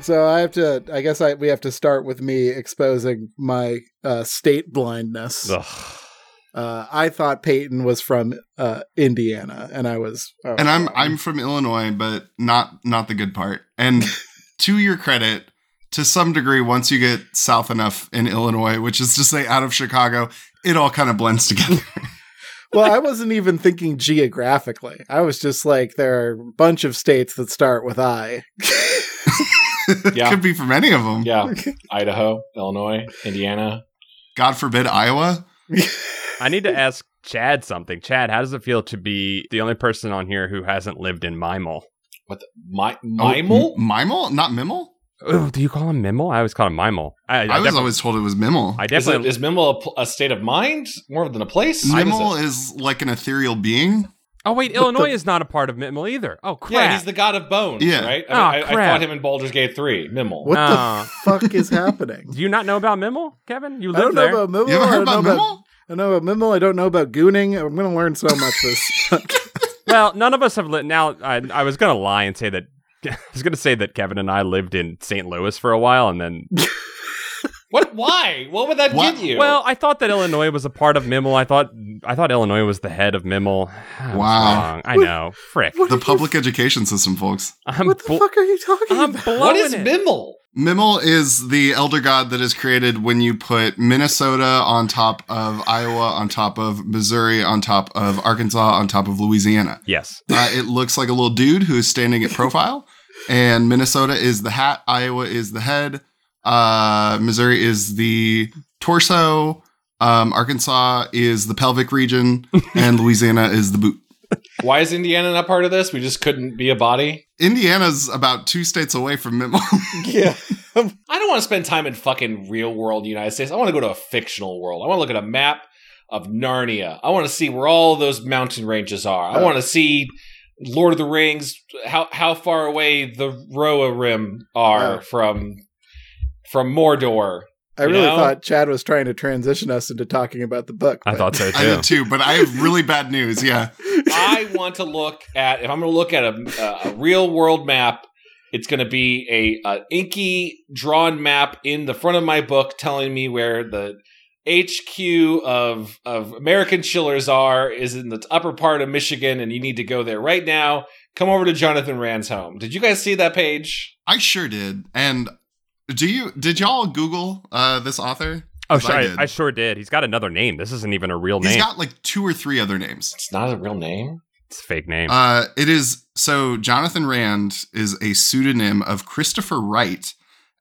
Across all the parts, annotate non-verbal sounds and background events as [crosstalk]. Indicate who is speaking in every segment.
Speaker 1: So I have to. I guess I we have to start with me exposing my uh, state blindness.
Speaker 2: Ugh.
Speaker 1: Uh, I thought Peyton was from uh, Indiana, and I was. oh,
Speaker 3: and I'm
Speaker 1: wrong.
Speaker 3: I'm from Illinois, but not not the good part. And to your credit, to some degree, once you get south enough in Illinois, which is to say out of Chicago, it all kind of blends together. [laughs]
Speaker 1: well, I wasn't even thinking geographically. I was just like, there are a bunch of states that start with
Speaker 3: [laughs]
Speaker 1: I.
Speaker 2: Yeah.
Speaker 3: Could be from any of them.
Speaker 4: Yeah, Idaho, Illinois, Indiana.
Speaker 3: God forbid Iowa.
Speaker 2: I need to ask Chad something. Chad, how does it feel to be the only person on here who hasn't lived in Mimal?
Speaker 4: What the, my,
Speaker 3: Oh,
Speaker 4: Mimal?
Speaker 3: m- Mimal? Not Mimal?
Speaker 2: Oh, do you call him Mimal? I always call him Mimal. I, I,
Speaker 3: I, was
Speaker 2: defi-
Speaker 3: always told it was Mimal.
Speaker 2: I
Speaker 4: Is, it,
Speaker 2: definitely.
Speaker 4: is Mimal a, pl- a state of mind more than a place? What is
Speaker 3: Mimal
Speaker 4: it?
Speaker 3: is like an ethereal being.
Speaker 2: oh wait,
Speaker 1: What
Speaker 2: Illinois
Speaker 1: the-
Speaker 2: is not a part of Mimal either. Oh crap!
Speaker 4: Yeah, he's the god of bones,
Speaker 3: Yeah.
Speaker 4: right?
Speaker 2: Ah,
Speaker 4: I, mean, I, I
Speaker 2: crap.
Speaker 4: fought him in Baldur's Gate 3, Mimal.
Speaker 1: What
Speaker 2: Ah.
Speaker 1: the fuck is happening?
Speaker 2: do you not know about Mimal, Kevin? You
Speaker 1: I
Speaker 2: live
Speaker 1: don't
Speaker 2: there.
Speaker 1: know about Mimmel.
Speaker 3: You ever
Speaker 1: Oh, I don't
Speaker 3: heard
Speaker 1: know
Speaker 3: about
Speaker 1: about,
Speaker 3: Mimal?
Speaker 1: I know about Mimmel. I don't know about gooning. I'm going to learn so much
Speaker 2: [laughs]
Speaker 1: this.
Speaker 2: well, none of us have lived. Now, I, I was gonna lie and say that. [laughs] I was gonna say that Kevin and I lived in St. Louis for a while, and then
Speaker 4: What? Why? What would that
Speaker 3: What?
Speaker 4: give you?
Speaker 2: well, I thought that Illinois was a part of Mimal. I thought I thought Illinois was the head of Mimal. [sighs] I was
Speaker 3: Wow.
Speaker 2: wrong. I know, frick.
Speaker 1: What
Speaker 3: The
Speaker 1: are you-
Speaker 3: public education system, folks.
Speaker 2: I'm
Speaker 1: what the
Speaker 2: bl-
Speaker 1: fuck are you talking
Speaker 2: I'm
Speaker 1: about?
Speaker 2: blowing
Speaker 4: what is
Speaker 2: it.
Speaker 4: Mimal?
Speaker 3: Mimal is the elder god that is created when you put Minnesota on top of Iowa, on top of Missouri, on top of Arkansas, on top of Louisiana.
Speaker 2: Yes.
Speaker 3: Uh, it looks like a little dude who's standing at profile, and Minnesota is the hat, Iowa is the head, uh, Missouri is the torso, um, Arkansas is the pelvic region, and Louisiana is the boot.
Speaker 4: Why is Indiana not part of this? We just couldn't be a body.
Speaker 3: Indiana's about two states away from Mimal.
Speaker 1: Yeah.
Speaker 4: I don't want to spend time in fucking real world United States. I want to go to a fictional world. I want to look at a map of Narnia. I want to see where all those mountain ranges are. I want to see Lord of the Rings. How how far away the Roa Rim are
Speaker 1: Yeah.
Speaker 4: from from Mordor.
Speaker 1: I
Speaker 4: You
Speaker 1: really
Speaker 4: know?
Speaker 1: thought Chad was trying to transition us into talking about the book.
Speaker 2: I
Speaker 1: but-
Speaker 2: thought so
Speaker 3: [laughs] [laughs] I
Speaker 2: too.
Speaker 3: did too, but I have really bad news. Yeah.
Speaker 1: [laughs]
Speaker 4: I want to look at if I'm going to look at a, a real world map. It's going to be a, a inky drawn map in the front of my book telling me where the HQ of of American Chillers are is in the upper part of Michigan, and you need to go there right now. Come over to Jonathan Rand's home. Did you guys see that page?
Speaker 3: I sure did. And do you did y'all Google uh this author?
Speaker 2: Oh,
Speaker 3: 'Cause
Speaker 2: sure,
Speaker 3: I
Speaker 2: I,
Speaker 3: did.
Speaker 2: I sure did. He's got another name. This isn't even a real
Speaker 3: He's
Speaker 2: name.
Speaker 3: got like two or three other names.
Speaker 4: It's not a real name.
Speaker 2: it's a fake name.
Speaker 3: Uh it is so Jonathan Rand is a pseudonym of Christopher Wright,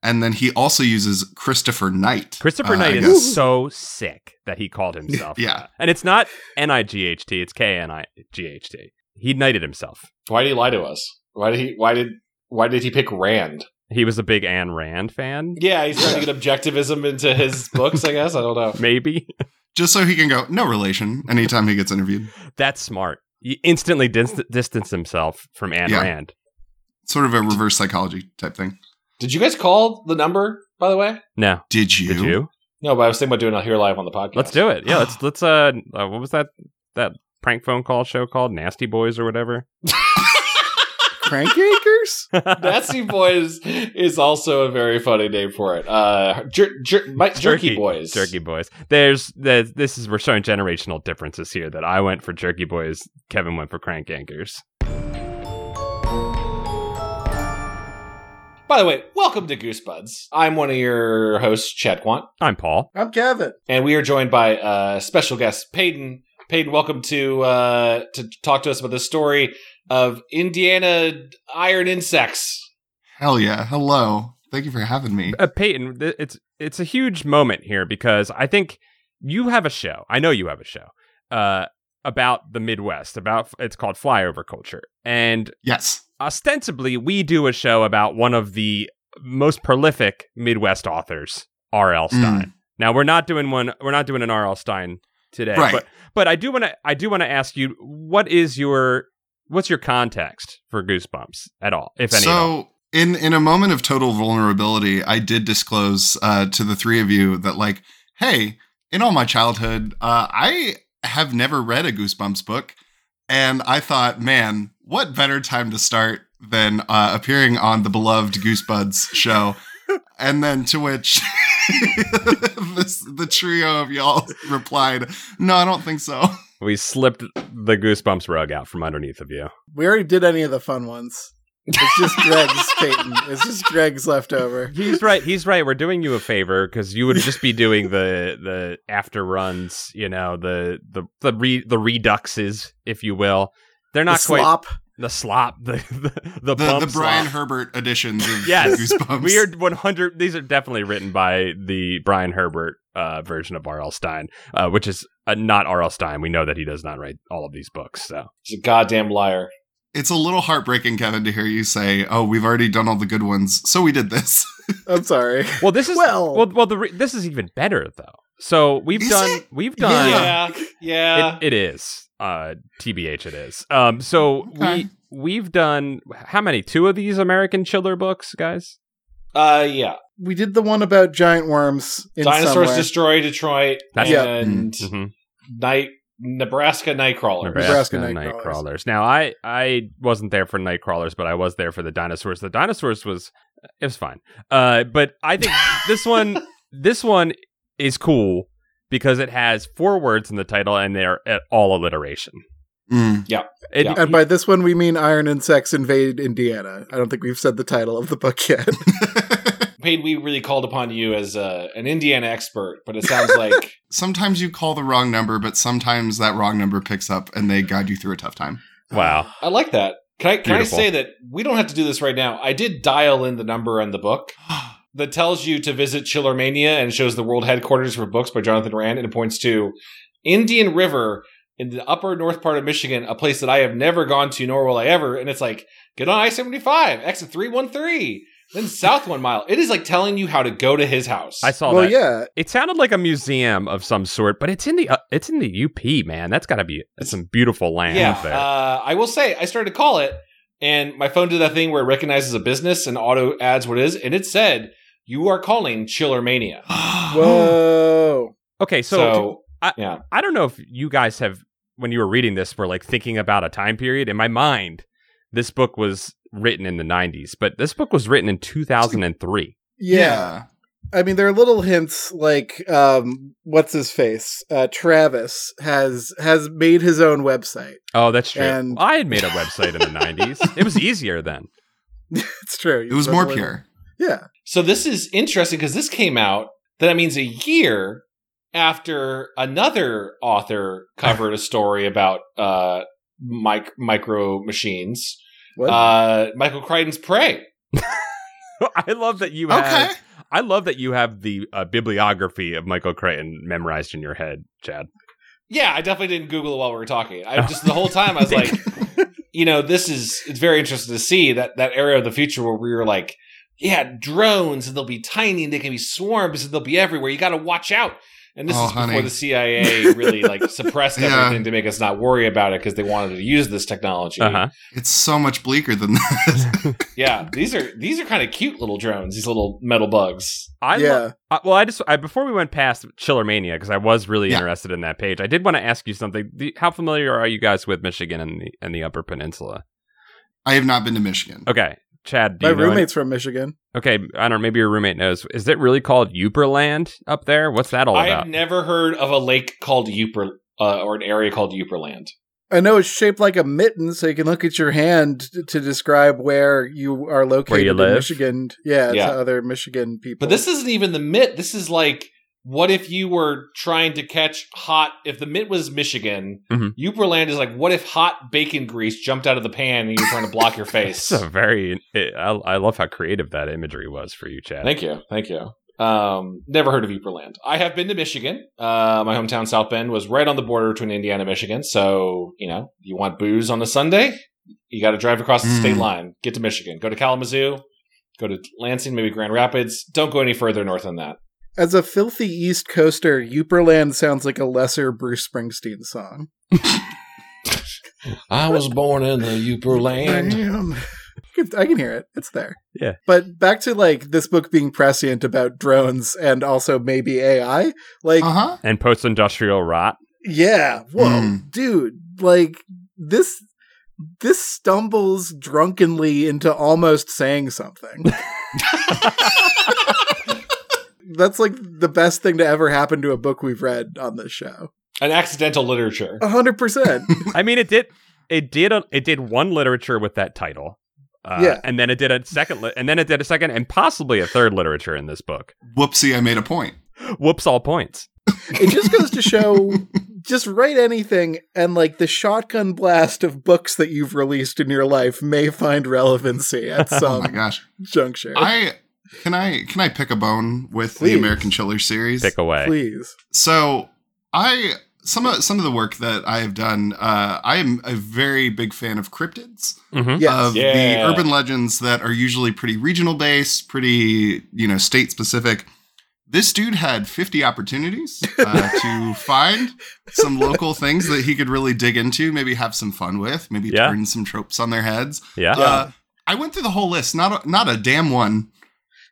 Speaker 3: and then he also uses Christopher Knight.
Speaker 2: Christopher
Speaker 3: uh,
Speaker 2: Knight
Speaker 3: I
Speaker 2: is
Speaker 3: guess.
Speaker 2: so sick that he called himself.
Speaker 3: [laughs] Yeah.
Speaker 2: that. And it's not N I G H T, it's K N I G H T. He knighted himself.
Speaker 4: Why did he lie to us? Why did he? Why did? Why did he pick Rand?
Speaker 2: He was a big Ayn Rand fan,
Speaker 4: Yeah, he's trying to get objectivism into his books. I guess I don't [laughs] know.
Speaker 2: maybe. [laughs]
Speaker 3: Just so he can go, no relation anytime he gets interviewed.
Speaker 2: That's smart. He instantly dis- distanced himself from Ayn
Speaker 3: Yeah.
Speaker 2: Rand.
Speaker 3: Sort of a reverse psychology type thing.
Speaker 4: Did you guys call the number, by the way?
Speaker 2: No.
Speaker 3: Did you?
Speaker 2: Did you?
Speaker 4: No, but I was thinking about doing a here live on the podcast.
Speaker 2: Let's do it. Yeah,
Speaker 3: [gasps]
Speaker 2: let's, let's, uh, uh, what was that, that prank phone call show called? Nasty Boys or whatever? [laughs]
Speaker 1: Crank Acres?
Speaker 4: Nasty Boys is also a very funny name for it. Uh, jer- jer- my- jerky, Boys.
Speaker 2: Jerky Boys. There's the, this is we're showing generational differences here. That I went for Jerky Boys, Kevin went for Crank Anchors.
Speaker 4: By the way, welcome to Goosebuds. I'm one of your hosts, Chad Quant,
Speaker 2: I'm Paul.
Speaker 1: I'm Kevin.
Speaker 4: and we are joined by uh, special guest Peyton. Peyton, welcome to uh, to talk to us about the story of Indiana iron insects.
Speaker 3: Hell yeah. Hello. Thank you for having me.
Speaker 2: Uh, Peyton, th- it's it's a huge moment here because I think you have a show. I know you have a show uh, about the Midwest. About it's called Flyover Culture, and
Speaker 3: Yes.
Speaker 2: ostensibly we do a show about one of the most prolific Midwest authors, R.L. Stein. Now we're not doing one. We're not doing an R.L. Stein today,
Speaker 3: Right.
Speaker 2: but but I do want to. I do want to ask you what is your what's your context for Goosebumps at all, if any. at all?
Speaker 3: so in in a moment of total vulnerability i did disclose uh to the three of you that like hey in all my childhood uh i have never read a goosebumps book and i thought man what better time to start than uh, appearing on the beloved Goosebuds
Speaker 2: [laughs]
Speaker 3: show. And then to which [laughs] this, the trio of y'all replied, No, I don't think so.
Speaker 2: We slipped the goosebumps rug out from underneath of you.
Speaker 1: We already did any of the fun ones. It's just [laughs] Greg's, Peyton. It's just Greg's left over.
Speaker 2: He's right. He's right. We're doing you a favor because you would just be doing the the after runs, you know, the the the re, the reduxes, if you will. They're not
Speaker 1: the
Speaker 2: quite
Speaker 1: slop.
Speaker 2: the slop, the the the,
Speaker 3: The,
Speaker 2: bump
Speaker 3: the Brian
Speaker 2: slop.
Speaker 3: Herbert editions
Speaker 2: [laughs]
Speaker 3: of
Speaker 2: Yes.
Speaker 3: Goosebumps.
Speaker 2: We are 100. These are definitely written by the Brian Herbert uh, version of R.L. Stein, uh, which is uh, not R.L. Stein. We know that he does not write all of these books. So
Speaker 4: He's a goddamn liar.
Speaker 3: It's a little heartbreaking, Kevin, to hear you say, "Oh, we've already done all the good ones, so we did this."
Speaker 1: I'm sorry.
Speaker 2: Well, this is well,
Speaker 1: Well-
Speaker 2: well. the re- this is even better though. So we've
Speaker 3: Is
Speaker 2: done.
Speaker 3: it?
Speaker 2: We've
Speaker 3: Uh,
Speaker 2: done.
Speaker 4: yeah, yeah.
Speaker 2: It, it is. Uh, tbh, it is. Um, so
Speaker 3: Okay.
Speaker 2: we we've done how many? Two of these American Chiller books, guys.
Speaker 4: uh, yeah.
Speaker 1: We did the one about giant worms in
Speaker 4: Dinosaurs
Speaker 1: somewhere.
Speaker 4: destroy Detroit
Speaker 2: That's-
Speaker 1: Yeah.
Speaker 4: and
Speaker 2: Mm-hmm.
Speaker 4: night Nebraska Nightcrawler.
Speaker 1: Nebraska
Speaker 2: Nightcrawlers.
Speaker 1: Nightcrawlers.
Speaker 2: Now, I I wasn't there for Nightcrawlers, but I was there for the dinosaurs. The dinosaurs was it was fine. Uh, but I think
Speaker 1: [laughs]
Speaker 2: this one this one is cool because it has four words in the title and they're at all alliteration.
Speaker 3: Mm.
Speaker 2: It,
Speaker 4: Yeah.
Speaker 1: and by this one, we mean Iron and Sex invade Indiana. I don't think we've said the title of the book yet.
Speaker 4: Peyton, we really called upon you as uh, an Indiana expert, but it sounds
Speaker 2: [laughs]
Speaker 4: like
Speaker 3: [laughs] sometimes you call the wrong number, but sometimes that wrong number picks up and they guide you through a tough time.
Speaker 2: wow.
Speaker 4: I like that. Can I can
Speaker 2: Beautiful.
Speaker 4: I say that we don't have to do this right now? I did dial in the number on
Speaker 2: [gasps]
Speaker 4: the book that tells you to visit Chillermania and shows the world headquarters for books by Jonathan Rand and it points to Indian River in the upper north part of Michigan, a place that I have never gone to nor will I ever. And it's like, get on I 75, exit 313, then south one mile. It is like telling you how to go to his house.
Speaker 2: I saw
Speaker 1: well,
Speaker 2: that.
Speaker 1: yeah.
Speaker 2: It sounded like a museum of some sort, but it's in the uh, it's in the UP, man. That's got to be that's some beautiful land
Speaker 4: yeah,
Speaker 2: there.
Speaker 4: uh, I will say I started to call it, and my phone did that thing where it recognizes a business and auto adds what it is, and it said you are calling Chillermania.
Speaker 1: [gasps] Whoa.
Speaker 2: okay,
Speaker 4: So,
Speaker 2: so,
Speaker 4: yeah,
Speaker 2: I don't know if you guys have when you were reading this were like thinking about a time period. In my mind, this book was written in the 90s, but this book was written in 2003.
Speaker 1: yeah. I mean, there are little hints like um, what's his face, uh, Travis has has made his own website. [laughs]
Speaker 2: Oh, that's true.
Speaker 1: And-
Speaker 2: I had made a website in the 90s. It was easier then. [laughs]
Speaker 1: It's true.
Speaker 3: It was more pure.
Speaker 1: Yeah,
Speaker 4: so this is interesting because this came out. That means a year after another author covered a story about uh, mic- micro machines,
Speaker 1: what?
Speaker 4: uh, Michael Crichton's Prey.
Speaker 2: I love that you have
Speaker 3: Okay.
Speaker 2: I love that you have the uh, bibliography of Michael Crichton memorized in your head, Chad.
Speaker 4: Yeah, I definitely didn't Google it while we were talking. I just the whole
Speaker 3: [laughs]
Speaker 4: time I was like, you know, this is it's very interesting to see that that area of the future where we were like, yeah, drones and they'll be tiny and they can be swarms and they'll be everywhere. You got to watch out. And this
Speaker 3: Oh,
Speaker 4: is
Speaker 3: honey.
Speaker 4: before the CIA really
Speaker 3: [laughs]
Speaker 4: like suppressed
Speaker 3: Yeah.
Speaker 4: everything to make us not worry about it because they wanted to use this technology.
Speaker 2: Uh-huh.
Speaker 3: It's so much bleaker than that.
Speaker 4: Yeah, these are these are kind of cute little drones. These little metal bugs.
Speaker 2: I lo-
Speaker 1: yeah.
Speaker 2: I, well, I just I, before we went past Chillermania because I was really
Speaker 3: Yeah.
Speaker 2: interested in that page. I did want to ask you something. The, how familiar are you guys with Michigan and the and the Upper Peninsula?
Speaker 3: I have not been to Michigan.
Speaker 2: Okay, Chad, do
Speaker 1: My
Speaker 2: you know any-
Speaker 1: roommate's from Michigan.
Speaker 2: okay, I don't. know, Maybe your roommate knows. Is it really called Uperland up there? What's that all
Speaker 4: I
Speaker 2: about?
Speaker 4: have never heard of a lake called Uper uh, or an area called Uperland.
Speaker 1: I know it's shaped like a mitten, so you can look at your hand t- to describe where you are located in
Speaker 2: live?
Speaker 1: Michigan. Yeah,
Speaker 4: Yeah.
Speaker 1: to other Michigan people.
Speaker 4: But this isn't even the mitt. This is like, what if you were trying to catch hot? If the mitt was Michigan,
Speaker 2: Mhm.
Speaker 4: Uberland is like, what if hot bacon grease jumped out of the pan and you were trying to block your face?
Speaker 2: It's a very. It, I, I love how creative that imagery was for you, Chad.
Speaker 4: thank you, thank you. Um, never heard of Uberland. I have been to Michigan. Uh, my hometown South Bend was right on the border between Indiana and Michigan. So you know, you want booze on a Sunday, you got to drive across the
Speaker 3: Mm.
Speaker 4: state line, get to Michigan, go to Kalamazoo, go to Lansing, maybe Grand Rapids. Don't go any further north than that.
Speaker 1: As a filthy East Coaster, Uperland sounds like a lesser Bruce Springsteen song.
Speaker 4: I was born in the Uberland.
Speaker 1: Damn. [laughs] I can hear it. It's there.
Speaker 2: Yeah.
Speaker 1: But back to like this book being prescient about drones and also maybe AI. Like,
Speaker 3: Uh huh.
Speaker 2: And post industrial rot.
Speaker 1: yeah, whoa,
Speaker 3: Mm.
Speaker 1: dude. Like this this stumbles drunkenly into almost saying something. That's like the best thing to ever happen to a book we've read on this show.
Speaker 4: An accidental literature.
Speaker 1: A hundred percent.
Speaker 2: I mean, it did. It did. uh, It did one literature with that title. Uh,
Speaker 1: Yeah.
Speaker 2: and then it did a second, li- and then it did a second, and possibly a third literature in this book.
Speaker 3: Whoopsie, I made a point.
Speaker 2: Whoops! All points.
Speaker 1: It just goes to show just write anything and like the shotgun blast of books that you've released in your life may find relevancy at
Speaker 3: [laughs] Oh my
Speaker 1: some
Speaker 3: gosh.
Speaker 1: juncture.
Speaker 3: I can I can I pick a bone with
Speaker 1: Please.
Speaker 3: the American Chiller series?
Speaker 2: Pick away.
Speaker 1: Please.
Speaker 3: So I some of some of the work that I have done, uh, I am a very big fan of cryptids
Speaker 2: Mhm.
Speaker 1: Yes.
Speaker 3: of
Speaker 4: Yeah.
Speaker 3: the urban legends that are usually pretty regional based, pretty you know state specific. This dude had 50 opportunities uh, to find some local things that he could really dig into, maybe have some fun with, maybe
Speaker 2: Yeah.
Speaker 3: turn some tropes on their heads.
Speaker 2: Yeah.
Speaker 3: Uh, I went through the whole list, not a, not a damn one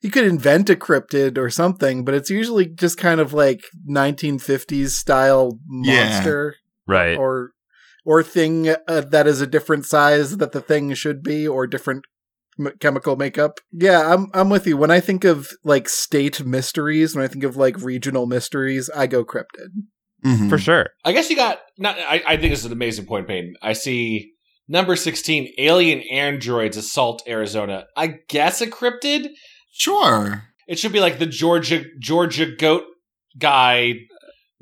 Speaker 1: you could invent a cryptid or something, but it's usually just kind of like 1950s style
Speaker 3: Yeah.
Speaker 1: monster
Speaker 2: right.
Speaker 1: or or thing uh, that is a different size that the thing should be or different m- chemical makeup. Yeah, I'm I'm with you. When I think of like state mysteries, when I think of like regional mysteries, I go cryptid.
Speaker 3: Mhm.
Speaker 2: For sure.
Speaker 4: I guess you got not I, I think this is an amazing point, Peyton. I see number sixteen, alien androids assault Arizona. I guess a cryptid?
Speaker 3: Sure.
Speaker 4: It should be like the Georgia Georgia goat guy.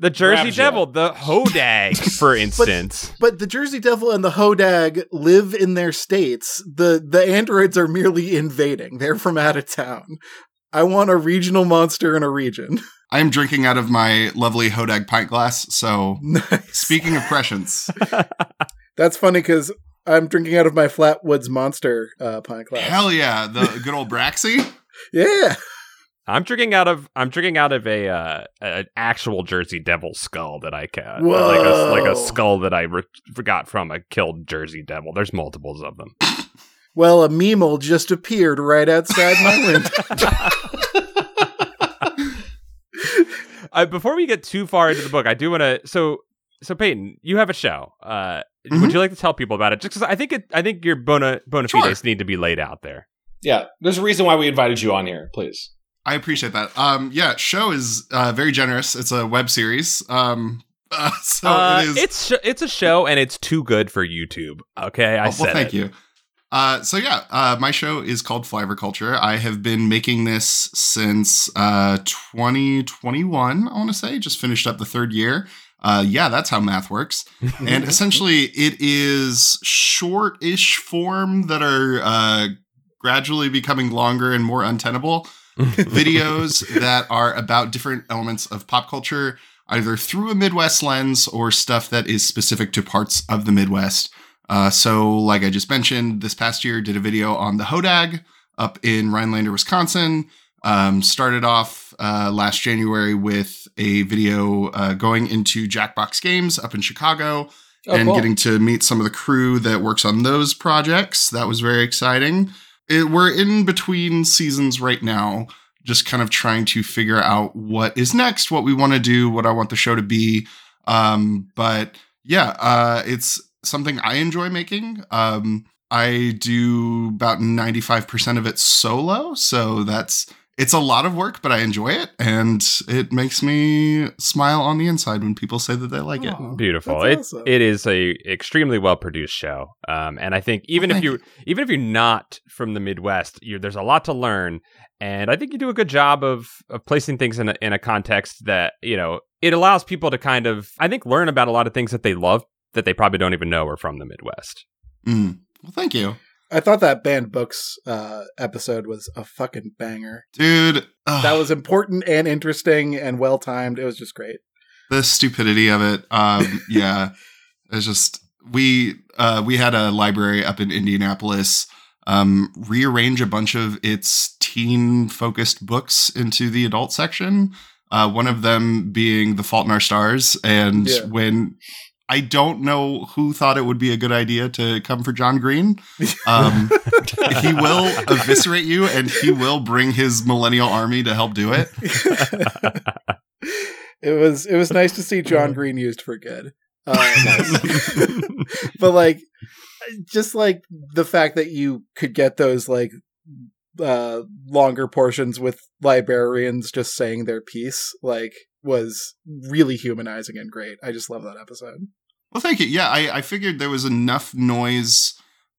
Speaker 2: The Jersey
Speaker 4: Grabs ya.
Speaker 2: Devil, the Hodag, for instance. [laughs]
Speaker 1: But the Jersey Devil and the Hodag live in their states. The the androids are merely invading. They're from out of town. I want a regional monster in a region. [laughs]
Speaker 3: I am drinking out of my lovely Hodag pint glass. So,
Speaker 1: nice.
Speaker 3: speaking of
Speaker 2: [laughs]
Speaker 3: prescience,
Speaker 1: That's funny because I'm drinking out of my Flatwoods Monster uh, pint glass.
Speaker 3: hell yeah, the good old Braxy.
Speaker 1: yeah,
Speaker 2: I'm drinking out of I'm drinking out of a uh, an actual Jersey Devil skull that I ca-
Speaker 1: Whoa.
Speaker 2: like a like a skull that I re- got from a killed Jersey Devil. There's multiples of them.
Speaker 1: Well, a memel just appeared right outside my window.
Speaker 2: Uh, before we get too far into the book, I do want to so so Peyton, you have a show. Uh, Would
Speaker 3: Mhm.
Speaker 2: you like to tell people about it? Just 'cause I think it, I think your bona bona
Speaker 3: Sure.
Speaker 2: fides need to be laid out there.
Speaker 4: Yeah. There's a reason why we invited you on here, please.
Speaker 3: I appreciate that. Um, yeah, show is uh, very generous. It's a web series. Um, [laughs] uh, so
Speaker 2: Uh,
Speaker 3: it is.
Speaker 2: It's sh- it's a show and it's too good for YouTube. Okay, I
Speaker 3: Oh,
Speaker 2: said
Speaker 3: well, thank
Speaker 2: it.
Speaker 3: you. Uh, so yeah, uh, my show is called Flavor Culture. I have been making this since uh, 2021. I want to say just finished up the third year. Uh, yeah, that's how math works.
Speaker 2: Mm-hmm.
Speaker 3: and essentially, it is short-ish form that are uh, gradually becoming longer and more untenable [laughs] videos that are about different elements of pop culture, either through a Midwest lens or stuff that is specific to parts of the Midwest. Uh, so, like I just mentioned, this past year did a video on the Hodag up in Rhinelander, Wisconsin. Um, started off uh, last January with a video uh, going into Jackbox Games up in Chicago
Speaker 4: Oh,
Speaker 3: and
Speaker 4: cool.
Speaker 3: getting to meet some of the crew that works on those projects. That was very exciting. It, we're in between seasons right now, just kind of trying to figure out what is next, what we want to do, what I want the show to be. Um, but yeah, uh, it's something I enjoy making. Um, I do about 95% of it solo. So that's, it's a lot of work, but I enjoy it. And it makes me smile on the inside when people say that they like it.
Speaker 1: Aw,
Speaker 2: Beautiful.
Speaker 1: that's
Speaker 2: It
Speaker 1: awesome.
Speaker 2: it is a extremely well produced show, um, and I think even if
Speaker 3: thank
Speaker 2: you even if you're not from the Midwest, you there's a lot to learn, and I think you do a good job of of placing things in a, in a context that you know it allows people to kind of I think learn about a lot of things that they love that they probably don't even know are from the Midwest.
Speaker 3: Mm. Well, thank you,
Speaker 1: I thought that banned books uh, episode was a fucking banger.
Speaker 3: dude. Ugh,
Speaker 1: That was important and interesting and well timed. It was just great. [laughs]
Speaker 3: the stupidity of it. Um, yeah, it's just we uh, we had a library up in Indianapolis um, rearrange a bunch of its teen focused books into the adult section. Uh, one of them being The Fault in Our Stars, and
Speaker 1: Yeah.
Speaker 3: when I don't know who thought it would be a good idea to come for John Green. Um, [laughs] he will [laughs] eviscerate you, and he will bring his millennial army to help do it.
Speaker 1: it was it was nice to see John Green used for good. Uh, but like just like the fact that you could get those like uh longer portions with librarians just saying their piece like was really humanizing and great. I just love that episode.
Speaker 3: Well, thank you. Yeah, I, I figured there was enough noise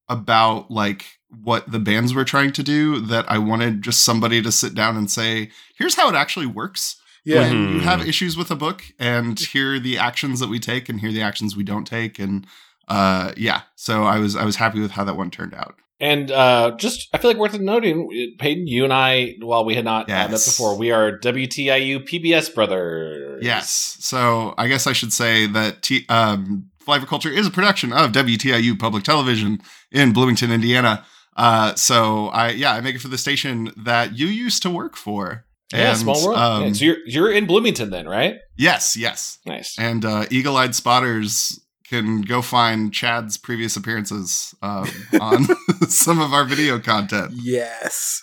Speaker 3: about like what the bands were trying to do that I wanted just somebody to sit down and say, here's how it actually works.
Speaker 1: Yeah.
Speaker 3: When you
Speaker 2: Mhm.
Speaker 3: have issues with a book and here are the actions that we take and here are the actions we don't take. And uh yeah. So I was I was happy with how that one turned out.
Speaker 4: And uh, just, I feel like worth noting, Peyton, you and I, while we had not had met
Speaker 3: Yes.
Speaker 4: before, we are WTIU PBS brothers.
Speaker 3: Yes. So I guess I should say that T- um, Flavor Culture is a production of WTIU Public Television in Bloomington, Indiana. Uh, so I yeah, I make it for the station that you used to work for.
Speaker 4: Yeah,
Speaker 3: And,
Speaker 4: small world.
Speaker 3: um,
Speaker 4: Yeah, so you're you're in Bloomington then, right?
Speaker 3: yes, yes.
Speaker 4: Nice.
Speaker 3: And uh, Eagle Eyed Spotters can go find Chad's previous appearances um,
Speaker 4: [laughs]
Speaker 3: on [laughs] some of our video content.
Speaker 1: Yes.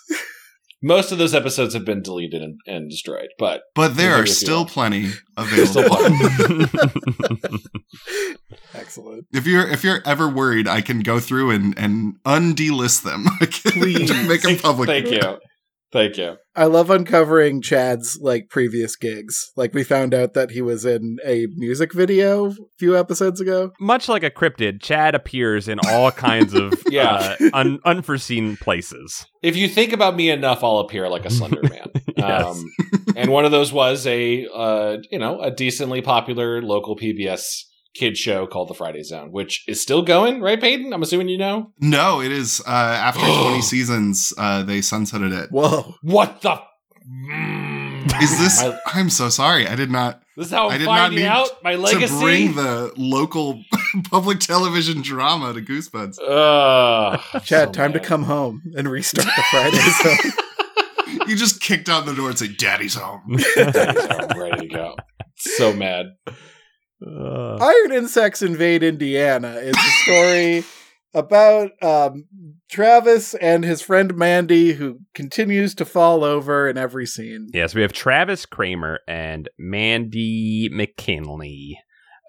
Speaker 4: Most of those episodes have been deleted and, and destroyed, but
Speaker 3: But there
Speaker 4: Yeah,
Speaker 3: are
Speaker 4: yeah,
Speaker 3: still
Speaker 4: yeah.
Speaker 3: plenty
Speaker 4: Still
Speaker 3: available.
Speaker 4: plenty.
Speaker 1: Excellent.
Speaker 3: If you're if you're ever worried, I can go through and and undelist them. [laughs] I can
Speaker 1: Please.
Speaker 3: make them public.
Speaker 4: thank you, thank you.
Speaker 1: I love uncovering Chad's like previous gigs. Like we found out that he was in a music video a few episodes ago.
Speaker 2: [laughs] Much like a cryptid, Chad appears in all kinds of
Speaker 4: Yeah.
Speaker 2: uh, un- unforeseen places.
Speaker 4: If you think about me enough, I'll appear like a Slender
Speaker 3: [laughs]
Speaker 4: Man.
Speaker 2: Yes.
Speaker 4: um, and one of those was a uh, you know a decently popular local PBS kid show called The Friday Zone, which is still going, right, Peyton? I'm assuming you know.
Speaker 3: No, it is uh,
Speaker 4: [gasps]
Speaker 3: after 20 seasons uh, they sunsetted it.
Speaker 1: Whoa.
Speaker 4: What the?
Speaker 3: Is this?
Speaker 4: My-
Speaker 3: I'm so sorry. I did not
Speaker 4: this is
Speaker 3: [laughs]
Speaker 4: how
Speaker 3: I
Speaker 4: I'm
Speaker 3: did not
Speaker 4: finding
Speaker 3: need
Speaker 4: out my legacy?
Speaker 3: to bring the local [laughs] public television drama to Goosebuds.
Speaker 4: Ugh, I'm
Speaker 1: Chad,
Speaker 4: so
Speaker 1: time to
Speaker 4: mad.
Speaker 1: come home and restart the Friday Zone.
Speaker 3: You just kick down the door and say, "Daddy's home."
Speaker 4: [laughs] I'm ready to go. So mad.
Speaker 2: Uh,
Speaker 1: Iron Insects Invade Indiana is a story about um, Travis and his friend Mandy, who continues to fall over in every scene.
Speaker 2: yes, we have Travis Kramer and Mandy McKinley.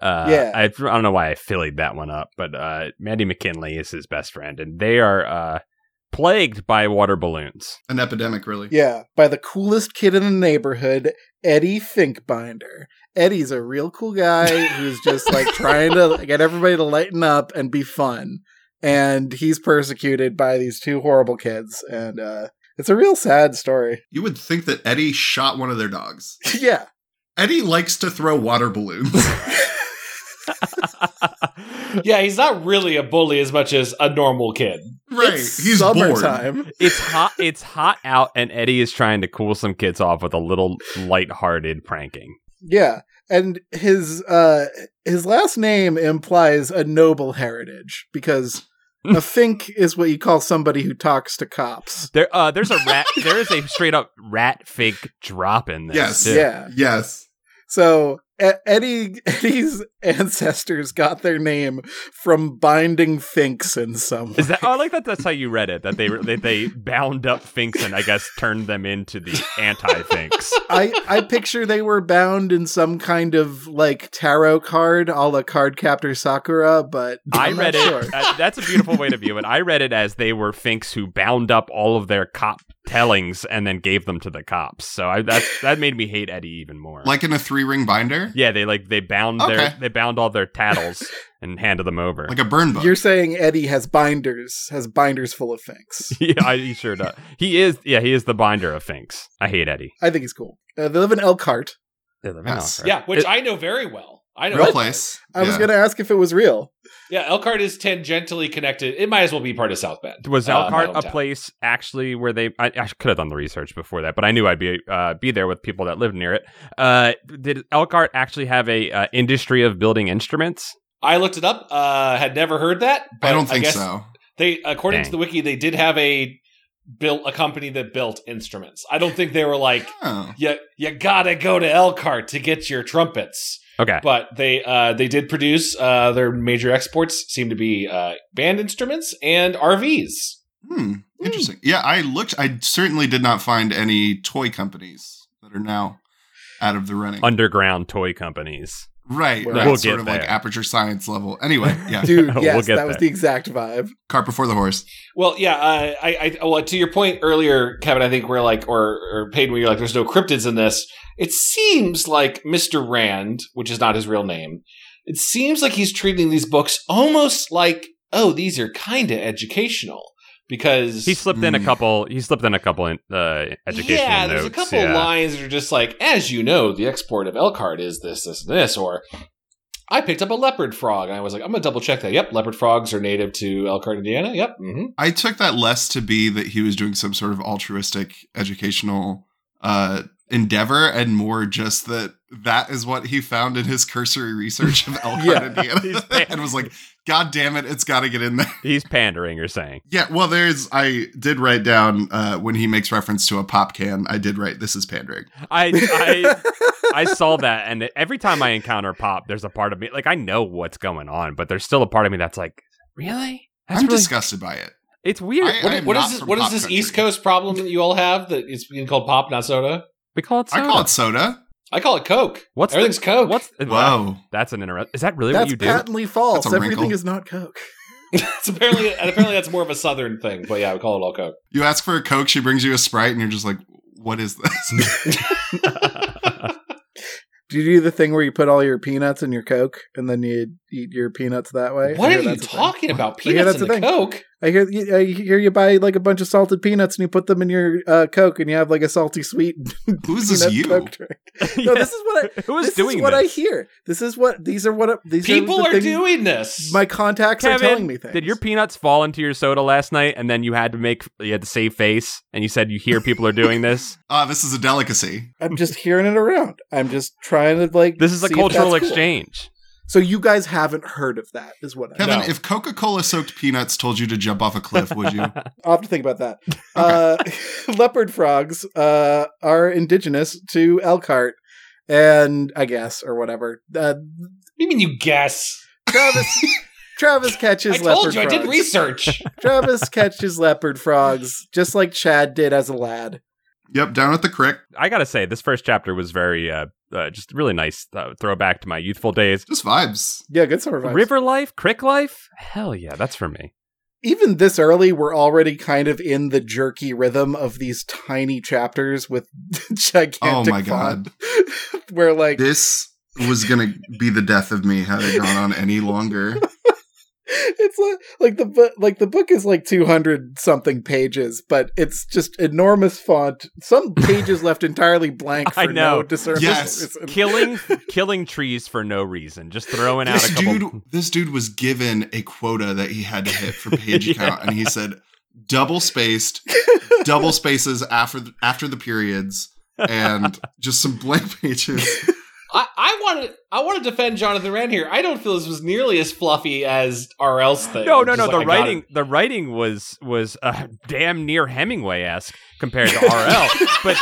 Speaker 2: Uh,
Speaker 1: Yeah.
Speaker 2: I, I don't know why I fillied that one up, but uh, Mandy McKinley is his best friend, and they are uh, plagued by water balloons.
Speaker 3: An epidemic, really.
Speaker 1: Yeah, by the coolest kid in the neighborhood, Eddie Finkbinder. Eddie's a real cool guy who's just
Speaker 3: [laughs]
Speaker 1: like trying to get everybody to lighten up and be fun. And he's persecuted by these two horrible kids. And uh, it's a real sad story. [laughs]
Speaker 3: You would think that Eddie shot one of their dogs.
Speaker 1: yeah.
Speaker 3: Eddie likes to throw water balloons. [laughs]
Speaker 4: Yeah, he's not really a bully as much as a normal kid.
Speaker 3: right.
Speaker 1: It's
Speaker 3: He's bored.
Speaker 1: summertime. [laughs]
Speaker 2: it's hot. It's hot out, and Eddie is trying to cool some kids off with a little lighthearted pranking.
Speaker 1: Yeah, and his uh his last name implies a noble heritage because
Speaker 2: Hmm.
Speaker 1: a fink is what you call somebody who talks to cops.
Speaker 2: There, uh, there's a
Speaker 1: [laughs]
Speaker 2: rat. there is a straight up rat fig drop in this.
Speaker 3: Yes.
Speaker 2: too.
Speaker 1: Yeah.
Speaker 3: Yes.
Speaker 1: So E- [laughs] Eddie Eddie's ancestors got their name from binding finks in some way.
Speaker 2: Is that? Oh, I like that. That's how you read it. That they that they bound up finks and I guess turned them into the anti finks.
Speaker 1: I I picture they were bound in some kind of like tarot card, a la card captor Sakura. But
Speaker 2: I
Speaker 1: I'm
Speaker 2: read
Speaker 1: not
Speaker 2: it.
Speaker 1: sure.
Speaker 2: uh, that's a beautiful way to view it. I read it as they were finks who bound up all of their cop tellings and then gave them to the cops. So I, that that made me hate Eddie even more.
Speaker 3: Like in a three ring binder?
Speaker 2: Yeah, they like they bound
Speaker 3: Okay.
Speaker 2: their they bound all their
Speaker 3: [laughs]
Speaker 2: tattles and handed them over.
Speaker 3: Like a burn book.
Speaker 1: You're saying Eddie has binders, has binders full of finks.
Speaker 2: [laughs] yeah, I, he sure does. He is yeah, he is the binder of finks. I hate Eddie.
Speaker 1: I think he's cool. Uh, they live in Elkhart.
Speaker 2: They're the
Speaker 3: Yes.
Speaker 2: Valkyr.
Speaker 4: Yeah, which
Speaker 2: It-
Speaker 4: I know very well. I know
Speaker 3: Real
Speaker 4: Elkhart.
Speaker 3: place.
Speaker 1: I was
Speaker 3: Yeah.
Speaker 1: going to ask if it was real.
Speaker 4: Yeah, Elkhart is tangentially connected. It might as well be part of South Bend.
Speaker 2: was
Speaker 4: Uh, my
Speaker 2: Elkhart a
Speaker 4: hometown.
Speaker 2: place actually where they? I, I could have done the research before that, but I knew I'd be uh, be there with people that lived near it. Uh, did Elkhart actually have a uh, industry of building instruments?
Speaker 4: I looked it up. Uh, had never heard that.
Speaker 3: I
Speaker 4: but
Speaker 3: don't think
Speaker 4: guess
Speaker 3: so.
Speaker 4: They, according
Speaker 2: Dang.
Speaker 4: to the wiki, they did have a built a company that built instruments. I don't think they were like [laughs]
Speaker 3: Oh.
Speaker 4: you. You gotta go to Elkhart to get your trumpets.
Speaker 2: Okay,
Speaker 4: but they uh, they did produce uh, their major exports seem to be uh, band instruments and RVs.
Speaker 3: Hmm. Interesting. Yeah, I looked. I certainly did not find any toy companies that are now out of the running.
Speaker 2: underground toy companies.
Speaker 3: Right.
Speaker 1: We'll
Speaker 3: right.
Speaker 2: get
Speaker 3: sort of like
Speaker 2: there.
Speaker 3: aperture science level. Anyway, yeah.
Speaker 1: Dude,
Speaker 2: We'll
Speaker 1: yes,
Speaker 2: get
Speaker 1: that was
Speaker 2: there.
Speaker 1: the exact vibe.
Speaker 3: Cart before the horse.
Speaker 4: Well, yeah, uh, I, I, well, to your point earlier, Kevin, I think we're like, or, or Peyton, where you're like, there's no cryptids in this. It seems like Mr. Rand, which is not his real name, it seems like he's treating these books almost like, oh, these are kind of educational because
Speaker 2: He slipped in a
Speaker 3: Mm.
Speaker 2: couple. He slipped in a couple in, uh, educational
Speaker 4: yeah,
Speaker 2: notes.
Speaker 4: there's a couple
Speaker 2: yeah.
Speaker 4: lines that are just like, as you know, the export of Elkhart is this, this, and this, or I picked up a leopard frog, and I was like, I'm gonna double check that. Yep, leopard frogs are native to Elkhart, Indiana. Yep. Mm-hmm.
Speaker 3: I took that less to be that he was doing some sort of altruistic educational uh, endeavor and more just that that is what he found in his cursory research of Elkhart,
Speaker 1: Yeah.
Speaker 2: [laughs]
Speaker 3: Indiana. [laughs]
Speaker 2: He's pa-
Speaker 3: and was like, God damn it, it's got to get in there.
Speaker 2: He's pandering. You're saying.
Speaker 3: Yeah, well, there's, I did write down uh, when he makes reference to a pop can, I did write, this is pandering.
Speaker 2: I
Speaker 1: [laughs]
Speaker 2: I, I saw that, and every time I encounter Pop, there's a part of me like I know what's going on, but there's still a part of me that's like, really? That's
Speaker 3: I'm
Speaker 2: really.
Speaker 3: disgusted by it.
Speaker 2: it's weird.
Speaker 3: I-
Speaker 2: What-
Speaker 3: am
Speaker 4: What
Speaker 3: not
Speaker 4: is this?
Speaker 3: from
Speaker 4: What is
Speaker 3: pop
Speaker 4: this
Speaker 3: country.
Speaker 4: East Coast problem that you all have that is being called pop, not soda?
Speaker 2: we call it. Soda.
Speaker 3: I call it soda.
Speaker 4: I call it Coke.
Speaker 2: What's the-
Speaker 4: Everything's Coke.
Speaker 2: What's wow?
Speaker 3: Whoa.
Speaker 2: That's an interest. Is that really what
Speaker 1: That's
Speaker 2: you do?
Speaker 1: patently false.
Speaker 3: That's a
Speaker 1: Everything
Speaker 3: wrinkle.
Speaker 1: is not Coke.
Speaker 4: [laughs] it's apparently and apparently that's more of a Southern thing, but yeah, we call it all Coke.
Speaker 3: You ask for a Coke, she brings you a Sprite, and you're just like, what is this?
Speaker 1: [laughs] Do you do the thing where you put all your peanuts in your Coke and then you eat your peanuts that way? I
Speaker 4: What
Speaker 1: hear
Speaker 4: are you
Speaker 1: that's a thing.
Speaker 4: talking about?
Speaker 1: I hear
Speaker 4: Peanuts
Speaker 1: that's
Speaker 4: and
Speaker 1: a
Speaker 4: the
Speaker 1: thing.
Speaker 4: Coke.
Speaker 1: I hear you- I hear you buy like a bunch of salted peanuts and you put them in your uh, Coke and you have like a salty sweet [laughs]
Speaker 3: Who's this
Speaker 1: peanut
Speaker 3: you?
Speaker 1: Coke drink. No, this
Speaker 2: [laughs]
Speaker 1: is what I,
Speaker 2: Who is
Speaker 1: this
Speaker 2: doing
Speaker 1: is what I
Speaker 2: this?
Speaker 1: hear. This is what these are what these
Speaker 4: People
Speaker 1: are,
Speaker 4: are
Speaker 1: the things
Speaker 4: doing this.
Speaker 1: my contacts are
Speaker 2: Kevin,
Speaker 1: telling me things.
Speaker 2: Did your peanuts fall into your soda last night, and then you had to make you had to save face, and you said you hear people are doing this?
Speaker 1: [laughs]
Speaker 3: Ah, this is a delicacy.
Speaker 1: I'm just hearing it around. I'm just trying to like
Speaker 2: This is a
Speaker 1: see if
Speaker 2: cultural
Speaker 1: that's cool.
Speaker 2: exchange.
Speaker 1: So you guys haven't heard of that is what I
Speaker 3: Kevin,
Speaker 4: No.
Speaker 3: if Coca Cola soaked peanuts told you to jump off a cliff,
Speaker 1: [laughs]
Speaker 3: would you?
Speaker 1: I'll have to think about that. Uh, [laughs] leopard frogs uh, are indigenous to Elkhart, and I guess or whatever. Uh,
Speaker 4: what do you mean you guess?
Speaker 1: [laughs] Travis Travis catches
Speaker 4: I
Speaker 1: leopard
Speaker 4: told you I
Speaker 1: frogs.
Speaker 4: did research.
Speaker 1: Travis catches leopard frogs just like Chad did as a lad.
Speaker 3: yep, down at the crick.
Speaker 2: I gotta say, this first chapter was very, uh, uh just really nice uh, throwback to my youthful days.
Speaker 3: Just vibes.
Speaker 1: Yeah, good summer vibes.
Speaker 2: River life, crick life, hell yeah, that's for me.
Speaker 1: Even this early, we're already kind of in the jerky rhythm of these tiny chapters with [laughs] gigantic.
Speaker 3: Oh my
Speaker 1: font. [laughs]
Speaker 3: god.
Speaker 1: Where like
Speaker 3: This was gonna be the death of me had it gone on any longer.
Speaker 1: it's like, like the book like the book is like 200 something pages but it's just enormous font
Speaker 3: [laughs]
Speaker 1: some pages left entirely blank for
Speaker 2: I know.
Speaker 1: no discernible
Speaker 3: Yes.
Speaker 1: reason.
Speaker 2: Killing,
Speaker 1: [laughs]
Speaker 2: killing trees for no reason, just throwing out
Speaker 3: This
Speaker 2: a couple.
Speaker 3: dude this dude was given a quota that he had to hit for
Speaker 2: [laughs]
Speaker 3: page
Speaker 2: Yeah.
Speaker 3: count, and he said double spaced,
Speaker 2: [laughs]
Speaker 3: double spaces after the, after the periods, and just some blank
Speaker 2: [laughs]
Speaker 3: [laughs] pages.
Speaker 4: I, I want to I want to defend Jonathan Rand here. I don't feel this was nearly as fluffy as RL's thing.
Speaker 2: No, no,
Speaker 4: Just
Speaker 2: no.
Speaker 4: like,
Speaker 2: the
Speaker 4: I got
Speaker 2: writing,
Speaker 4: it.
Speaker 2: the writing was was uh, [laughs] damn near Hemingway esque compared to RL, but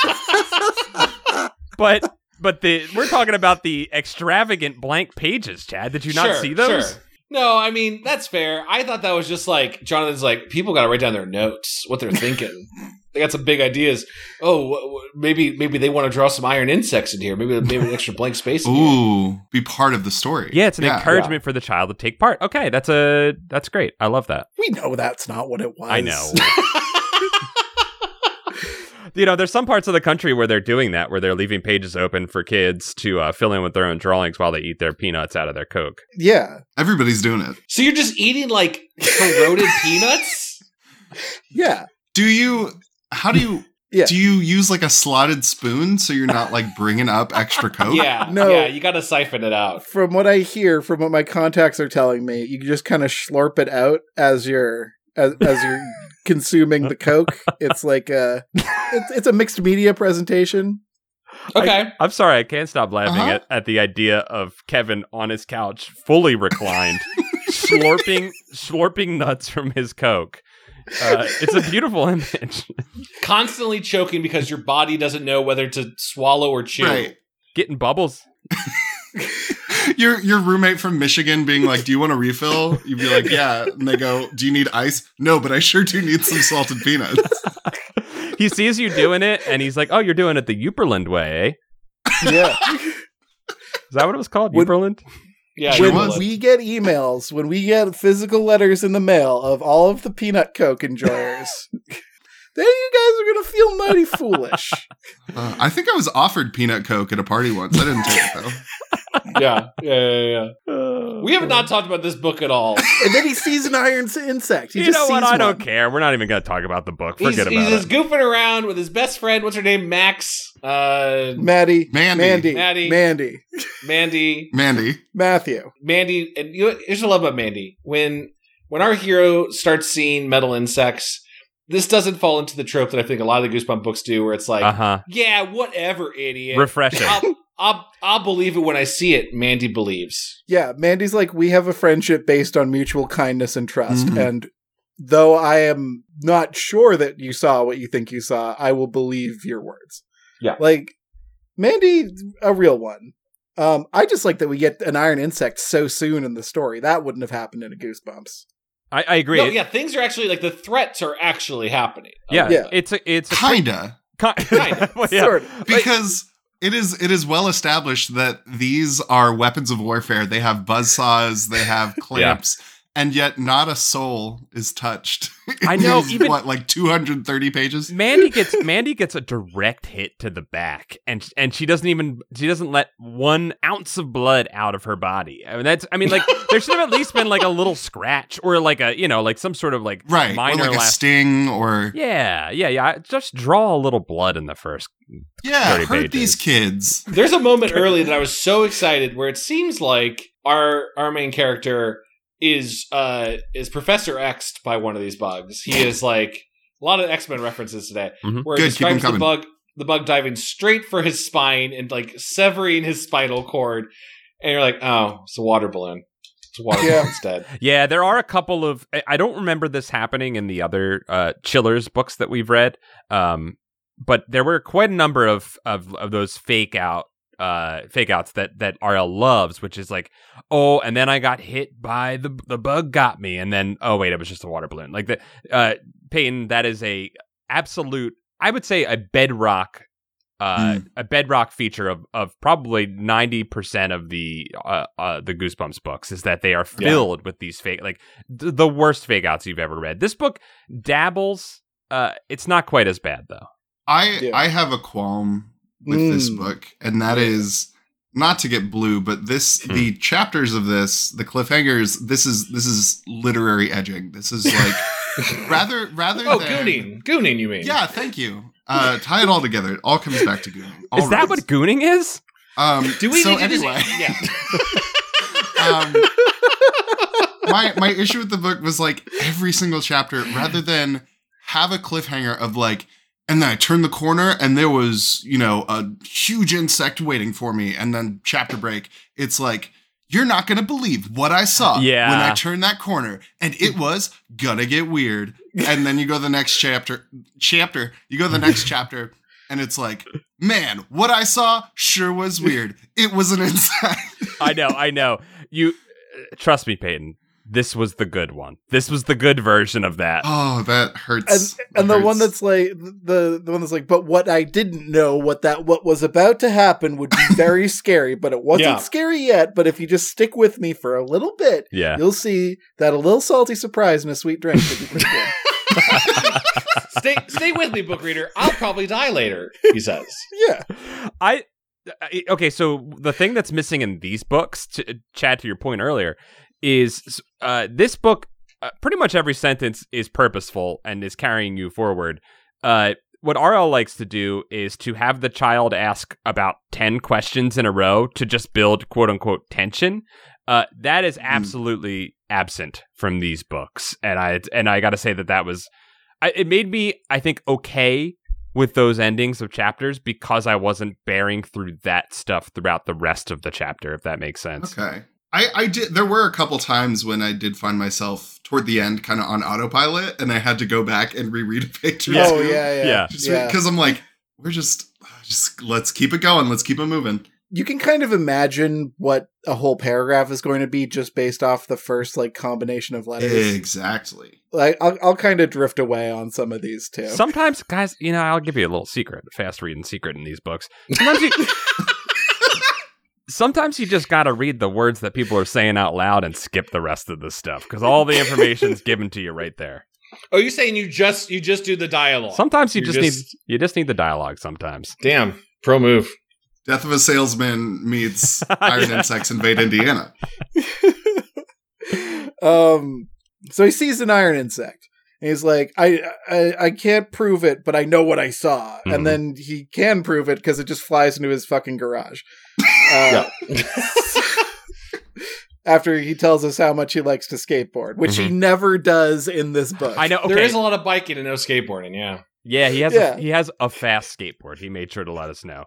Speaker 4: [laughs]
Speaker 2: but but the we're talking about the extravagant blank pages, Chad. Did you not
Speaker 4: Sure,
Speaker 2: see those?
Speaker 4: sure. No, I mean that's fair. I thought that was just like Jonathan's like people got to write down their notes, what they're thinking. they got some big ideas. Oh, w- w- maybe maybe they want to draw some iron insects in here. Maybe maybe an extra blank space. in here.
Speaker 3: Ooh, be part of the story.
Speaker 2: Yeah, it's an
Speaker 3: Yeah.
Speaker 2: encouragement for the child to take part. Okay, that's a that's great. I love that.
Speaker 1: we know that's not what it was
Speaker 2: I know. [laughs] you know, there's some parts of the country where they're doing that, where they're leaving pages open for kids to uh, fill in with their own drawings while they eat their peanuts out of their coke.
Speaker 1: [laughs] yeah
Speaker 3: Everybody's doing it.
Speaker 4: So you're just eating like corroded peanuts.
Speaker 1: yeah
Speaker 3: Do you? How
Speaker 2: [laughs]
Speaker 3: do you?
Speaker 1: Yeah.
Speaker 3: Do you use like a slotted spoon so you're not like bringing
Speaker 2: [laughs]
Speaker 3: up extra coke?
Speaker 4: Yeah,
Speaker 1: No.
Speaker 4: yeah. You got to siphon it out.
Speaker 1: from what i hear from what my contacts are telling me you just kind of slurp it out as you're as, as
Speaker 2: [laughs]
Speaker 1: you're consuming the coke it's like a it's, it's a mixed media presentation
Speaker 4: Okay.
Speaker 2: I'm sorry, I can't stop laughing
Speaker 3: Uh-huh.
Speaker 2: at, at the idea of Kevin on his couch, fully reclined, slurping slurping nuts from his coke. Uh, it's a beautiful [laughs] image.
Speaker 4: constantly choking because your body doesn't know whether to swallow or chew.
Speaker 3: Right.
Speaker 2: Getting bubbles.
Speaker 3: Your your roommate from Michigan being like, "Do you want a refill?" You'd be like, "Yeah." And they go, "Do you need ice?" No, but I sure do need some salted peanuts.
Speaker 2: He sees you doing it, and he's like, "Oh, you're doing it the Uperland way." eh?"
Speaker 1: yeah
Speaker 2: Is that what it was called?
Speaker 1: Would-
Speaker 2: Uberland?
Speaker 4: Yeah,
Speaker 3: Sure
Speaker 4: you
Speaker 1: when
Speaker 3: was.
Speaker 4: will.
Speaker 1: we get emails, when we get physical letters in the mail of all of the peanut coke enjoyers, [laughs] then you guys are gonna feel mighty foolish.
Speaker 3: Uh, I think I was offered peanut coke at a party once. I didn't take it
Speaker 2: [laughs]
Speaker 3: though.
Speaker 4: yeah, yeah, yeah, yeah. We
Speaker 1: Uh,
Speaker 2: We
Speaker 4: have not talked about this book at all.
Speaker 1: And then he sees an iron s- insect. He
Speaker 2: You
Speaker 1: just
Speaker 2: know what?
Speaker 1: sees
Speaker 2: I don't
Speaker 1: one.
Speaker 2: care. We're not even going to talk about the book.
Speaker 4: He's,
Speaker 2: Forget about
Speaker 4: he's
Speaker 2: it.
Speaker 4: just goofing around with his best friend. What's her name? Max, uh,
Speaker 1: Maddie, Mandy,
Speaker 3: Mandy.
Speaker 1: Mandy,
Speaker 4: Mandy.
Speaker 1: Mandy,
Speaker 4: Mandy,
Speaker 3: Mandy.
Speaker 1: Matthew.
Speaker 4: Mandy. And you know, what- here's what I love about Mandy. When when our hero starts seeing metal insects, this doesn't fall into the trope that I think a lot of the Goosebump books do, where it's like,
Speaker 2: Uh huh.
Speaker 4: yeah, whatever, idiot.
Speaker 2: Refreshing.
Speaker 4: I'll, I'll, I'll believe it when I see it. Mandy believes.
Speaker 1: Yeah, Mandy's like we have a friendship based on mutual kindness and trust,
Speaker 4: Mm-hmm.
Speaker 3: Mhm.
Speaker 1: and though I am not sure that you saw what you think you saw, I will believe your words.
Speaker 4: Yeah.
Speaker 1: like Mandy, a real one. Um, I just like that we get an iron insect so soon in the story. That wouldn't have happened in a Goosebumps.
Speaker 2: I, I agree.
Speaker 4: No,
Speaker 2: It-
Speaker 4: yeah, things are actually like the threats are actually happening.
Speaker 2: yeah,
Speaker 1: Yeah.
Speaker 2: It's a. It's a. [laughs]
Speaker 3: Kinda.
Speaker 4: Kinda.
Speaker 2: Well, yeah.
Speaker 1: Sort of.
Speaker 3: Because it is it is well established that these are weapons of warfare. They have buzzsaws,
Speaker 2: [laughs]
Speaker 3: they have clamps, and yet not a soul is touched.
Speaker 2: [laughs] I know,
Speaker 3: These,
Speaker 2: even-
Speaker 3: what, like 230 pages?
Speaker 2: Mandy gets Mandy gets a direct hit to the back, and and she doesn't even she doesn't let one ounce of blood out of her body. I mean that's I mean like there should have at least been like a little scratch or like a you know like some sort of like
Speaker 3: Right.
Speaker 2: minor
Speaker 3: or like a
Speaker 2: last.
Speaker 3: sting or
Speaker 2: yeah, yeah, yeah. Just draw a little blood in the first.
Speaker 3: Yeah,
Speaker 2: 30
Speaker 3: hurt
Speaker 2: pages.
Speaker 3: these kids.
Speaker 4: There's a moment early that I was so excited where it seems like our our main character is uh is Professor X'd by one of these bugs. He is like a lot of X Men references today,
Speaker 2: Mhm.
Speaker 4: where
Speaker 3: Mm-hmm. Good,
Speaker 4: he
Speaker 3: keep 'em
Speaker 4: describes the
Speaker 3: coming.
Speaker 4: bug the bug diving straight for his spine and like severing his spinal cord, and you're like, oh, it's a water balloon. It's a water
Speaker 1: Yeah.
Speaker 4: balloon instead.
Speaker 3: [laughs]
Speaker 2: Yeah, there are a couple of I- I don't remember this happening in the other uh, Chillers books that we've read, um, but there were quite a number of of, of those fake out uh fake outs that that RL loves which is like oh and then I got hit by the the bug got me and then oh wait it was just a water balloon like the uh Peyton that is a absolute I would say a bedrock uh a bedrock feature of of probably 90% of the uh, uh the Goosebumps books is that they are
Speaker 4: Yeah.
Speaker 2: filled with these fake like th- the worst fake outs you've ever read. This book dabbles uh it's not quite as bad though.
Speaker 3: I
Speaker 1: Yeah.
Speaker 3: I have a qualm with this
Speaker 1: Mm.
Speaker 3: book, and that is not to get blue, but this
Speaker 2: Hmm.
Speaker 3: the chapters of this, the cliffhangers. This is this is literary edging. This is
Speaker 4: [laughs]
Speaker 3: like rather rather.
Speaker 4: Oh,
Speaker 3: than,
Speaker 4: gooning, gooning, you mean?
Speaker 3: Yeah, thank you. Uh, tie it all together. It all comes back to gooning. All
Speaker 2: is that
Speaker 3: roads.
Speaker 2: what gooning is?
Speaker 3: Um,
Speaker 4: Do we
Speaker 3: so
Speaker 4: need to just-
Speaker 3: anyway,
Speaker 4: [laughs]
Speaker 3: [laughs]
Speaker 4: yeah.
Speaker 3: um, my my issue with the book was like every single chapter, rather than have a cliffhanger of like, and then I turned the corner and there was you know a huge insect waiting for me, and then chapter break. It's like. You're not gonna believe what I saw
Speaker 2: Yeah.
Speaker 3: when I turned that corner, and it was gonna get weird. And then you go to the next chapter, chapter. You go to the next chapter, and it's like, man, what I saw sure was weird. It was an insect.
Speaker 2: I know, I know. You trust me, Peyton. This was the good one. This was the good version of that.
Speaker 3: Oh, that hurts.
Speaker 1: and
Speaker 3: That
Speaker 1: [laughs] and the one
Speaker 3: hurts.
Speaker 1: that's like the the one that's like but what i didn't know what that what was about to happen would
Speaker 4: [laughs]
Speaker 1: be very scary but it wasn't
Speaker 4: Yeah.
Speaker 1: scary yet but if you just stick with me for a little bit
Speaker 2: Yeah.
Speaker 1: you'll see that a little salty surprise and a sweet drink could be pretty
Speaker 2: [laughs]
Speaker 1: good.
Speaker 4: Stay, stay with me, book reader. I'll probably die later. He says.
Speaker 3: [laughs]
Speaker 1: yeah
Speaker 2: [laughs] I I- okay, so the thing that's missing in these books, to, Chad, to your point earlier, is uh, this book. Uh, pretty much every sentence is purposeful and is carrying you forward. Uh, what RL likes to do is to have the child ask about ten questions in a row to just build "quote unquote" tension. Uh, that is absolutely absent from these books, and I and I got to say that that was I, it made me I think okay with those endings of chapters because I wasn't bearing through that stuff throughout the rest of the chapter, if that makes sense.
Speaker 3: okay. I, I did. There were a couple times when I did find myself toward the end, kind of on autopilot, and I had to go back and reread a picture.
Speaker 2: Yeah.
Speaker 1: oh yeah yeah,
Speaker 2: Yeah.
Speaker 3: Just
Speaker 1: Yeah.
Speaker 3: because I'm like, we're just, just let's keep it going, let's keep it moving.
Speaker 1: you can kind of imagine what a whole paragraph is going to be just based off the first like combination of letters
Speaker 3: Exactly.
Speaker 1: like i'll, I'll kind of drift away on some of these too
Speaker 2: Sometimes, guys, you know, I'll give you a little secret, a fast reading secret in these books. Sometimes you, sometimes you just got to read the words that people are saying out loud and skip the rest of the stuff because all the information's given to you right there.
Speaker 4: Are you Oh, saying you just you just do the dialogue?
Speaker 2: Sometimes you
Speaker 4: You
Speaker 2: just,
Speaker 4: just-
Speaker 2: need you just need the dialogue. Sometimes
Speaker 4: Damn, pro move.
Speaker 3: Death of a
Speaker 1: [laughs]
Speaker 3: Salesman meets Iron
Speaker 2: Yeah.
Speaker 3: Insects Invade Indiana.
Speaker 1: um, so he sees an iron insect. And he's like, I, I I can't prove it, but I know what I saw.
Speaker 2: Mhm.
Speaker 1: And then he can prove it because it just flies into his fucking garage. Uh, [laughs] after he tells us how much he likes to skateboard, which he never does in this book.
Speaker 2: I know. Okay,
Speaker 4: There is a lot of biking and no skateboarding. Yeah,
Speaker 2: yeah, he has
Speaker 1: Yeah.
Speaker 2: A, he has a fast skateboard. He made sure to let us know.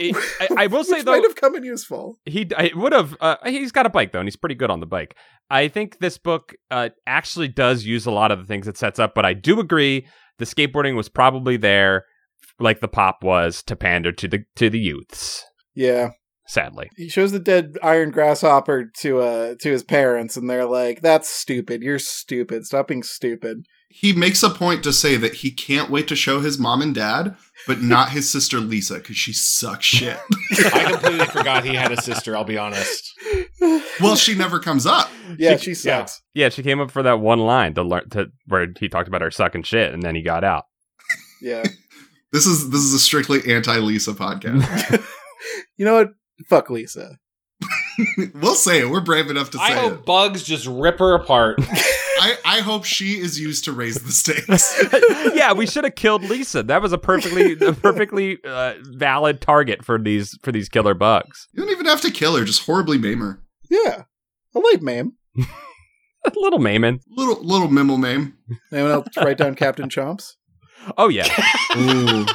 Speaker 2: It- I, I will say
Speaker 1: Which
Speaker 2: though,
Speaker 1: might have come in useful.
Speaker 2: he I would have uh, he's got a bike though and he's pretty good on the bike i think this book uh, actually does use a lot of the things it sets up but i do agree the skateboarding was probably there like the pop was to pander to the to the youths
Speaker 1: Yeah.
Speaker 2: sadly
Speaker 1: he shows the dead iron grasshopper to uh to his parents and they're like that's stupid you're stupid stop being stupid [sighs]
Speaker 3: He makes a point to say that he can't wait to show his mom and dad, but not his sister Lisa because she
Speaker 1: [laughs]
Speaker 3: sucks shit.
Speaker 4: I completely forgot he had a sister. I'll be honest.
Speaker 3: well, she never comes up.
Speaker 1: yeah she
Speaker 4: yeah.
Speaker 1: sucks
Speaker 2: yeah she came up for that one line to learn to where he talked about her sucking shit and then he got out
Speaker 1: yeah,
Speaker 3: This is this is a strictly anti-Lisa podcast.
Speaker 1: you know what fuck lisa
Speaker 3: [laughs] we'll say it. We're brave enough to say
Speaker 4: I
Speaker 3: it.
Speaker 4: hope bugs just rip her apart.
Speaker 3: I, I hope she is used to raise the stakes. [laughs]
Speaker 2: yeah we should have killed lisa that was a perfectly a perfectly uh, valid target for these for these killer bugs [laughs]
Speaker 3: You don't even have to kill her, just horribly maim her.
Speaker 1: yeah i like mame
Speaker 2: little maimon
Speaker 3: Little little mimble maim.
Speaker 1: anyone [laughs] else write down captain chomps
Speaker 2: oh yeah
Speaker 3: Ooh.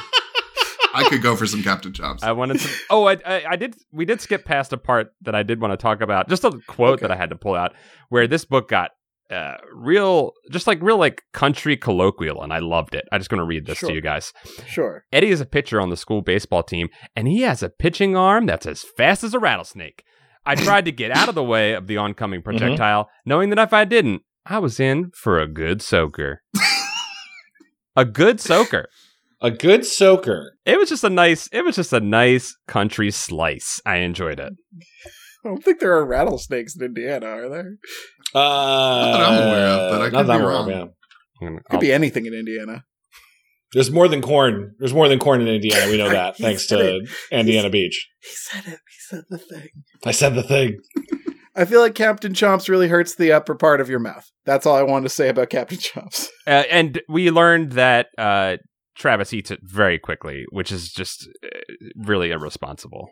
Speaker 3: I could go for some Captain Jobs.
Speaker 2: I wanted to. [laughs] Oh, I, I, I did. We did skip past a part that I did want to talk about. Just a quote
Speaker 1: Okay.
Speaker 2: that I had to pull out where this book got uh, real, just like real, like country colloquial, and I loved it. I'm just going to read this
Speaker 1: Sure.
Speaker 2: to you guys.
Speaker 1: sure
Speaker 2: Eddie is a pitcher on the school baseball team, and he has a pitching arm that's as fast as a rattlesnake.
Speaker 1: [laughs]
Speaker 2: I tried to get out of the way of the oncoming
Speaker 1: Mm-hmm.
Speaker 2: projectile, knowing that if I didn't, I was in for a
Speaker 1: [laughs]
Speaker 2: good soaker. a good soaker
Speaker 4: A good soaker.
Speaker 2: it was just a nice it was just a nice country slice i enjoyed it
Speaker 1: i don't think there are rattlesnakes in indiana are there
Speaker 4: Uh, not
Speaker 3: that I'm aware of, but I could
Speaker 4: that
Speaker 3: be
Speaker 4: I'm aware
Speaker 3: wrong.
Speaker 4: of, yeah.
Speaker 1: could be anything in indiana
Speaker 4: There's more than corn. There's more than corn in Indiana. We know
Speaker 3: [laughs]
Speaker 4: that,
Speaker 1: He
Speaker 4: thanks
Speaker 1: said
Speaker 4: to
Speaker 1: it.
Speaker 4: Indiana Beach.
Speaker 1: he said it he said the thing
Speaker 4: I said the thing.
Speaker 1: i feel like captain chomps really hurts the upper part of your mouth that's all i wanted to say about captain [laughs] chomps
Speaker 2: uh, and we learned that uh, travis eats it very quickly which is just uh, really irresponsible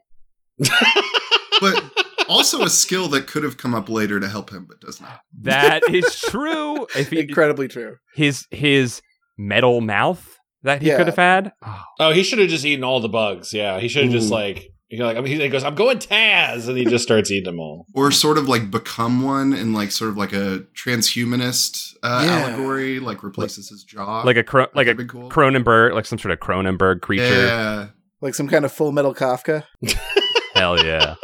Speaker 3: But also a skill that could have come up later to help him, but does not.
Speaker 2: that
Speaker 1: [laughs]
Speaker 2: is true if he,
Speaker 1: incredibly true
Speaker 2: his his metal mouth that he
Speaker 1: Yeah. Ah.
Speaker 2: could have had oh,
Speaker 4: Oh, he should have just eaten all the bugs. Yeah, he should have just
Speaker 3: Ooh.
Speaker 4: like, you know, like I mean, he goes, "I'm going Taz," and he just starts eating them all.
Speaker 3: Or sort of like become one and like sort of like a transhumanist uh,
Speaker 1: Yeah.
Speaker 3: allegory, like replaces his jaw.
Speaker 2: like a cro- like a
Speaker 3: That'd be cool.
Speaker 2: cronenberg like some sort of cronenberg creature
Speaker 3: Yeah.
Speaker 1: like some kind of full metal kafka
Speaker 2: hell yeah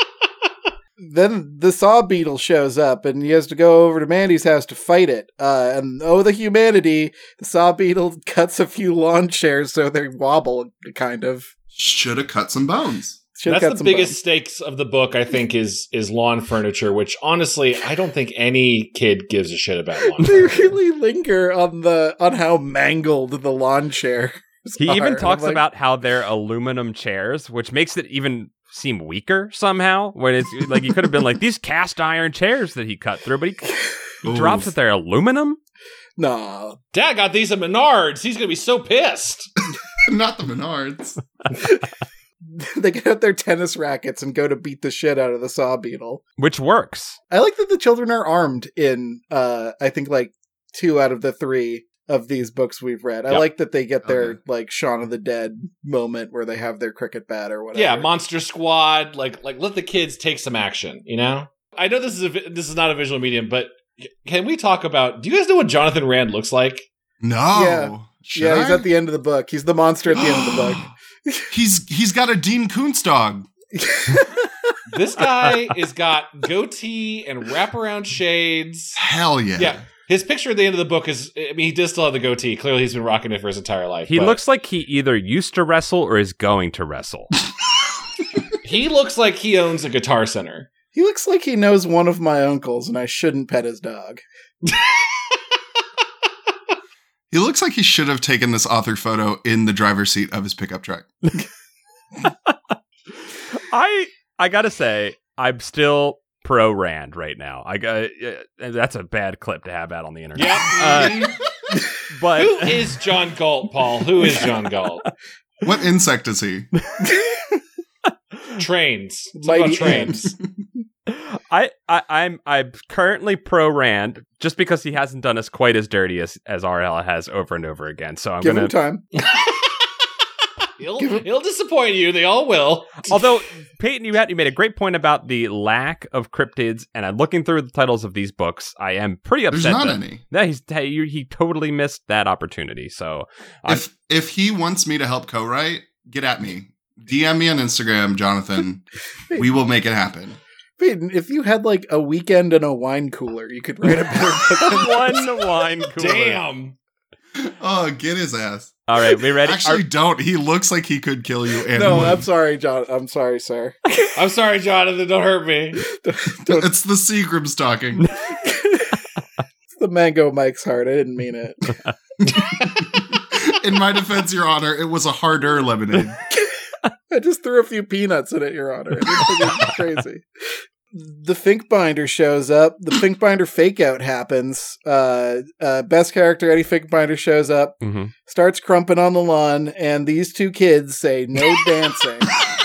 Speaker 1: then the saw beetle shows up and he has to go over to Mandy's house to fight it. Uh, and oh, the humanity! The saw beetle [laughs] cuts a few lawn chairs so they wobble, kind of.
Speaker 3: Should have cut some bones.
Speaker 1: Should've cut
Speaker 4: That's the
Speaker 1: some
Speaker 4: biggest stakes of the book, I think, is is lawn furniture, which honestly, I don't think any kid gives a shit about lawn.
Speaker 1: [laughs] bones. They
Speaker 4: furniture.
Speaker 1: really linger on the on how mangled the lawn chair.
Speaker 2: he even talks about how they're aluminum chairs which makes it even seem weaker somehow when it's like he could have been like these cast iron chairs that he cut through but he He
Speaker 3: Oof.
Speaker 2: drops that they're aluminum.
Speaker 1: Nah, [laughs]
Speaker 4: Dad got these at Menards. He's gonna be so pissed.
Speaker 3: [laughs] Not the Menards.
Speaker 1: they get out their tennis rackets and go to beat the shit out of the saw beetle.
Speaker 2: Which works.
Speaker 1: I like that the children are armed in uh I think like two out of the three of these books we've read. I
Speaker 2: Yep.
Speaker 1: like that they get their
Speaker 3: Okay.
Speaker 1: like Shaun of the Dead moment where they have their cricket bat or whatever.
Speaker 4: Yeah, Monster Squad. Like, like let the kids take some action. You know, I know this is a vi- this is not a visual medium, but c- can we talk about? Do you guys know what Jonathan Rand looks like?
Speaker 3: No.
Speaker 1: Yeah.
Speaker 3: Should
Speaker 1: yeah, he's
Speaker 3: I?
Speaker 1: at the end of the book. He's the monster at the end of the book.
Speaker 3: [gasps] he's he's got a Dean Koontz dog.
Speaker 4: This guy has got goatee and wraparound shades.
Speaker 3: Hell yeah.
Speaker 4: Yeah. His picture at the end of the book is. I mean, he does still have the goatee. Clearly, he's been rocking it for his entire life.
Speaker 2: He
Speaker 4: but [laughs]
Speaker 2: looks like he either used to wrestle or is going to wrestle.
Speaker 4: He looks like he owns a guitar center.
Speaker 1: He looks like he knows one of my uncles, and I shouldn't pet his dog.
Speaker 3: He looks like he should have taken this author photo in the driver's seat of his pickup truck.
Speaker 2: I I gotta say, I'm still pro Rand right now. I got uh, that's a bad clip to have out on the internet.
Speaker 4: Yep.
Speaker 2: Uh, but
Speaker 4: Who is John Galt, Paul? Who is John Galt?
Speaker 1: [laughs]
Speaker 3: What insect is he?
Speaker 4: Trains. It's
Speaker 1: Mighty
Speaker 4: about trains.
Speaker 2: I, I I'm I'm currently pro Rand just because he hasn't done us quite as dirty as as RL has over and over again. So I'm
Speaker 1: Give
Speaker 2: gonna
Speaker 1: him time.
Speaker 4: He'll,
Speaker 1: Give him-
Speaker 4: he'll disappoint you. They all will.
Speaker 2: Although Peyton, you had you made a great point about the lack of cryptids, and I'm looking through the titles of these books. I am pretty
Speaker 3: There's
Speaker 2: upset.
Speaker 3: not
Speaker 2: that,
Speaker 3: any.
Speaker 2: No, he's hey, you, he totally missed that opportunity. So I'm-
Speaker 3: If if he wants me to help co-write, get at me. DM me on
Speaker 1: [laughs]
Speaker 3: Instagram, Jonathan. we will make it happen.
Speaker 1: Peyton, if you had like a weekend and a wine cooler, you could write a
Speaker 2: [laughs]
Speaker 1: better book. than this.
Speaker 2: one wine cooler.
Speaker 4: Damn.
Speaker 3: Oh, get his ass.
Speaker 2: All right, we ready?
Speaker 3: Actually, don't. He looks like he could kill you. And
Speaker 1: No,
Speaker 3: would.
Speaker 1: I'm sorry, John. I'm sorry, sir. [laughs]
Speaker 4: I'm sorry, Jonathan. Don't hurt me.
Speaker 1: Don't-
Speaker 3: [laughs] It's the Seagrams talking.
Speaker 1: it's the mango Mike's heart. I didn't mean it.
Speaker 3: In my defense, Your Honor, it was a harder lemonade.
Speaker 1: I just threw a few peanuts in it, Your Honor. It was crazy. The Fink Binder shows up. The Fink Binder fake out happens. Uh, uh, best character Eddie Fink Binder shows up,
Speaker 2: hmm
Speaker 1: starts crumping on the lawn, and these two kids say
Speaker 2: [laughs]
Speaker 1: no dancing.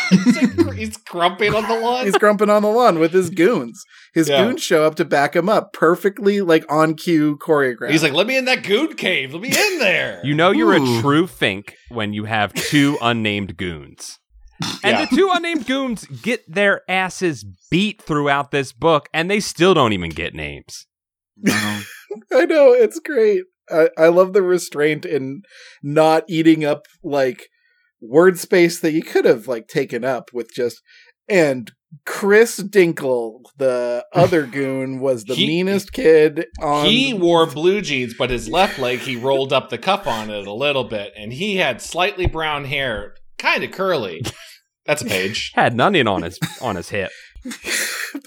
Speaker 4: He's, like, cr- he's crumping on the lawn.
Speaker 1: He's crumping on the lawn with
Speaker 4: [laughs]
Speaker 1: his goons. His
Speaker 4: Yeah.
Speaker 1: goons show up to back him up, perfectly like on cue choreographed.
Speaker 4: He's like, let me in that goon cave. Let me in there.
Speaker 2: You know you're a
Speaker 3: Ooh.
Speaker 2: true fink when you have
Speaker 4: [laughs]
Speaker 2: two unnamed goons. And
Speaker 4: Yeah.
Speaker 2: the two unnamed goons get their asses beat throughout this book, and they still don't even get names.
Speaker 3: No.
Speaker 1: [laughs] I know it's great. I, I love the restraint in not eating up like word space that you could have like taken up with just and Chris Dinkle,
Speaker 4: [laughs]
Speaker 1: the other goon, was the
Speaker 4: He-
Speaker 1: meanest kid on.
Speaker 4: he wore blue jeans, but his left leg he rolled up the cuff on it a little bit, and he had slightly brown hair, kind of curly. That's a page.
Speaker 2: Had an onion on
Speaker 4: [laughs]
Speaker 2: his on his hip.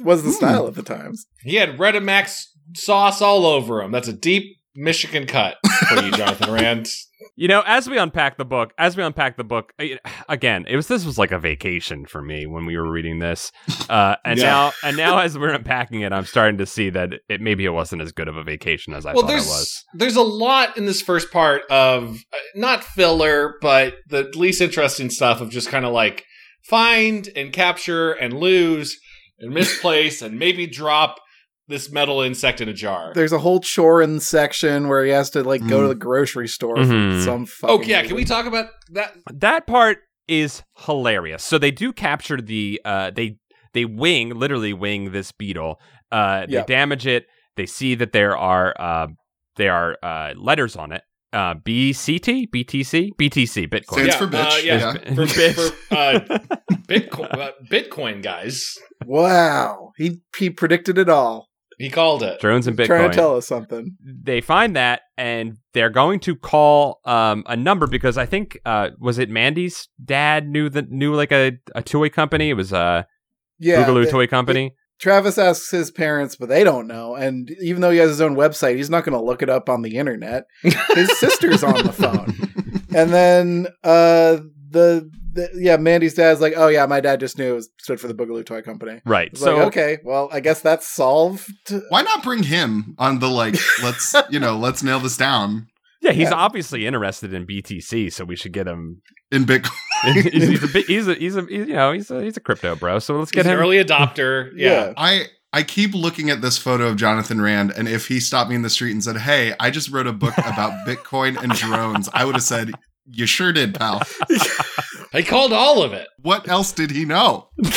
Speaker 1: was the style
Speaker 4: hmm.
Speaker 1: at the times.
Speaker 4: He had Redamax sauce all over him. That's a deep Michigan cut
Speaker 2: [laughs]
Speaker 4: for you, Jonathan Rand.
Speaker 2: You know, as we unpack the book, as we unpack the book I- again, it was this was like a vacation for me when we were reading this, uh, and
Speaker 4: Yeah.
Speaker 2: now and now as we're unpacking it, I'm starting to see that it maybe it wasn't as good of a vacation as I
Speaker 4: well,
Speaker 2: thought it
Speaker 4: there's
Speaker 2: was.
Speaker 4: there's a lot in this first part of uh, not filler, but the least interesting stuff of just kind of like find and capture and lose and misplace and maybe drop this metal insect in a jar.
Speaker 1: There's a whole chorin section where he has to like go to the grocery store
Speaker 2: Mhm.
Speaker 1: for some. Fucking
Speaker 4: Hmm. Oh yeah, can we
Speaker 1: reason.
Speaker 4: talk about that?
Speaker 2: That part is hilarious. So they do capture the uh, they they wing literally wing this beetle. Uh, they
Speaker 1: Yeah.
Speaker 2: damage it. They see that there are uh, there are uh, letters on it. Uh, BCT, BTC, BTC, Bitcoin.
Speaker 3: Stands for bitch.
Speaker 4: uh, yeah,
Speaker 2: Yeah.
Speaker 4: [laughs] for,
Speaker 2: Bitch.
Speaker 4: for, uh,
Speaker 2: [laughs]
Speaker 4: Bitcoin, uh, Bitcoin guys.
Speaker 1: Wow, he he predicted it all.
Speaker 4: He called it.
Speaker 2: Drones and Bitcoin.
Speaker 1: Trying to tell us something.
Speaker 2: they find that and they're going to call um, a number because I think uh, was it Mandy's dad knew the knew like a, a toy company. It was a
Speaker 1: Yeah,
Speaker 2: Boogaloo
Speaker 1: th-
Speaker 2: toy company.
Speaker 1: Travis asks his parents, but they don't know. And even though he has his own website, he's not going to look it up on the internet. His
Speaker 2: [laughs]
Speaker 1: sister's on the phone, and then uh, the, the yeah, Mandy's dad's like, "Oh yeah, my dad just knew it was, stood for the Boogaloo Toy Company."
Speaker 2: right.
Speaker 1: It's
Speaker 2: So
Speaker 1: like, okay, well, I guess that's solved.
Speaker 3: Why not bring him on the like? Let's you know, let's nail this down
Speaker 2: yeah, he's
Speaker 1: Yeah.
Speaker 2: obviously interested in BTC, so we should get him. [laughs]
Speaker 3: in Bitcoin.
Speaker 2: he's, he's a bi- he's a he's a he's, you know he's a he's a crypto bro. So let's
Speaker 4: He's
Speaker 2: get
Speaker 4: an
Speaker 2: him.
Speaker 4: early adopter. Yeah.
Speaker 3: I I keep looking at this photo of Jonathan Rand, and if he stopped me in the street and said, "Hey, I just wrote a book about Bitcoin and drones," I would have said, "You sure did, pal."
Speaker 4: He called all of it.
Speaker 3: What else did he know?
Speaker 2: [gasps]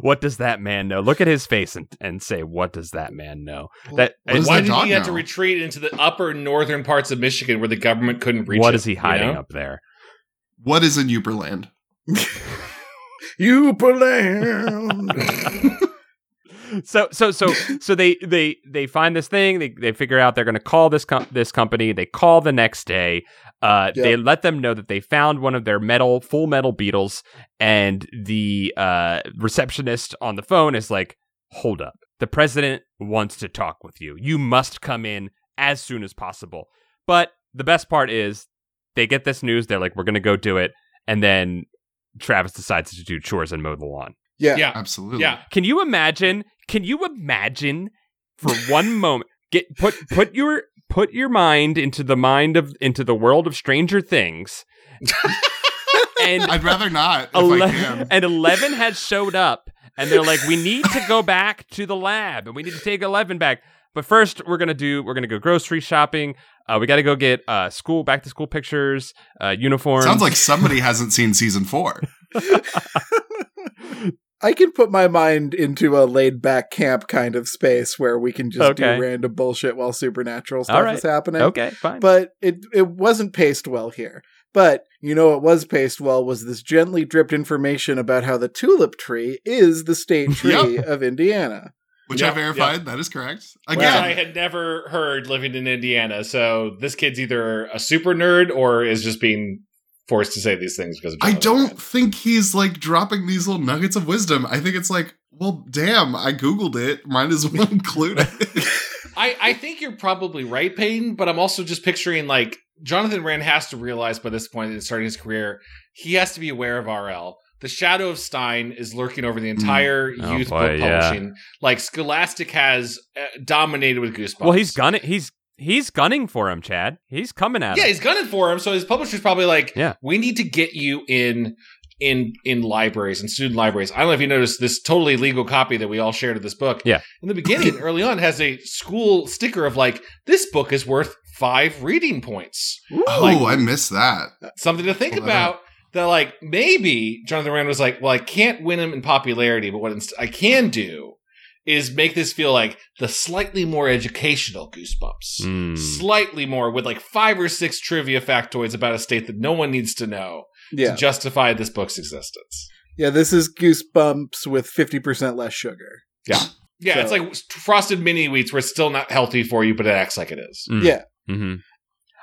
Speaker 2: What does that man know? Look at his face and, and say, what does that man know? That
Speaker 3: What does
Speaker 4: Why
Speaker 3: that
Speaker 4: did
Speaker 3: dog
Speaker 4: he have to
Speaker 3: know?
Speaker 4: retreat into the upper northern parts of Michigan where the government couldn't reach
Speaker 2: what
Speaker 4: him,
Speaker 2: is he
Speaker 4: you
Speaker 2: hiding
Speaker 4: know?
Speaker 2: up there?
Speaker 3: What is
Speaker 1: [laughs]
Speaker 3: in Uberland?
Speaker 2: [laughs]
Speaker 1: You planned.
Speaker 2: so so so so they they they find this thing. They they figure out they're going to call this com- this company. They call the next day. Uh,
Speaker 1: Yeah.
Speaker 2: They let them know that they found one of their metal full metal beetles, and the uh, receptionist on the phone is like, "Hold up, the president wants to talk with you. You must come in as soon as possible." But the best part is they get this news. They're like, "We're going to go do it," and then Travis decides to do chores and mow the lawn.
Speaker 1: Yeah.
Speaker 4: Yeah.
Speaker 3: Absolutely.
Speaker 4: Yeah.
Speaker 2: Can you imagine? Can you imagine for one moment get put put your put your mind into the mind of into the world of Stranger
Speaker 3: [laughs]
Speaker 2: Things, and
Speaker 3: I'd rather not if I
Speaker 2: eleven
Speaker 3: can.
Speaker 2: and eleven had showed up, and they're like, we need to go back to the lab, and we need to take eleven back. But first, we're gonna do we're gonna go grocery shopping. Uh, we got to go get uh, school back to school pictures, uh, uniforms.
Speaker 3: Sounds like somebody hasn't seen season four.
Speaker 1: I can put my mind into a laid back camp kind of space where we can just
Speaker 2: Okay.
Speaker 1: do random bullshit while supernatural
Speaker 2: All
Speaker 1: stuff
Speaker 2: right.
Speaker 1: is happening.
Speaker 2: okay, fine.
Speaker 1: But it it wasn't paced well here. But you know what was paced well was this gently dripped information about how the tulip tree is the state tree of Indiana.
Speaker 3: Which
Speaker 4: Yeah,
Speaker 3: I verified. That is correct.
Speaker 4: Which
Speaker 3: Again,
Speaker 4: I had never heard living in Indiana. So this kid's either a super nerd or is just being forced to say these things because of
Speaker 3: I
Speaker 4: Jonathan
Speaker 3: don't think he's like dropping these little nuggets of wisdom. I think it's like, well, damn, I Googled it. Might as well include it.
Speaker 4: Rand. I, I think you're probably right, Peyton, but I'm also just picturing like Jonathan Rand has to realize by this point in starting his career, he has to be aware of RL. The shadow of Stein is lurking over the entire
Speaker 2: Oh,
Speaker 4: youth
Speaker 2: boy,
Speaker 4: book
Speaker 2: yeah.
Speaker 4: publishing. Like Scholastic has uh, dominated with Goosebumps.
Speaker 2: well, he's gunning. He's he's gunning for him, Chad. He's coming at him.
Speaker 4: Yeah, he's gunning for him. So his publisher's probably like,
Speaker 2: Yeah.
Speaker 4: we need to get you in in in libraries and student libraries. I don't know if you noticed this totally legal copy that we all shared of this book.
Speaker 2: Yeah.
Speaker 4: In the
Speaker 2: [clears throat]
Speaker 4: beginning, early on, has a school sticker of like, this book is worth five reading points.
Speaker 3: oh, I missed that.
Speaker 4: Something to think
Speaker 3: Wow.
Speaker 4: about. That like maybe Jonathan Rand was like, well, I can't win him in popularity, but what inst- I can do is make this feel like the slightly more educational goosebumps
Speaker 2: Mm.
Speaker 4: slightly more with like five or six trivia factoids about a state that no one needs to know
Speaker 1: Yeah.
Speaker 4: to justify this book's existence.
Speaker 1: Yeah, this is goosebumps with 50% less sugar.
Speaker 4: Yeah,
Speaker 1: So-
Speaker 4: it's like frosted mini wheats where it's still not healthy for you, but it acts like it is.
Speaker 2: Mm.
Speaker 1: Yeah.
Speaker 2: hmm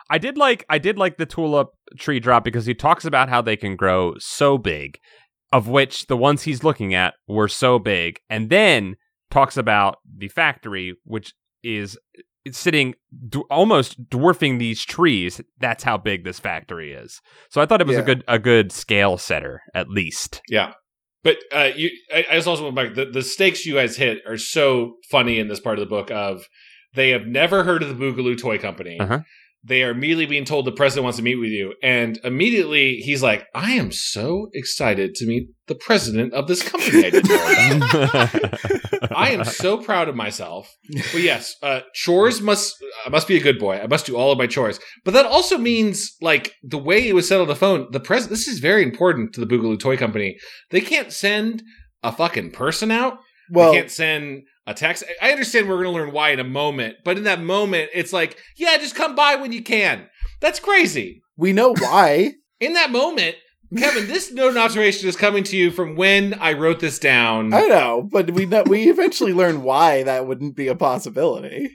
Speaker 2: I did like I did like the tulip tree drop because he talks about how they can grow so big, of which the ones he's looking at were so big, and then talks about the factory which is sitting d- almost dwarfing these trees. That's how big this factory is. So I thought it was a
Speaker 1: Yeah.
Speaker 2: good a good scale setter at least. [laughs]
Speaker 4: But uh, you, I, I just also went back. The, the stakes you guys hit are so funny in this part of the book. Of they have never heard of the Boogaloo Toy Company.
Speaker 2: Uh-huh.
Speaker 4: They are immediately being told the president wants to meet with you, and immediately he's like, "I am so excited to meet the president of this company." I didn't know
Speaker 2: [laughs]
Speaker 4: about. I am so proud of myself. But yes, uh, chores must I must be a good boy. I must do all of my chores. But that also means like the way it was said on the phone. The pres this is very important to the Boogaloo Toy Company. They can't send a fucking person out.
Speaker 1: Well,
Speaker 4: they can't send a text. I I understand we're going to learn why in a moment. But in that moment, it's like yeah, just come by when you can. That's crazy.
Speaker 1: we know why.
Speaker 4: In that moment. Kevin, this note and observation is coming to you from when I wrote this down.
Speaker 1: I know, but we know we eventually learn why that wouldn't be a possibility.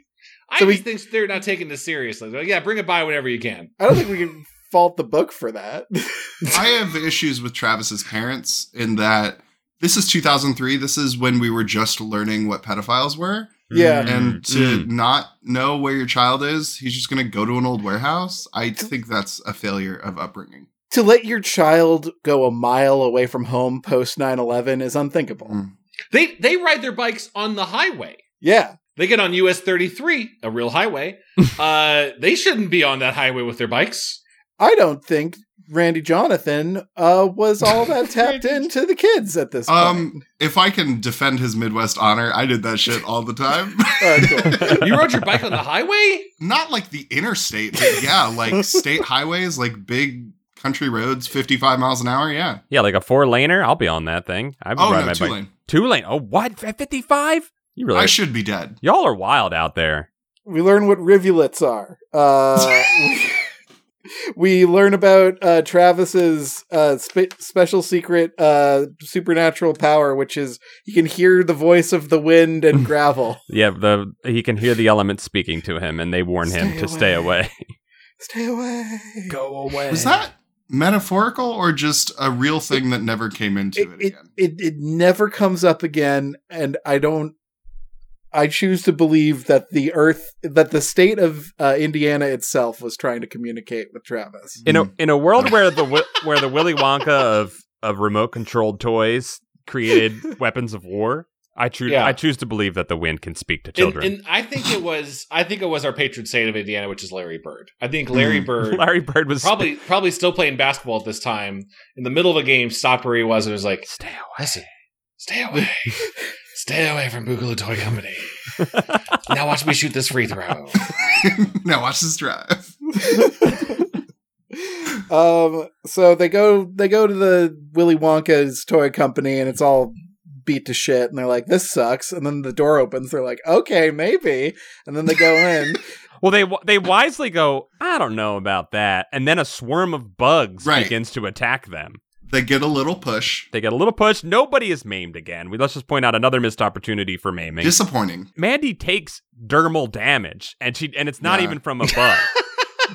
Speaker 4: I
Speaker 1: So we-
Speaker 4: just think they're not taking this seriously. They're like, yeah, bring it by whenever you can.
Speaker 1: I don't think we can fault the book for that. [laughs]
Speaker 3: I have issues with Travis's parents in that this is 2003. This is when we were just learning what pedophiles were.
Speaker 1: Yeah.
Speaker 3: And to not know where your child is, he's just going to go to an old warehouse. I think that's a failure of upbringing.
Speaker 1: to let your child go a mile away from home post 9/11 is unthinkable.
Speaker 3: Mm.
Speaker 4: They they ride their bikes on the highway.
Speaker 1: Yeah.
Speaker 4: They get on US 33, a real
Speaker 2: [laughs]
Speaker 4: highway. uh, they shouldn't be on that highway with their bikes.
Speaker 1: I don't think Randy Jonathan uh, was all [laughs] that tapped into the kids at this point. [laughs]
Speaker 3: Um, if I can defend his Midwest honor, I did that shit all the time. [laughs]
Speaker 1: Uh, cool.
Speaker 4: You rode your bike on the
Speaker 2: [laughs]
Speaker 4: highway?
Speaker 3: Not like the interstate, but yeah, like state highways, like big country roads, 55 miles an hour. Yeah.
Speaker 2: yeah, like a four laner. I'll be on that thing. I've been
Speaker 3: Oh,
Speaker 2: riding
Speaker 3: no,
Speaker 2: my
Speaker 3: two
Speaker 2: bike.
Speaker 3: lane.
Speaker 2: Two lane. Oh, what? At 55? You really?
Speaker 3: I should be dead.
Speaker 2: Y'all are wild out there.
Speaker 1: [laughs]
Speaker 3: [laughs]
Speaker 1: we learn what rivulets are. Uh, we learn about uh, Travis's uh, spe- special secret uh, supernatural power, which is he can hear the voice of the wind and gravel.
Speaker 2: Yeah, the he can hear the elements speaking to him, and they warn him
Speaker 1: Stay
Speaker 2: to stay away.
Speaker 1: [laughs] Stay away.
Speaker 5: Go away.
Speaker 3: Was that metaphorical or just a real thing that never came into
Speaker 1: It,
Speaker 3: it,
Speaker 1: it,
Speaker 3: again?
Speaker 1: it, it never comes up again, and I don't. I choose to believe that the Earth, that the state of uh, Indiana itself was trying to communicate with Travis.
Speaker 2: in
Speaker 3: Mm.
Speaker 2: a in a world where the wi- where the Willy Wonka of of remote controlled toys
Speaker 3: [laughs]
Speaker 2: created weapons of war. I choose
Speaker 4: Yeah.
Speaker 2: I choose to believe that the wind can speak to
Speaker 4: And,
Speaker 2: children.
Speaker 4: and I think it was I think it was our patron saint of Indiana, which is Larry Bird. I think Larry
Speaker 2: [laughs]
Speaker 3: Mm.
Speaker 4: Bird
Speaker 2: Larry Bird was
Speaker 4: probably probably still playing basketball at this time. In the middle of a game, stopped where he was and was like,
Speaker 2: stay
Speaker 4: "Listen, stay
Speaker 2: [laughs]
Speaker 4: away, stay away from Boogaloo Toy Company. now watch me shoot this free throw."
Speaker 3: [laughs] now watch this drive.
Speaker 1: um so they go they go to the willy wonka's toy company and it's all beat to shit and they're like this sucks and then the door opens they're like okay maybe and then they go in
Speaker 2: Well, they wi- they wisely go. I don't know about that, and then a swarm of bugs
Speaker 3: Right.
Speaker 2: begins to attack them.
Speaker 3: They get a little push.
Speaker 2: They get a little push. Nobody is maimed again. We let's just point out another missed opportunity for maiming.
Speaker 3: Disappointing.
Speaker 2: Mandy takes dermal damage, and she and it's not
Speaker 3: Yeah.
Speaker 2: even [laughs] from a bug.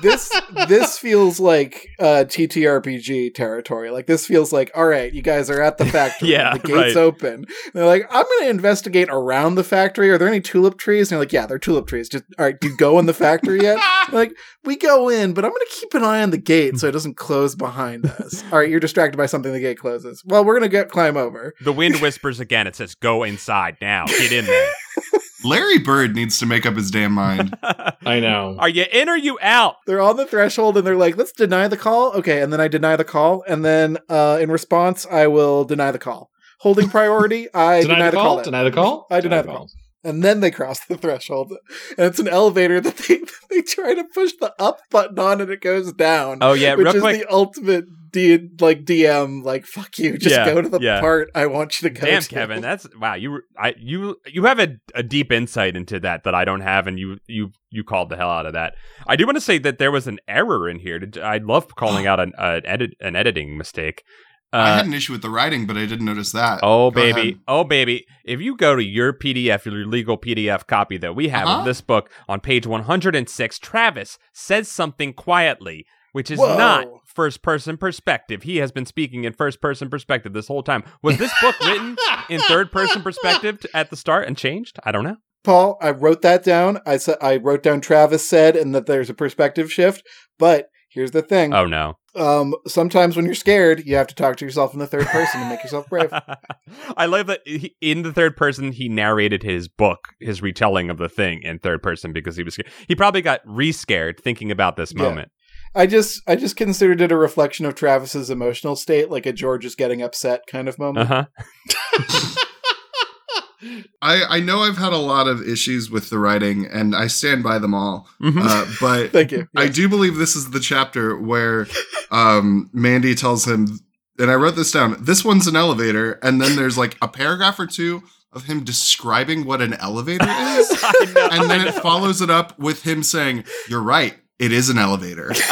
Speaker 1: this this feels like uh ttrpg territory like this feels like all right you guys are at the factory
Speaker 2: [laughs] Yeah,
Speaker 1: the gates
Speaker 2: right.
Speaker 1: open And they're like i'm gonna investigate around the factory are there any tulip trees and they're like yeah they're tulip trees just all right do you go in the factory
Speaker 2: [laughs]
Speaker 1: yet like we go in but i'm gonna keep an eye on the gate so it doesn't close behind us all right you're distracted by something the gate closes well we're gonna get climb over
Speaker 2: the wind whispers again. It says, "Go inside now. Get in there.
Speaker 3: Larry Bird needs to make up his
Speaker 2: [laughs] Uh,
Speaker 3: damn mind.
Speaker 4: I know.
Speaker 2: Are you in or you out?"
Speaker 1: they're on the threshold and they're like let's deny the call okay and then i deny the call and then uh, in response i will deny the call holding [laughs] priority [laughs] i deny, the call,
Speaker 4: Deny the call.
Speaker 1: I deny the call. and then they cross the threshold and it's an elevator that they [laughs] they try to push the up button on and it goes down
Speaker 2: Oh yeah,
Speaker 1: which
Speaker 2: real
Speaker 1: is
Speaker 2: quick.
Speaker 1: the ultimate D- like dm like fuck you just
Speaker 2: Yeah,
Speaker 1: go to the
Speaker 2: yeah.
Speaker 1: part i want you to go
Speaker 2: Damn,
Speaker 1: to.
Speaker 2: Kevin, that's wow. You were- I you you have a, a deep insight into that that I don't have, and you you you called the hell out of that. I do want to say that there was an error in here. Did- I
Speaker 1: [gasps]
Speaker 2: love calling out an uh, edit an editing mistake.
Speaker 3: I
Speaker 2: Uh,
Speaker 3: had an issue with the writing, but I didn't notice that.
Speaker 2: oh
Speaker 3: Go
Speaker 2: baby,
Speaker 3: ahead.
Speaker 2: oh baby. If you go to your PDF, your legal PDF copy that we have
Speaker 3: Uh-huh.
Speaker 2: of this book on page one hundred and six, Travis says something quietly. Which is
Speaker 1: Whoa.
Speaker 2: not first person perspective. He has been speaking in first person perspective this whole time. Was this
Speaker 3: [laughs]
Speaker 2: book written in third person perspective t- at the start and changed? I don't know.
Speaker 1: Paul, I wrote that down. I said I wrote down Travis said and that there's a perspective shift. But here's the thing.
Speaker 2: Oh no.
Speaker 1: Um, sometimes when you're scared, you have to talk to yourself in the third person to make yourself
Speaker 2: [laughs]
Speaker 1: brave.
Speaker 2: I love that he, in the third person he narrated his book, his retelling of the thing in third person because he was scared. He probably got re-scared thinking about this
Speaker 1: Yeah.
Speaker 2: moment.
Speaker 1: I just I just considered it a reflection of Travis's emotional state, like a George is getting upset kind of moment.
Speaker 2: Uh-huh.
Speaker 3: I, I know I've had a lot of issues with the writing, and I stand by them all.
Speaker 2: Mhm. [laughs]
Speaker 3: Uh, but
Speaker 1: Thank you.
Speaker 3: [laughs] I do believe this is the chapter where um, Mandy tells him, and I wrote this down. This one's an elevator, and then there's like a paragraph or two of him describing what an elevator
Speaker 2: [laughs]
Speaker 3: is,
Speaker 2: I know,
Speaker 3: and
Speaker 2: I
Speaker 3: then it
Speaker 2: know.
Speaker 3: follows it up with him saying, "You're right, it is an elevator." [laughs]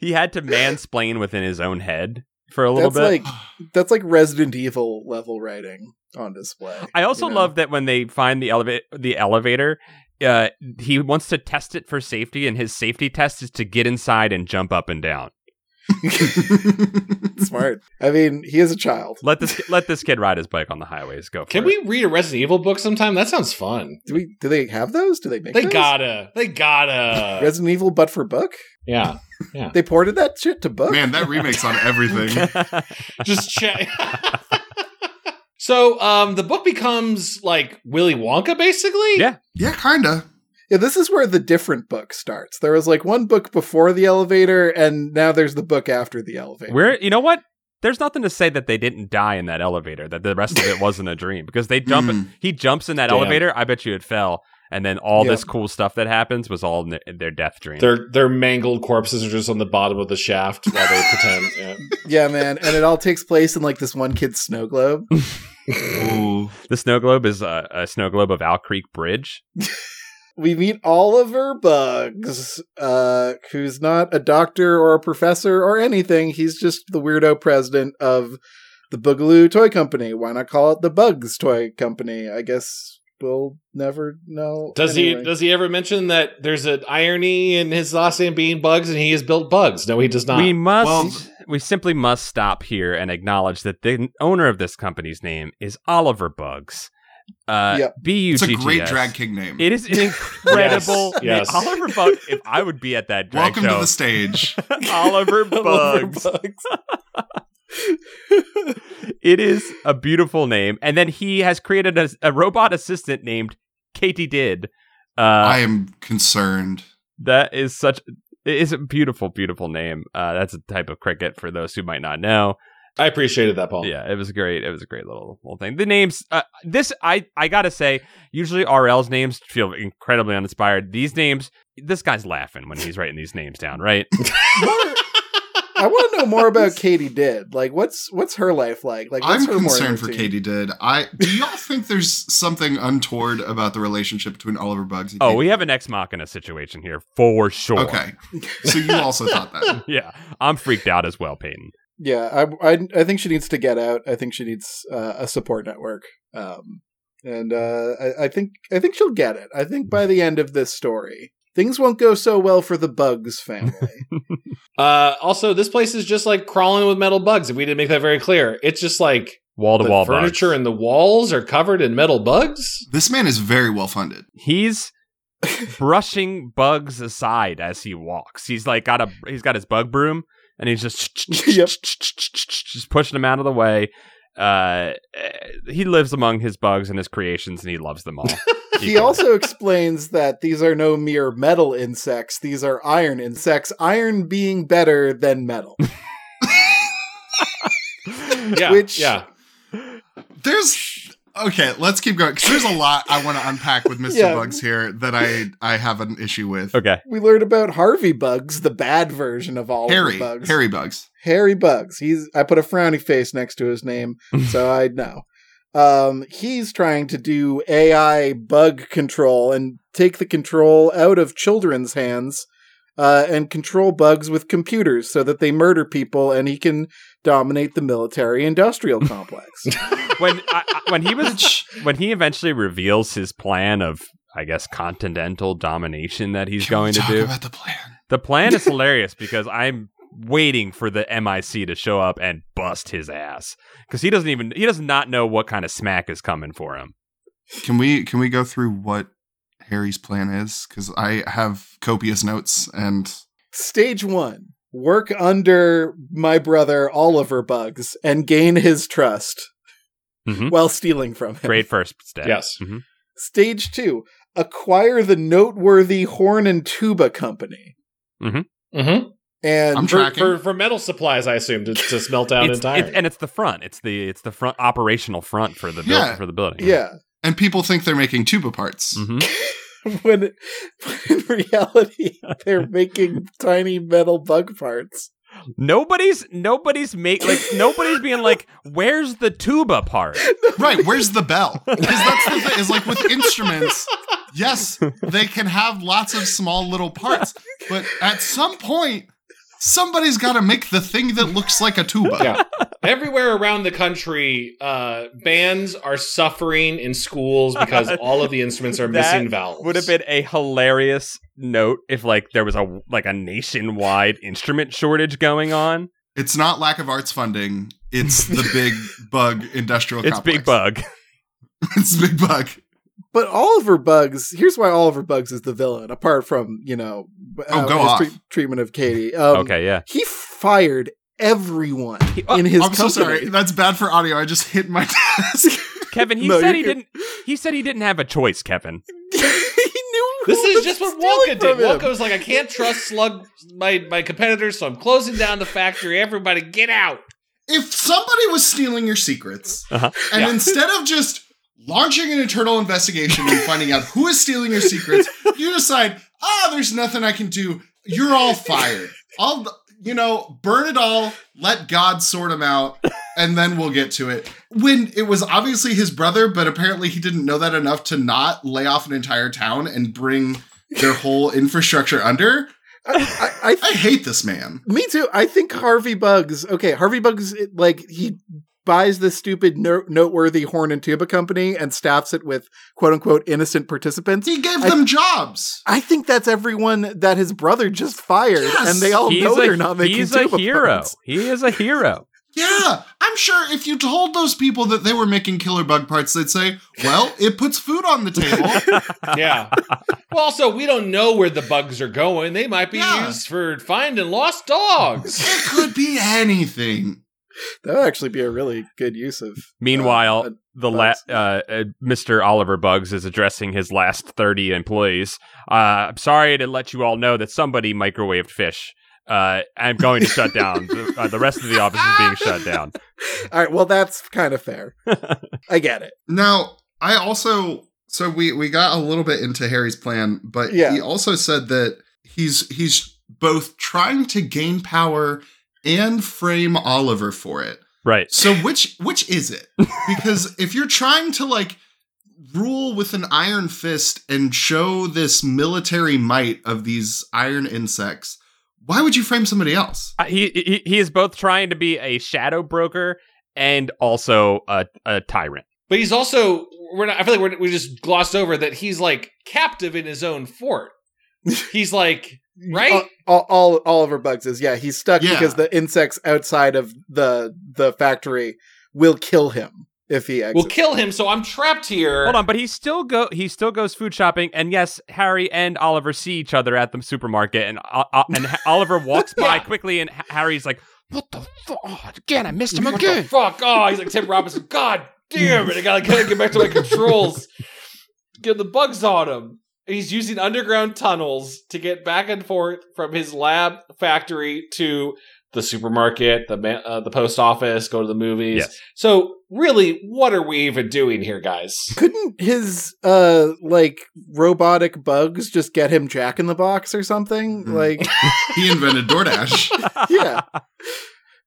Speaker 2: he had to mansplain within his own head for a little
Speaker 1: That's
Speaker 2: bit.
Speaker 1: like that's like Resident Evil level writing on display.
Speaker 2: I also
Speaker 1: you know?
Speaker 2: love that when they find the eleva- the elevator, uh, he wants to test it for safety, and his safety test is to get inside and jump up and down.
Speaker 1: [laughs] smart. I mean, he is a child.
Speaker 2: Let this let this kid ride his bike on the highways. Go. For
Speaker 4: Can
Speaker 2: it.
Speaker 4: we read a Resident Evil book sometime? That sounds fun.
Speaker 1: Do we do they have those? Do they make
Speaker 4: They
Speaker 1: those?
Speaker 4: gotta. They
Speaker 2: uh,
Speaker 1: [laughs]
Speaker 4: gotta.
Speaker 1: Resident Evil but for book?
Speaker 4: yeah.
Speaker 1: They ported that shit to book?
Speaker 3: Man, that remakes on everything.
Speaker 1: [laughs]
Speaker 4: Just check. [laughs] so um the book becomes like Willy Wonka basically?
Speaker 2: Yeah.
Speaker 3: Yeah, kinda.
Speaker 1: Yeah, this is where the different book starts. There was like one book before the elevator, and now there's the book after the elevator.
Speaker 2: [laughs] We're you know what? There's nothing to say that they didn't die in that elevator. That the rest of it wasn't a dream because they jump.
Speaker 3: Mm.
Speaker 2: He jumps in that
Speaker 4: Damn.
Speaker 2: elevator. I bet you it fell, and then all
Speaker 1: Yeah.
Speaker 2: this cool stuff that happens was all in their, their death dream.
Speaker 4: Their their mangled corpses are just on the bottom of the shaft while they
Speaker 1: [laughs]
Speaker 4: pretend. Yeah.
Speaker 1: yeah, man, and it all takes place in like this one kid's snow globe.
Speaker 3: Ooh.
Speaker 2: the snow globe is a, a snow globe of Owl Creek Bridge.
Speaker 1: we meet Oliver Bugs, uh, who's not a doctor or a professor or anything. He's just the weirdo president of the Boogaloo Toy Company. Why not call it the Bugs Toy Company? I guess we'll never know.
Speaker 4: Does
Speaker 1: Anyway.
Speaker 4: he does he ever mention that there's an irony in his last name being Bugs and he has built Bugs? No, he does not.
Speaker 2: We must.
Speaker 3: Well-
Speaker 2: we simply must stop here and acknowledge that the owner of this company's name is Oliver Bugs. Uh,
Speaker 1: Yep.
Speaker 2: B U
Speaker 3: It's
Speaker 2: G G
Speaker 3: a
Speaker 2: S.
Speaker 3: great drag king name.
Speaker 2: It is an incredible. name.
Speaker 4: Yes, yes.
Speaker 2: Oliver Bugs. If I would be at that drag
Speaker 3: Welcome to
Speaker 2: show,
Speaker 3: [laughs]
Speaker 2: Uh,
Speaker 3: the stage.
Speaker 2: [laughs] Oliver
Speaker 4: Oliver
Speaker 2: Bugs. [laughs] it is a beautiful name, and then he has created a, a robot assistant named Katie Did. Uh,
Speaker 3: I am concerned.
Speaker 2: that is such. It is a beautiful, beautiful name. Uh, that's a type of cricket for those who might not know.
Speaker 4: I appreciated that, Paul.
Speaker 2: Yeah, it was great. It was a great little little thing. The names, uh, this I I gotta say, usually RL's names feel incredibly uninspired. These names, this guy's laughing when he's writing these names down,
Speaker 4: [laughs]
Speaker 2: right?
Speaker 1: I want to know more about Katie. Did like what's what's her life like? Like what's
Speaker 3: I'm
Speaker 1: her morning
Speaker 3: concerned for
Speaker 1: routine?
Speaker 3: Katie Did. I do y'all think there's something untoward about the relationship between Oliver Bugs and
Speaker 2: oh,
Speaker 3: Katie
Speaker 2: we
Speaker 3: Did?
Speaker 2: have an ex machina situation here for sure.
Speaker 3: Okay. So you also
Speaker 2: [laughs]
Speaker 3: thought that.
Speaker 2: Yeah, I'm freaked out as well, Peyton.
Speaker 1: Yeah, I, I I think she needs to get out. I think she needs uh, a support network. Um, and uh, I, I think I think she'll get it. I think by the end of this story, things won't go so well for the Bugs
Speaker 3: [laughs]
Speaker 1: family.
Speaker 4: Uh, also, this place is just like crawling with metal bugs. If we didn't make that very clear, it's just like
Speaker 2: Wall to
Speaker 4: the
Speaker 2: wall
Speaker 4: furniture and the walls are covered in metal bugs.
Speaker 3: This man is very well funded.
Speaker 1: [laughs]
Speaker 2: He's brushing bugs aside as he walks. He's like got a he's got his bug broom and he's
Speaker 1: [laughs]
Speaker 2: just
Speaker 1: Yep.
Speaker 2: [laughs] just pushing them out of the way. Uh, eh, he lives among his bugs and his creations, and he loves
Speaker 1: [laughs]
Speaker 2: them all.
Speaker 1: he also explains that these are no mere metal insects; these are iron insects. Iron being better than
Speaker 3: [laughs]
Speaker 1: metal.
Speaker 4: Yeah,
Speaker 1: Which-
Speaker 4: yeah.
Speaker 3: There's okay, let's keep going. 'cause there's a lot I want to unpack with Mr.
Speaker 1: Yeah.
Speaker 3: Bugs here that I I have an issue with.
Speaker 2: okay.
Speaker 1: We learned about Harvey Bugs, the bad version of all
Speaker 3: Harry.
Speaker 1: Bugs.
Speaker 3: Harry Bugs.
Speaker 1: Harry Bugs. He's I put a frowny face next to his name, so I know. Um, he's trying to do AI bug control and take the control out of children's hands uh, and control bugs with computers so that they murder people and he can dominate the military industrial complex.
Speaker 2: When I, I- when
Speaker 1: [laughs]
Speaker 2: he was when he eventually reveals his plan of I guess continental domination that he's
Speaker 3: Can we
Speaker 2: going to
Speaker 3: talk
Speaker 2: do.
Speaker 3: about the plan.
Speaker 2: the plan is hilarious because I'm waiting for the MIC to show up and bust his ass because he doesn't even he does not know what kind of smack is coming for him.
Speaker 3: Can we can we go through what Harry's plan is? Because I have copious notes and
Speaker 1: Stage one work under my brother Oliver Bugs and gain his trust
Speaker 2: Mhm.
Speaker 1: while stealing from him.
Speaker 2: Great first step.
Speaker 4: Yes.
Speaker 2: Mhm.
Speaker 1: Stage two, acquire the noteworthy horn and tuba company.
Speaker 4: Mm-hmm.
Speaker 1: And
Speaker 3: I'm
Speaker 4: For,
Speaker 3: tracking.
Speaker 4: for for metal supplies, I assume to, to smelt down
Speaker 2: It's,
Speaker 4: entire.
Speaker 2: it's- and it's the front. It's the it's the front operational front for the build,
Speaker 3: Yeah.
Speaker 2: for the building.
Speaker 1: yeah, [laughs]
Speaker 3: and people think they're making tuba parts.
Speaker 2: Mhm.
Speaker 1: when, when in reality [laughs] they're making tiny metal bug parts.
Speaker 2: Nobody's nobody's make like nobody's being like, where's the tuba part?
Speaker 3: Right, where's the bell? Because that's the thing, is like with instruments, yes, they can have lots of small little parts, but at some point, somebody's got to make the thing that looks like a tuba.
Speaker 4: Yeah. Everywhere around the country, uh, bands are suffering in schools
Speaker 2: [laughs]
Speaker 4: because all of the instruments are
Speaker 2: That
Speaker 4: missing vowels.
Speaker 2: Would have been a hilarious note if like there was a like a nationwide instrument shortage going on.
Speaker 3: It's not lack of arts funding, it's the big bug industrial
Speaker 2: It's
Speaker 3: complex.
Speaker 2: Big Bug.
Speaker 3: [laughs] it's big bug.
Speaker 1: But Oliver Bugs, here's why Oliver Bugs is the villain, apart from, you know, uh,
Speaker 3: go
Speaker 1: his
Speaker 3: off.
Speaker 1: treat- treatment of Katie. Um,
Speaker 2: okay, yeah.
Speaker 1: He fired everyone
Speaker 2: oh,
Speaker 1: in his
Speaker 3: I'm so
Speaker 1: company. [laughs]
Speaker 3: sorry. That's bad for audio. I just hit my [laughs] desk.
Speaker 2: Kevin, he
Speaker 1: No,
Speaker 2: said
Speaker 1: you're
Speaker 2: he
Speaker 1: good.
Speaker 2: didn't. He said he didn't have a
Speaker 1: [laughs]
Speaker 2: choice, Kevin.
Speaker 1: he knew
Speaker 4: This
Speaker 1: who
Speaker 4: is
Speaker 1: was
Speaker 4: just what
Speaker 1: stealing
Speaker 4: Walker did.
Speaker 1: from him.
Speaker 4: Walker was like, I can't trust slug my, my competitors, so I'm closing down the factory. Everybody get out.
Speaker 3: if somebody was stealing your secrets,
Speaker 2: Uh-huh.
Speaker 3: and
Speaker 4: Yeah.
Speaker 3: instead of just launching an internal investigation and finding out who is stealing your secrets, you decide, ah, there's nothing I can do. You're all fired. I'll, you know, burn it all. Let God sort them out. and then we'll get to it. When it was obviously his brother, but apparently he didn't know that enough to not lay off an entire town and bring their whole infrastructure under.
Speaker 1: I, I, I
Speaker 3: I hate this man.
Speaker 1: Me too. I think Harvey Bugs. Okay, Harvey Bugs. it- Like he buys this stupid no- noteworthy horn and tuba company and staffs it with quote unquote innocent participants.
Speaker 3: He gave
Speaker 1: I-
Speaker 3: them jobs.
Speaker 1: I think that's everyone that his brother just fired,
Speaker 3: Yes!
Speaker 1: and they all
Speaker 2: he's
Speaker 1: know
Speaker 2: a,
Speaker 1: they're not making
Speaker 2: he's a
Speaker 1: tuba
Speaker 2: hero.
Speaker 1: puns.
Speaker 2: [laughs] He is
Speaker 1: [laughs]
Speaker 2: a hero.
Speaker 3: Yeah, I'm sure if you told those people that they were making killer bug parts, they'd say, "Well, it puts food on the
Speaker 2: [laughs]
Speaker 3: table."
Speaker 4: yeah. Well, also, we don't know where the bugs are going. They might be
Speaker 3: Yeah.
Speaker 4: used for finding
Speaker 3: [laughs]
Speaker 4: lost dogs.
Speaker 3: it could be anything.
Speaker 1: That would actually be a really good use of.
Speaker 2: Meanwhile,
Speaker 1: uh,
Speaker 2: the la-
Speaker 1: Bugs.
Speaker 2: uh, uh, Mr. Oliver Bugs is addressing his last 30 employees. Uh, I'm sorry to let you all know that somebody microwaved fish. Uh, I'm going to shut down. The, uh, the rest of the office is being shut down.
Speaker 1: [laughs] all right, well, that's kind of
Speaker 2: [laughs]
Speaker 1: fair. I get it.
Speaker 3: Now, I also so we we got a little bit into Harry's plan, but
Speaker 1: Yeah.
Speaker 3: he also said that he's he's both trying to gain power and frame Oliver for it.
Speaker 2: Right.
Speaker 3: So which which is it? Because if you're trying to like rule with an iron fist and show this military might of these iron insects, why would you frame somebody else?
Speaker 2: Uh, he, he he is both trying to be a shadow broker and also a, a tyrant.
Speaker 4: but he's also, we're not, I feel like we're, we just glossed over that he's like captive in his own fort. He's like, right?
Speaker 1: All, all, all Oliver Bugs is yeah. He's stuck
Speaker 3: Yeah.
Speaker 1: because the insects outside of the the factory will kill him if he exits.
Speaker 4: we'll kill him, so I'm trapped here.
Speaker 2: Hold on, but he still go he still goes food shopping, and yes, Harry and Oliver see each other at the supermarket, and uh, uh, and Ha- Oliver walks by
Speaker 4: Yeah.
Speaker 2: quickly, and Ha- Harry's like, "What the fuck? again, I missed him
Speaker 4: What the [laughs]
Speaker 2: again."
Speaker 4: fuck? Oh, he's like Tim Robinson. God damn it. I gotta, gotta get back to my controls. Get the bugs on him. He's using underground tunnels to get back and forth from his lab factory to the supermarket, the ma- uh, the post office, go to the movies.
Speaker 2: Yes.
Speaker 4: So, really, what are we even doing here, guys?
Speaker 1: Couldn't his uh like robotic bugs just get him Jack in the Box or something?
Speaker 3: Hmm.
Speaker 1: Like
Speaker 3: He invented DoorDash.
Speaker 1: yeah.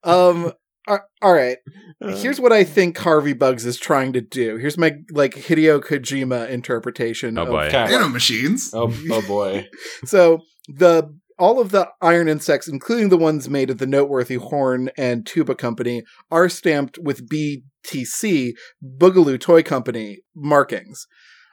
Speaker 1: Um. ar- All right. Here's what I think Harvey Bugs is trying to do. Here's my like Hideo Kojima interpretation.
Speaker 2: Oh,
Speaker 1: of-
Speaker 2: boy.
Speaker 4: Okay.
Speaker 3: Nano machines.
Speaker 4: Oh, oh boy.
Speaker 1: So the all of the iron insects, including the ones made at the noteworthy horn and tuba company, are stamped with BTC Boogaloo Toy Company markings.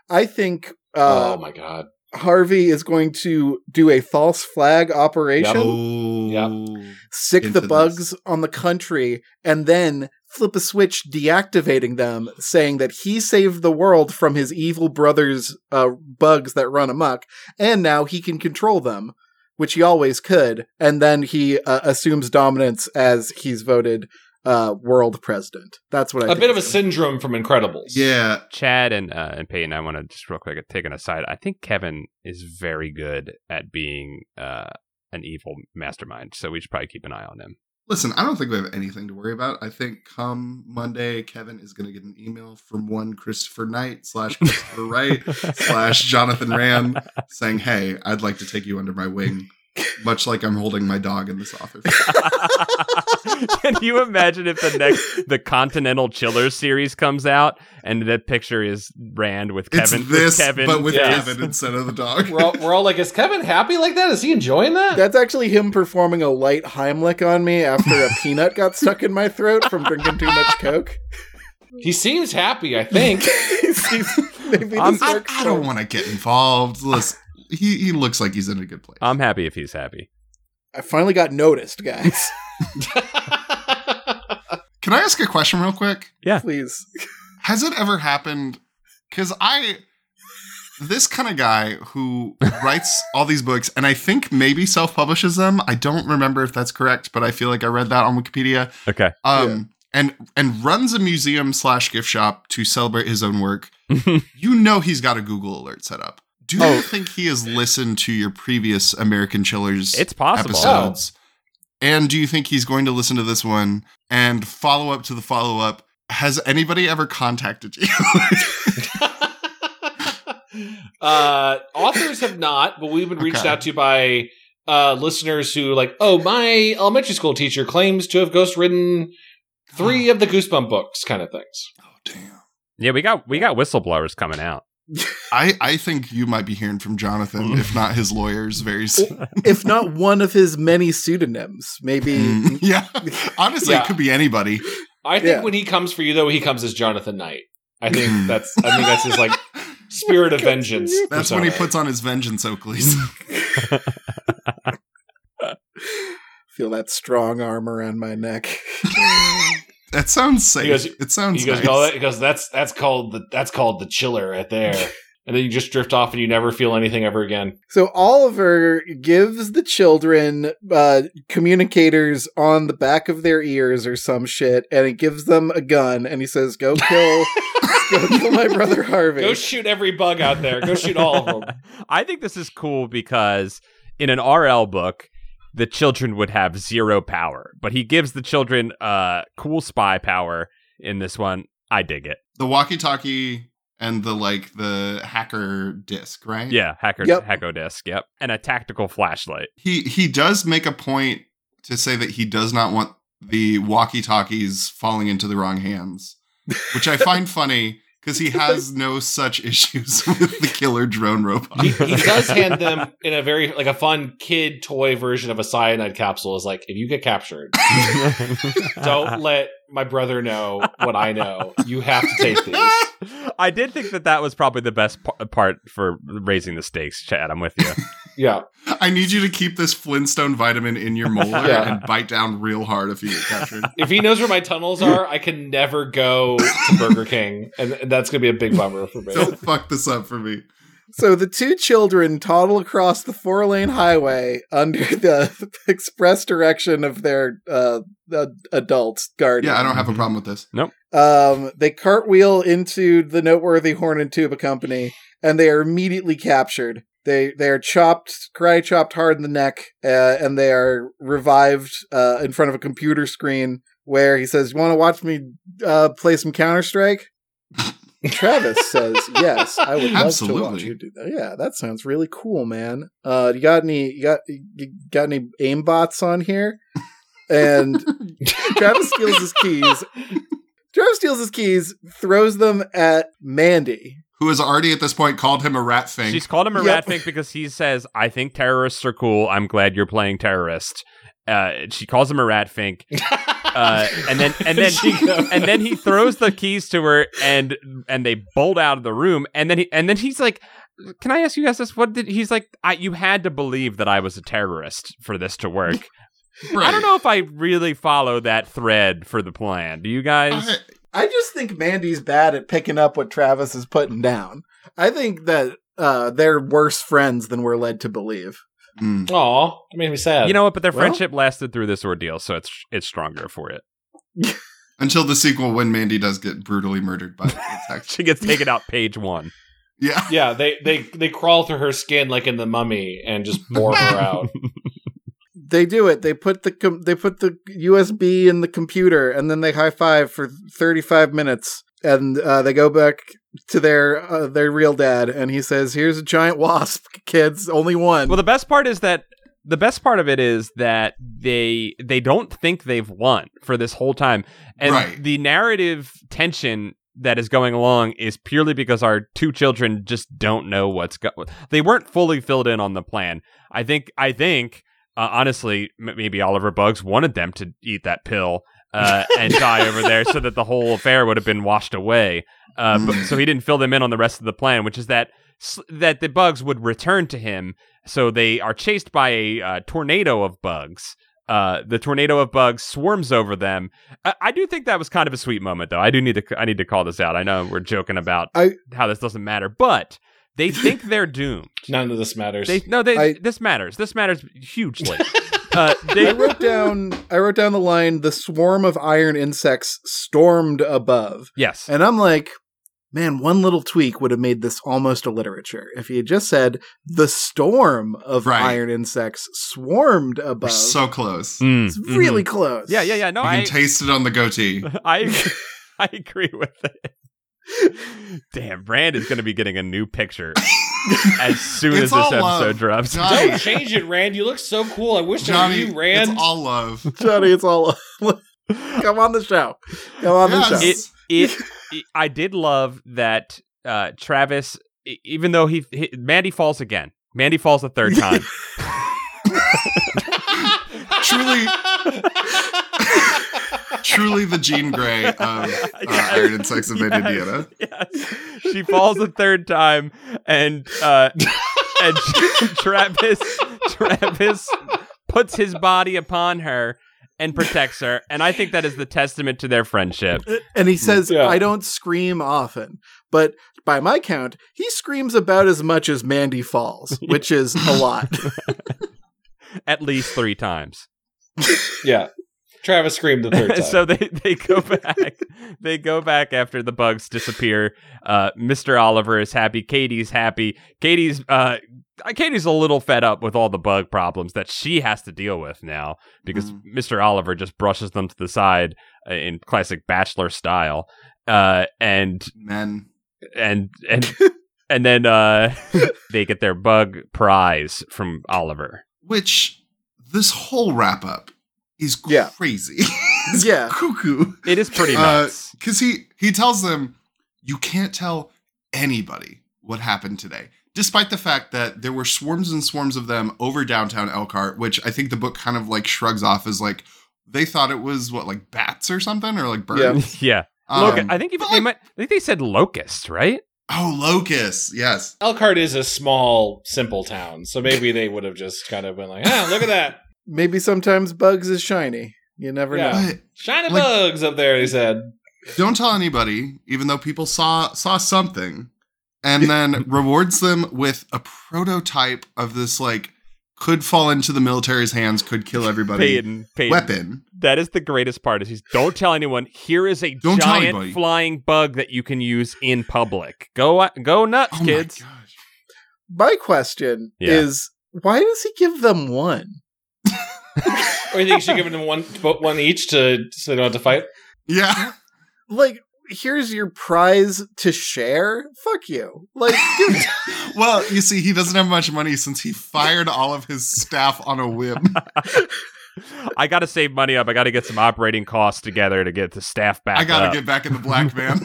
Speaker 1: I think uh,
Speaker 4: oh my god.
Speaker 1: Harvey is going to do a false flag operation,
Speaker 3: Oh.
Speaker 1: stick
Speaker 3: into
Speaker 1: the
Speaker 3: this.
Speaker 1: bugs on the country, and then flip a switch deactivating them, saying that he saved the world from his evil brother's uh, bugs that run amok, and now he can control them, which he always could. And then he uh, assumes dominance as he's voted uh, world president. That's what I
Speaker 4: A
Speaker 1: think
Speaker 4: bit of a
Speaker 1: he's doing.
Speaker 4: syndrome from Incredibles.
Speaker 3: Yeah.
Speaker 2: [laughs] Chad and uh, and Peyton, I want to just real quick take an aside. I think Kevin is very good at being uh, an evil mastermind, so we should probably keep an eye on him.
Speaker 3: Listen, I don't think we have anything to worry about. I think come Monday, Kevin is going to get an email from one Christopher Knight slash Christopher Wright [laughs] slash Jonathan Rand saying, "Hey, I'd like to take you under my wing." Much like I'm holding my dog in this office.
Speaker 2: [laughs] Can you imagine if the next the Continental Chillers series comes out and that picture is Rand with Kevin,
Speaker 3: it's this,
Speaker 2: with Kevin,
Speaker 3: but with
Speaker 4: yes.
Speaker 3: Kevin instead of the dog. [laughs]
Speaker 4: We're all, we're all like, is Kevin happy like that? Is he enjoying that?
Speaker 1: That's actually him performing a light Heimlich on me after a peanut got stuck in my throat from drinking too much Coke.
Speaker 4: he seems happy,
Speaker 1: [laughs]
Speaker 4: I think. [laughs]
Speaker 1: Maybe
Speaker 2: I'm-
Speaker 1: this
Speaker 3: I,
Speaker 1: works
Speaker 3: I
Speaker 1: for-
Speaker 3: don't want to get involved. Listen, he, he looks like he's in a good place.
Speaker 2: I'm happy if he's happy.
Speaker 1: I finally got noticed, guys.
Speaker 3: Can I ask a question real quick?
Speaker 1: Please.
Speaker 3: Has it ever happened? Because I, this kind of guy who writes all these books and I think maybe self publishes them. I don't remember if that's correct, but I feel like I read that on Wikipedia.
Speaker 2: Okay. [laughs]
Speaker 3: Um, and and runs a museum slash gift shop to celebrate his own work. you know he's got a Google alert set up. Do
Speaker 1: Oh.
Speaker 3: you think he has listened to your previous American Chillers
Speaker 2: it's possible.
Speaker 3: episodes? And do you think he's going to listen to this one and follow up to the follow up? Has anybody ever contacted you? [laughs]
Speaker 4: [laughs] uh, authors have not, but we've been reached
Speaker 3: Okay.
Speaker 4: out to by uh, listeners who like, oh, my elementary school teacher claims to have ghostwritten Three of the Goosebump books, kind of things.
Speaker 3: Oh damn.
Speaker 2: Yeah, we got we got whistleblowers coming out.
Speaker 3: I I think you might be hearing from Jonathan, if not his lawyers, very soon.
Speaker 1: if not one of his many pseudonyms. Maybe
Speaker 3: Mm, [laughs] yeah. Honestly,
Speaker 4: Yeah.
Speaker 3: it could be anybody.
Speaker 4: I think
Speaker 1: Yeah.
Speaker 4: when he comes for you, though, he comes as Jonathan Knight.
Speaker 3: [laughs]
Speaker 4: I think that's I think that's his like spirit of vengeance.
Speaker 3: That's when he
Speaker 4: persona.
Speaker 3: puts on his vengeance Oakleys.
Speaker 1: [laughs] feel that strong arm around my neck. [laughs]
Speaker 3: that sounds safe.
Speaker 4: He goes-
Speaker 3: it sounds
Speaker 4: He goes,
Speaker 3: nice.
Speaker 4: "Call
Speaker 3: [laughs]
Speaker 4: that- he goes, that's that's called the that's called the chiller right there. And then you just drift off and you never feel anything ever again.
Speaker 1: So Oliver gives the children uh, communicators on the back of their ears or some shit, and he gives them a gun, and he says, "Go kill, go kill my
Speaker 3: [laughs]
Speaker 1: brother Harvey."
Speaker 4: Go shoot every bug out there. Go shoot all of them.
Speaker 2: [laughs] I think this is cool because in an RL book, the children would have zero power, but he gives the children uh cool spy power in this one. I dig it.
Speaker 3: the walkie-talkie and the like the hacker disc, right?
Speaker 2: Yeah, hacker
Speaker 1: Yep.
Speaker 2: hacko disk. Yep, and a tactical flashlight.
Speaker 3: He he does make a point to say that he does not want the walkie-talkies falling into the wrong hands, which I find funny because he has no such issues [laughs] with the killer drone robot.
Speaker 4: He,
Speaker 2: [laughs]
Speaker 4: he does hand [laughs] them in a very like a fun kid toy version of a cyanide capsule. Is like if you get captured,
Speaker 2: [laughs]
Speaker 4: don't let my brother know what I know. You have to take these.
Speaker 2: I did think that that was probably the best p- part for raising the stakes, Chad. I'm with you.
Speaker 4: Yeah,
Speaker 3: I need you to keep this Flintstone vitamin in your molar
Speaker 4: Yeah.
Speaker 3: and bite down real hard if you get captured.
Speaker 4: if he knows where my tunnels are, I can never go to Burger King, and, and that's gonna be a big bummer for me.
Speaker 3: Don't fuck this up for me.
Speaker 1: So the two children toddle across the four-lane highway under [laughs] the express direction of their uh, the adult guardian.
Speaker 3: Yeah, I don't have a problem with this.
Speaker 1: Um, they cartwheel into the noteworthy horn and tuba company, and they are immediately captured. They they are chopped, cry chopped hard in the neck, uh, and they are revived uh, in front of a computer screen where he says, "You want to watch me uh, play some Counter Strike?" Travis says, "Yes, I would love to watch
Speaker 3: Absolutely.
Speaker 1: you do that." Yeah, that sounds really cool, man. Uh, you got any? You got you got any aim bots on here? And Travis steals his keys. Travis steals his keys, throws them at Mandy.
Speaker 3: Who has already at this point called him a rat thing?
Speaker 2: She's called him a
Speaker 1: Yep.
Speaker 2: rat fink because he says, "I think terrorists are cool. I'm glad you're playing terrorist." Uh, she calls him a rat fink, [laughs] uh, and then and then
Speaker 4: [laughs] She goes-
Speaker 2: and then he throws the keys to her, and and they bolt out of the room, and then he and then he's like. Can I ask you guys this? What did he's like? I, you had to believe that I was a terrorist for this to work. [laughs] I don't know if I really follow that thread for the plan. Do you guys?
Speaker 3: I-
Speaker 1: I just think Mandy's bad at picking up what Travis is putting down. I think that uh, they're worse friends than we're led to believe.
Speaker 3: Mm.
Speaker 4: Aw, that made me sad.
Speaker 2: You know what? But their
Speaker 1: Well-
Speaker 2: friendship lasted through this ordeal, so it's it's stronger for it.
Speaker 3: Until the sequel, when Mandy does get brutally murdered
Speaker 2: [laughs]
Speaker 3: by the attack.
Speaker 2: She gets taken out page one.
Speaker 3: yeah.
Speaker 4: yeah, they they they crawl through her skin like in the mummy and just bore her
Speaker 2: [laughs]
Speaker 4: out.
Speaker 1: They do it. They put the com- they put the USB in the computer, and then they high five for thirty five minutes, and uh, they go back to their uh, their real dad, and he says, "Here's a giant wasp, kids. Only one."
Speaker 2: Well, the best part is that the best part of it is that they they don't think they've won for this whole time, and
Speaker 3: Right.
Speaker 2: the narrative tension that is going along is purely because our two children just don't know what's go- they weren't fully filled in on the plan. I think I think uh, honestly m- maybe Oliver Bugs wanted them to eat that pill uh, and die over there so that the whole affair would have been washed away. Uh, but, so he didn't fill them in on the rest of the plan, which is that s- that the bugs would return to him. So they are chased by a uh, tornado of bugs. Uh, the tornado of bugs swarms over them. I-, I do think that was kind of a sweet moment, though. I do need to c- I need to call this out. I know we're joking about
Speaker 1: I-
Speaker 2: how this doesn't matter, but they think they're doomed.
Speaker 4: None of this matters.
Speaker 2: They no, they
Speaker 1: I-
Speaker 2: this matters. This matters hugely. uh, they
Speaker 1: I wrote down I wrote down the line the swarm of iron insects stormed above.
Speaker 2: yes.
Speaker 1: And I'm like, man, one little tweak would have made this almost a literature. If he had just said the storm of
Speaker 3: Right.
Speaker 1: iron insects swarmed
Speaker 3: [laughs] We're
Speaker 1: above.
Speaker 3: so close. You
Speaker 2: Mm,
Speaker 1: it's
Speaker 2: mhm.
Speaker 1: really close.
Speaker 2: yeah, yeah, yeah. No, I
Speaker 3: can taste it on
Speaker 2: [laughs]
Speaker 3: the goatee.
Speaker 2: I I agree with it. Damn, Brand is going to be getting a new picture as
Speaker 3: [laughs]
Speaker 2: soon
Speaker 3: It's
Speaker 2: as this
Speaker 3: all
Speaker 2: episode
Speaker 3: love.
Speaker 2: drops.
Speaker 3: Johnny,
Speaker 4: [laughs] Don't change it, Rand. You look so cool. I wish I
Speaker 3: Johnny,
Speaker 4: [laughs] knew you, Rand.
Speaker 3: it's all love.
Speaker 1: Johnny, it's all [laughs] Come on the show. Come on the
Speaker 3: Yes.
Speaker 1: show.
Speaker 2: [laughs] it, it, it- I did love that uh, Travis, e- even though he, he Mandy falls again. Mandy falls a third time.
Speaker 3: Truly- Truly the Jean
Speaker 2: [laughs]
Speaker 3: Grey of uh,
Speaker 2: Yes.
Speaker 3: Iron and Sex of
Speaker 2: Yes.
Speaker 3: Indiana.
Speaker 2: Yes. She falls a third time, and uh, and Travis Travis puts his body upon her and protects her, and I think that is the testament to their friendship.
Speaker 1: And
Speaker 2: Hmm.
Speaker 1: he says,
Speaker 4: Yeah.
Speaker 1: I don't scream often, but by my count, he screams about as much as Mandy
Speaker 2: [laughs]
Speaker 1: falls, which is a lot.
Speaker 2: At least three times.
Speaker 4: yeah. Travis screamed
Speaker 2: [laughs]
Speaker 4: the third time.
Speaker 2: so they, they
Speaker 3: [laughs]
Speaker 2: go back. they go back after the bugs disappear. Uh, Mr. Oliver is happy. Katie's happy. Katie's uh, Katie's a little fed up with all the bug problems that she has to deal with now because
Speaker 3: Mhm.
Speaker 2: Mr. Oliver just brushes them to the side uh, in classic bachelor style. Uh, and
Speaker 3: Men.
Speaker 2: and
Speaker 3: [laughs]
Speaker 2: and and then uh, [laughs] they get their bug prize from Oliver.
Speaker 3: Which this whole wrap up is
Speaker 1: Yeah.
Speaker 3: crazy. It's
Speaker 1: Yeah.
Speaker 3: [laughs] Cuckoo.
Speaker 2: It is pretty
Speaker 3: Uh,
Speaker 2: nuts.
Speaker 3: Because he he tells them you can't tell anybody what happened today, despite the fact that there were swarms and swarms of them over downtown Elkhart, which I think the book kind of like shrugs off as like they thought it was what like bats or something or like birds.
Speaker 1: Yeah.
Speaker 2: [laughs] yeah,
Speaker 3: Um,
Speaker 2: Locu- I think even
Speaker 3: but,
Speaker 2: they
Speaker 3: like-
Speaker 2: might. I think they said locust, right?
Speaker 3: Oh, locusts. Yes.
Speaker 4: Elkhart is a small, simple town, so maybe they would have just kind of been like, "Ah, look at that,
Speaker 1: Maybe sometimes Bugs is shiny. You never
Speaker 4: Yeah.
Speaker 1: know.
Speaker 3: But
Speaker 4: shiny
Speaker 3: Like-
Speaker 4: bugs up there." He said,
Speaker 3: don't tell anybody, even though people saw saw something, and then rewards them with a prototype of this like could fall into the military's hands, could kill everybody
Speaker 2: Peyton, Peyton,
Speaker 3: weapon.
Speaker 2: That is the greatest part. Is he's don't tell anyone. Here is a
Speaker 3: Don't tell
Speaker 2: giant
Speaker 3: anybody.
Speaker 2: flying bug that you can use in public. Go uh, go nuts,
Speaker 3: Oh
Speaker 2: kids.
Speaker 3: my gosh.
Speaker 1: My question
Speaker 2: Yeah.
Speaker 1: is why does he give them one?
Speaker 4: "Or you think you should give them one, one each to so they don't have to fight?"
Speaker 3: Yeah.
Speaker 1: Like, here's your prize to share? Fuck you. Like, give-
Speaker 3: [laughs] Well, you see, he doesn't have much money since he fired all of his staff on
Speaker 1: [laughs]
Speaker 3: a whim.
Speaker 2: I got to save money up. I got to get some operating costs together to get the staff back.
Speaker 3: I gotta
Speaker 2: up.
Speaker 3: get back in
Speaker 1: [laughs]
Speaker 3: the black man.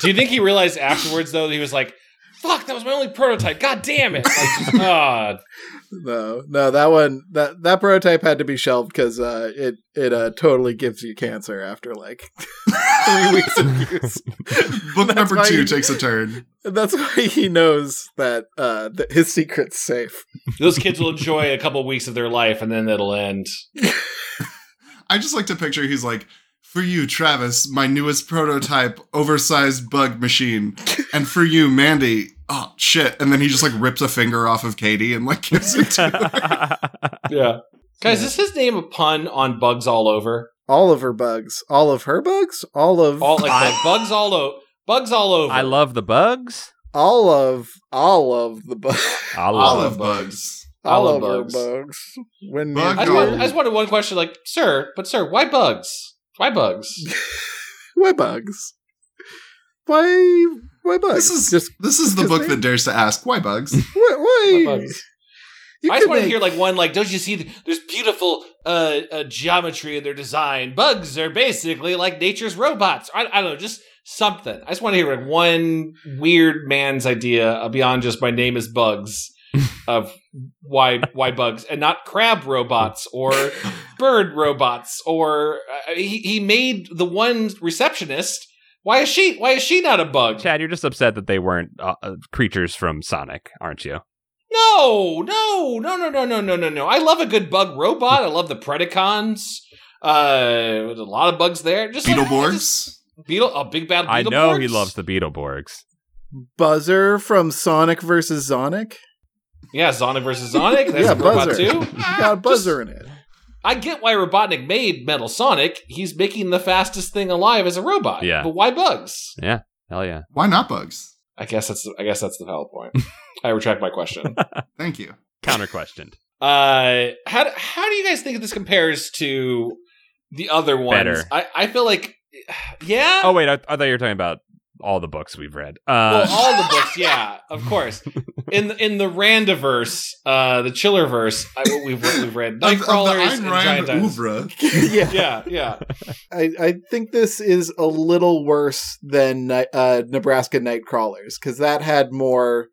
Speaker 4: Do you think he realized afterwards though that he was like, "Fuck, that was my only prototype. God damn it!" Like, [laughs] ah,
Speaker 1: no, no, that one, that, that prototype had to be shelved because uh, it, it uh, totally gives you cancer after like [laughs] three weeks of use.
Speaker 3: Book
Speaker 1: That's
Speaker 3: number
Speaker 1: why
Speaker 3: two
Speaker 1: you-
Speaker 3: takes a turn.
Speaker 1: And that's why he knows that uh that his secret's safe.
Speaker 4: those kids will enjoy a couple weeks of their life, and then it'll end.
Speaker 3: I just like to picture he's like, for you, Travis, my newest prototype oversized bug machine. And for you, Mandy, oh shit. And then he just like rips a finger off of Katie and like gives it to
Speaker 1: [laughs]
Speaker 3: [laughs]
Speaker 2: [laughs]
Speaker 3: her.
Speaker 4: Yeah, guys, is his name a pun on bugs all over?
Speaker 1: All of her bugs, all of her bugs, all of
Speaker 4: All
Speaker 1: all,
Speaker 4: like
Speaker 2: [laughs]
Speaker 4: the bugs all over, bugs all over.
Speaker 2: I love the bugs.
Speaker 1: of all of the bugs,
Speaker 2: I love.
Speaker 3: Olive bugs.
Speaker 1: all
Speaker 4: All
Speaker 1: of
Speaker 4: of
Speaker 1: her
Speaker 4: bugs.
Speaker 1: bugs. When
Speaker 3: Bug
Speaker 1: you
Speaker 4: I
Speaker 1: do-
Speaker 4: just,
Speaker 3: No.
Speaker 4: wanted, I just wanted one question, like, sir, but sir, why bugs? Why bugs?
Speaker 1: why bugs? Why why bugs?
Speaker 3: This is
Speaker 1: just
Speaker 3: this is the
Speaker 1: his
Speaker 3: book
Speaker 1: name?
Speaker 3: that dares to ask,
Speaker 1: [laughs]
Speaker 3: why bugs?
Speaker 1: why? why?
Speaker 4: Why bugs?
Speaker 1: You
Speaker 4: I
Speaker 1: could
Speaker 4: just want to
Speaker 1: make-
Speaker 4: hear like one, like, don't you see? The, there's beautiful uh, uh, geometry in their design. Bugs are basically like nature's robots. I, I don't know, just something. I just want to hear like one weird man's idea uh, beyond just my name is
Speaker 1: [laughs]
Speaker 4: Bugs of why why bugs and not crab robots
Speaker 1: [laughs]
Speaker 4: or bird robots or uh, he, he made the one receptionist. Why is she? Why is she not a bug?
Speaker 2: Chad, you're just upset that they weren't uh, uh, creatures from Sonic, aren't you?
Speaker 4: No, no, no, no, no, no, no, no, no. I love a good bug robot. I love the Predacons. Uh, there's a lot of bugs there. Just like- just
Speaker 3: Beetleborgs?
Speaker 4: Beetle, a big bad. Beetleborgs.
Speaker 2: I know he loves the Beetleborgs.
Speaker 1: Buzzer from Sonic versus Sonic.
Speaker 4: Yeah, Sonic versus Sonic. That's
Speaker 1: Yeah,
Speaker 4: a robot
Speaker 1: Buzzer.
Speaker 4: too.
Speaker 1: You [laughs] got a buzzer in it.
Speaker 4: I get why Robotnik made Metal Sonic. He's making the fastest thing alive as a robot.
Speaker 2: Yeah.
Speaker 4: but why bugs?
Speaker 2: Hell yeah.
Speaker 3: Why not bugs?
Speaker 4: I guess that's I guess that's the valid point. I retract my question.
Speaker 2: [laughs]
Speaker 3: Thank you.
Speaker 2: Counter questioned.
Speaker 4: Uh, how how do you guys think this compares to the other ones?
Speaker 2: Better.
Speaker 4: I I feel like yeah.
Speaker 2: Oh wait, I, I thought you were talking about all the books we've read.
Speaker 4: well,
Speaker 2: Uh,
Speaker 4: all the books, yeah,
Speaker 3: [laughs]
Speaker 4: of course. In the, in the Randiverse, uh, the Chillerverse, I, we've we've read
Speaker 3: [laughs] Of, of the
Speaker 4: Nightcrawlers and
Speaker 3: Ayn Rand
Speaker 4: Giant Dinosaurs. [laughs]
Speaker 3: oeuvre,
Speaker 1: [laughs] yeah,
Speaker 4: Yeah, yeah.
Speaker 1: I, I think this is a little worse than Ni- uh, Nebraska Nightcrawlers because that had more.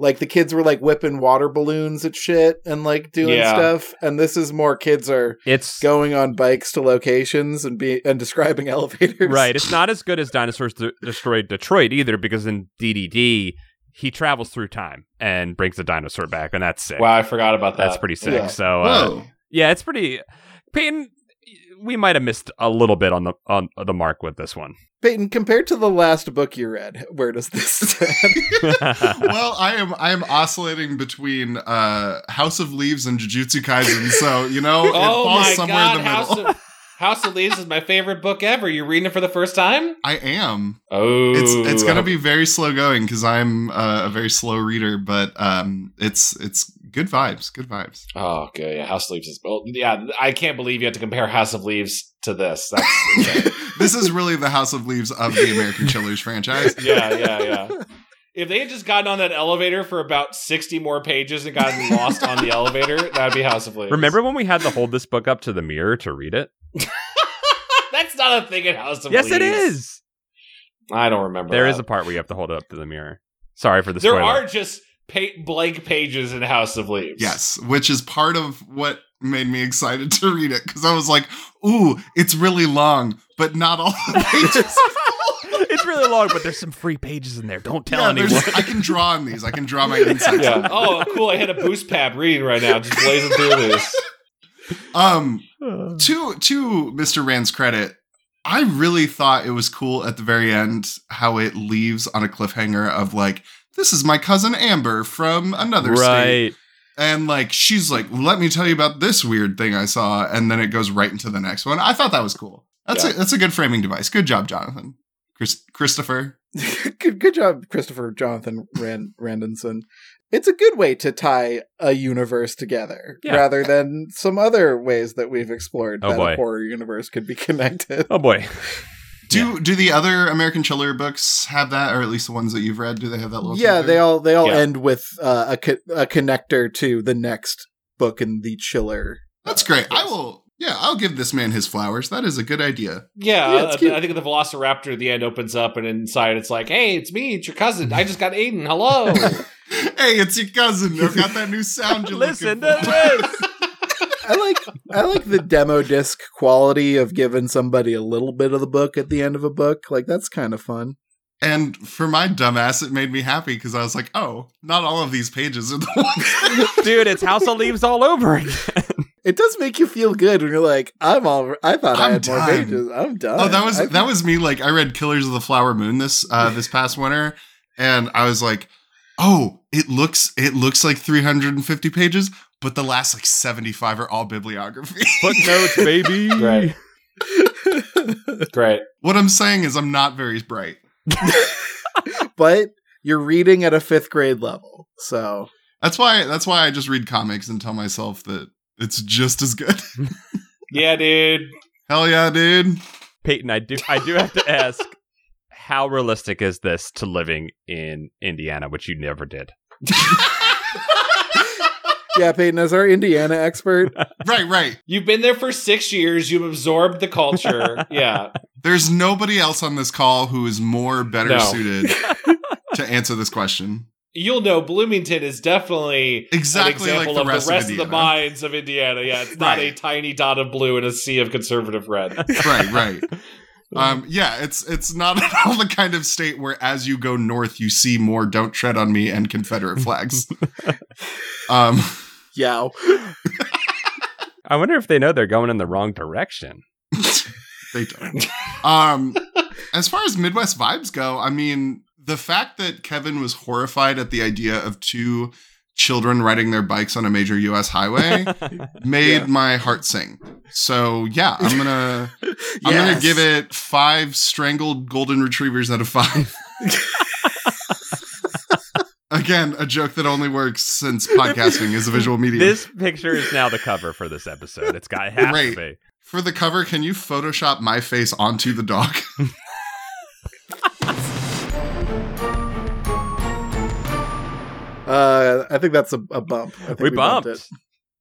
Speaker 1: Like the kids were like whipping water balloons at shit and like doing
Speaker 4: Yeah.
Speaker 1: stuff, and this is more kids are
Speaker 2: it's
Speaker 1: going on bikes to locations and be and describing [laughs] elevators.
Speaker 2: right. It's not as good as Dinosaurs De- Destroyed Detroit either, because in DDD he travels through time and brings the dinosaur back, and that's sick.
Speaker 4: Wow, I forgot about that.
Speaker 2: that's pretty sick.
Speaker 1: Yeah.
Speaker 2: So uh,
Speaker 3: whoa,
Speaker 2: yeah, it's pretty. Peyton, we might have missed a little bit on the on the mark with this one. [laughs]
Speaker 1: Peyton, compared to the last book you read, where does this
Speaker 2: [laughs]
Speaker 1: stand?
Speaker 3: well, I am I am oscillating between uh, House of Leaves and Jujutsu Kaisen, so you know it
Speaker 4: [laughs] Oh
Speaker 3: falls
Speaker 4: my
Speaker 3: somewhere
Speaker 4: god,
Speaker 3: in the middle.
Speaker 4: House of, House of Leaves is my favorite book ever. You're reading it for the first time?
Speaker 3: I am.
Speaker 4: Oh,
Speaker 3: It's it's
Speaker 4: I
Speaker 3: gonna
Speaker 4: hope-
Speaker 3: be very slow going because I'm uh, a very slow reader, but um, it's it's good vibes, good vibes.
Speaker 4: Oh, okay. Yeah, House of Leaves is. Well, yeah, I can't believe you have to compare House of Leaves to this.
Speaker 3: [laughs]
Speaker 4: That's insane.
Speaker 3: this is really the House of Leaves of the American Chillers franchise.
Speaker 4: yeah, yeah, yeah. If they had just gotten on that elevator for about 60 more pages and gotten lost on the elevator, that'd be House of Leaves.
Speaker 2: Remember when we had to hold this book up to the mirror to read it?
Speaker 4: That's not a thing in House of
Speaker 2: yes,
Speaker 4: Leaves.
Speaker 2: it is.
Speaker 4: I don't remember.
Speaker 2: There
Speaker 4: that.
Speaker 2: is a part where you have to hold it up to the mirror. Sorry for the
Speaker 4: There
Speaker 2: spoiler.
Speaker 4: are just pa- blank pages in House of Leaves.
Speaker 3: Yes, which is part of what made me excited to read it because I was like, "Ooh, it's really long, but not all
Speaker 2: [laughs]
Speaker 3: the pages."
Speaker 2: [laughs] it's really long, but there's some free pages in there. Don't tell
Speaker 3: Yeah, there's-
Speaker 2: anyone.
Speaker 3: I can draw on these. I can
Speaker 2: [laughs]
Speaker 3: draw my insights.
Speaker 4: Yeah. [laughs] Oh, cool. I had a boost pad reading right now, just blazing through [laughs] this.
Speaker 3: Um, to to Mr. Rand's credit, I really thought it was cool at the very end how it leaves on a cliffhanger of like, "This is my cousin Amber from [laughs] another state."
Speaker 2: [laughs] right.
Speaker 3: and like she's like let me tell you about this weird thing i saw and then it goes right into the next one i thought that was cool that's
Speaker 4: Yeah.
Speaker 3: a that's a good framing device good job jonathan Chris- christopher
Speaker 1: good, good job, Christopher Jonathan Rand- Randonson. It's a good way to tie a universe together
Speaker 2: Yeah.
Speaker 1: rather than some other ways that we've explored
Speaker 2: Oh,
Speaker 1: that
Speaker 2: boy.
Speaker 1: a horror universe could be connected.
Speaker 2: [laughs] Oh boy.
Speaker 3: do do the other american chiller books have that or at least the ones that you've read do they have that little
Speaker 1: yeah,
Speaker 3: thing
Speaker 1: they
Speaker 3: there?
Speaker 1: all they all
Speaker 4: Yeah.
Speaker 1: end with uh, a co- a connector to the next book in the chiller.
Speaker 3: that's
Speaker 1: uh,
Speaker 3: great i
Speaker 1: yes.
Speaker 3: will yeah i'll give this man his flowers that is a good idea
Speaker 4: Yeah,
Speaker 1: Yeah, it's
Speaker 4: I-
Speaker 1: cute.
Speaker 4: I think the Velociraptor at the end opens up, and inside it's like, hey, it's me, it's your cousin. I just got Aiden. [laughs] Hello.
Speaker 3: hey it's your cousin i've got that new sound you're
Speaker 2: Listen
Speaker 3: looking
Speaker 2: to
Speaker 3: for.
Speaker 2: this.
Speaker 1: I like I like the demo disc quality of giving somebody a little bit of the book at the end of a book. Like that's kind of fun.
Speaker 3: [laughs] and for my dumbass it made me happy because i was like oh not all of these pages are the [laughs] ones
Speaker 2: Dude, it's House of Leaves all over again.
Speaker 1: It does make you feel good when you're like, I'm all. I thought i
Speaker 3: I'm
Speaker 1: had more
Speaker 3: done.
Speaker 1: pages. I'm done.
Speaker 3: Oh, that was
Speaker 1: I-
Speaker 3: that was me. Like I read Killers of the Flower Moon this uh, this past winter, and I was like, oh, it looks it looks like 350 pages, but the last like 75 are all bibliography. [laughs]
Speaker 2: Footnotes, baby. [laughs]
Speaker 4: Right. Great.
Speaker 3: what I'm saying is I'm not very bright.
Speaker 1: but you're reading at a fifth grade level, so
Speaker 3: That's why that's why I just read comics and tell myself that it's just as good. [laughs]
Speaker 4: Yeah, dude.
Speaker 3: Hell yeah, dude. [laughs]
Speaker 2: Peyton, I do I do have to ask, how realistic is this to living in Indiana, which you never did?
Speaker 1: yeah, Peyton, as our Indiana expert, [laughs]
Speaker 3: Right, right.
Speaker 4: You've been there for six years. You've absorbed the
Speaker 2: [laughs]
Speaker 4: culture. Yeah.
Speaker 3: There's nobody else on this call who is more better
Speaker 4: No. [laughs]
Speaker 3: suited to answer this question.
Speaker 4: You'll know Bloomington is definitely
Speaker 3: Exactly
Speaker 4: an
Speaker 3: like
Speaker 4: example
Speaker 3: the
Speaker 4: of
Speaker 3: rest,
Speaker 4: the rest of, the
Speaker 3: Indiana.
Speaker 4: mines of Indiana. Yeah. It's not
Speaker 3: Right.
Speaker 4: a tiny dot of blue in a sea of
Speaker 3: [laughs]
Speaker 4: conservative red.
Speaker 3: right right um yeah it's it's not [laughs] at all the kind of state where as you go north you see more don't tread on me and confederate [laughs] flags um [laughs]
Speaker 1: yeah,
Speaker 2: I wonder if they know they're going in the wrong direction.
Speaker 3: they don't um as far as midwest vibes go i mean the fact that kevin was horrified at the idea of two children riding their bikes on a major us [laughs] highway made
Speaker 1: Yeah.
Speaker 3: my heart sing so yeah i'm gonna i'm gonna give it five strangled golden retrievers out of five again a joke that only works since podcasting is a visual medium
Speaker 2: This picture is now the cover for this episode. It's got it has
Speaker 3: Great.
Speaker 2: to be.
Speaker 3: for the cover can you photoshop my face onto the dog
Speaker 1: Uh, I think that's a, a bump. I think
Speaker 2: we bumped,
Speaker 1: it.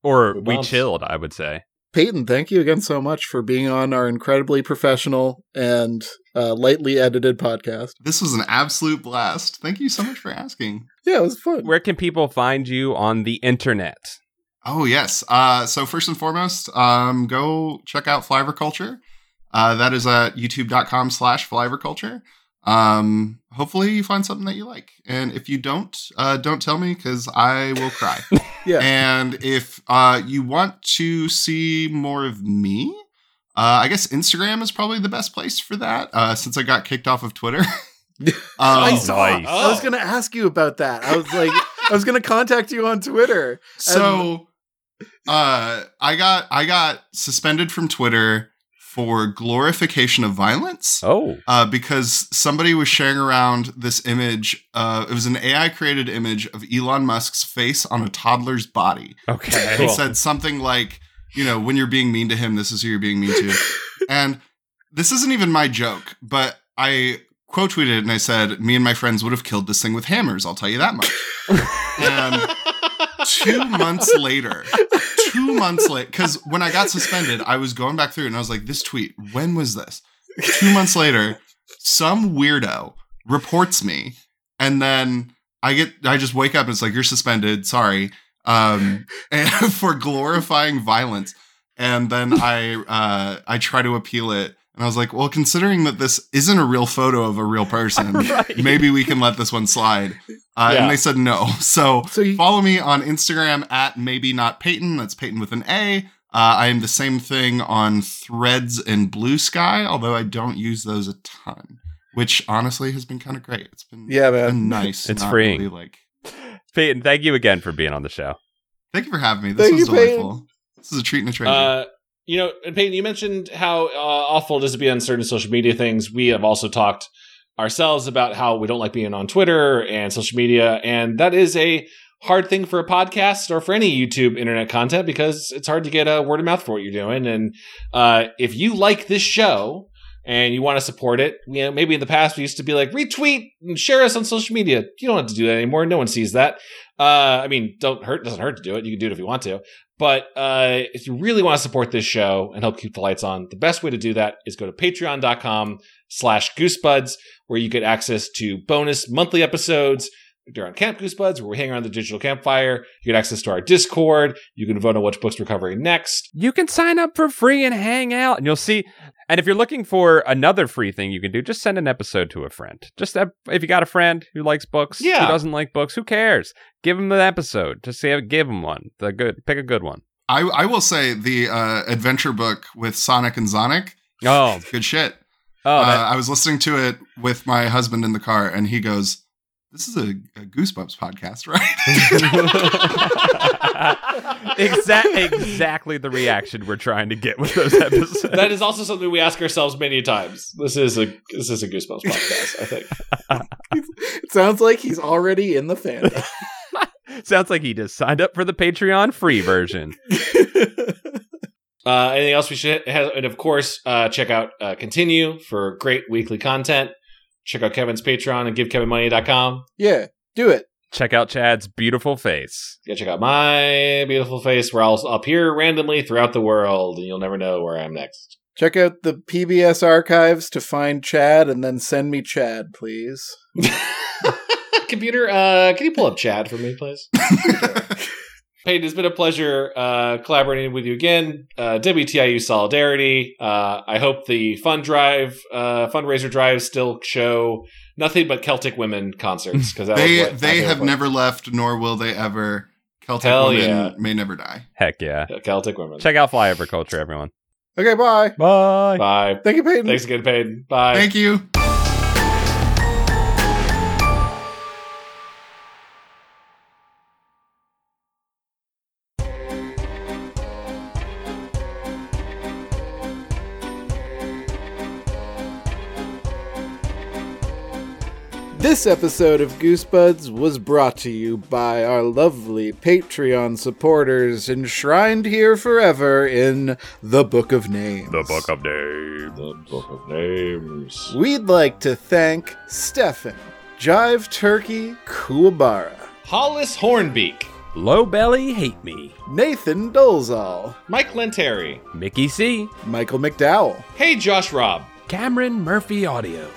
Speaker 2: or
Speaker 4: We
Speaker 2: we,
Speaker 4: bumped.
Speaker 2: chilled. I would say.
Speaker 1: Peyton, thank you again so much for being on our incredibly professional and uh, lightly edited podcast.
Speaker 3: [laughs] This was an absolute blast. Thank you so much for asking.
Speaker 1: Yeah, it was fun.
Speaker 2: Where can people find you on the internet?
Speaker 3: Oh yes. Uh, so first and foremost, um, go check out Flyverculture. Uh, that is at youtube.com slash Flyverculture. Um, hopefully you find something that you like. And if you don't, uh, don't tell me because I will cry.
Speaker 1: Yeah.
Speaker 3: And if uh, you want to see more of me, uh, I guess Instagram is probably the best place for that uh, since I got kicked off of Twitter. um,
Speaker 1: I
Speaker 2: saw- nice.
Speaker 1: I was gonna ask you about that. I was like, I was gonna contact you on Twitter.
Speaker 3: So uh I got I got suspended from Twitter for glorification of violence.
Speaker 2: Oh,
Speaker 3: Uh, because somebody was sharing around this image. Uh, it was an AI created image of Elon Musk's face on a toddler's body.
Speaker 4: [laughs]
Speaker 2: okay.
Speaker 3: It said something like, you know, when you're being mean to him, this is who you're being mean to. and this isn't even my joke, but I quote tweeted it and I said, me and my friends would have killed this thing with hammers. I'll tell you that much. and two months later, two months late, because when I got suspended, I was going back through and I was like, this tweet, when was this? Two months later, some weirdo reports me, and then I get, I just wake up and it's like, you're suspended, sorry, um, [laughs] and for glorifying violence. And then I, uh, I try to appeal it. And I was like, well, considering that this isn't a real photo of a real
Speaker 2: [laughs]
Speaker 3: person,
Speaker 2: Right.
Speaker 3: maybe we can let this one slide. Uh,
Speaker 4: Yeah.
Speaker 3: And they said no. [laughs] So
Speaker 1: So you,
Speaker 3: Follow me on Instagram at maybe not Peyton. That's Peyton with an A. Uh, I am the same thing on Threads and Blue Sky, although I don't use those a ton, which honestly has been kind of great. It's been
Speaker 1: yeah, man.
Speaker 3: been nice.
Speaker 2: It's
Speaker 3: not
Speaker 2: freeing.
Speaker 3: really, like,
Speaker 2: Peyton, thank you again for being on the show.
Speaker 3: thank you for having me. This
Speaker 1: Thank
Speaker 3: was
Speaker 1: you, Peyton.
Speaker 3: delightful. This is a treat and a treasure.
Speaker 4: Uh, you know, and Peyton, you mentioned how uh, awful it is to be on certain social media things. We have also talked ourselves about how we don't like being on Twitter and social media, and that is a hard thing for a podcast or for any YouTube internet content because it's hard to get a word of mouth for what you're doing. And uh, if you like this show and you want to support it, you know, maybe in the past we used to be like retweet and share us on social media. You don't have to do that anymore. No one sees that. Uh, I mean, don't hurt doesn't hurt to do it. You can do it if you want to. But uh, if you really want to support this show and help keep the lights on, the best way to do that is go to patreon.com slash goosebuds, where you get access to bonus monthly episodes during Camp Goosebuds, where we hang around the digital campfire. You get access to our Discord. You can vote on which books we're covering next. [laughs]
Speaker 2: You can sign up for free and hang out, and you'll see. And if you're looking for another free thing you can do, just send an episode to a friend. Just uh, if you got a friend who likes books,
Speaker 4: Yeah.
Speaker 2: who doesn't like books, who cares? Give them an episode. Just say, give them one. The good, pick a good one.
Speaker 3: I, I will say the uh, adventure book with Sonic and Sonic.
Speaker 2: Oh,
Speaker 3: Good shit.
Speaker 2: oh,
Speaker 3: uh, [laughs]
Speaker 2: that,
Speaker 3: I was listening to it with my husband in the car, and he goes, This is a, a Goosebumps podcast, [laughs] right?
Speaker 2: exact, exactly the reaction we're trying to get with those episodes.
Speaker 4: That is also something we ask ourselves many times. This is a this is a Goosebumps podcast, I think.
Speaker 1: It [laughs] sounds like he's already in the [laughs] fandom.
Speaker 2: [laughs] Sounds like he just signed up for the Patreon free version.
Speaker 4: Uh, anything else we should have? And of course, uh, check out uh, Continue for great weekly content. Check out Kevin's Patreon and givekevinmoney.com.
Speaker 1: yeah, do it.
Speaker 2: Check out Chad's beautiful face.
Speaker 4: Yeah, check out my beautiful face where I'll appear randomly throughout the world and you'll never know where
Speaker 3: [laughs]
Speaker 4: I'm next.
Speaker 1: Check out the PBS archives to find Chad, and then send me Chad, please.
Speaker 4: Computer, uh, can you pull up Chad for me, please? Peyton, it's been a pleasure uh, collaborating with you again. Uh, WTIU Solidarity. Uh, I hope the fund drive, uh, fundraiser drives still show nothing but Celtic women concerts because
Speaker 3: they they have never left, nor will they ever. Celtic
Speaker 4: Hell
Speaker 3: women
Speaker 4: yeah.
Speaker 3: may never die.
Speaker 2: Heck yeah.
Speaker 4: Celtic women.
Speaker 2: Check out Flyover Culture, everyone.
Speaker 1: Okay, bye.
Speaker 2: Bye.
Speaker 4: Bye.
Speaker 1: Thank you, Peyton.
Speaker 4: Thanks again, Peyton. Bye.
Speaker 3: Thank you.
Speaker 1: This episode of Goosebuds was brought to you by our lovely Patreon supporters, enshrined here forever in the Book of Names.
Speaker 2: of Names.
Speaker 4: The Book of Names.
Speaker 1: We'd like to thank Stefan, Jive Turkey Kuwabara,
Speaker 4: Hollis Hornbeak,
Speaker 2: Low Belly Hate Me,
Speaker 1: Nathan Dolezal,
Speaker 4: Mike Lenteri,
Speaker 2: Mickey C,
Speaker 1: Michael McDowell,
Speaker 4: Hey Josh Robb,
Speaker 2: Cameron Murphy Audio,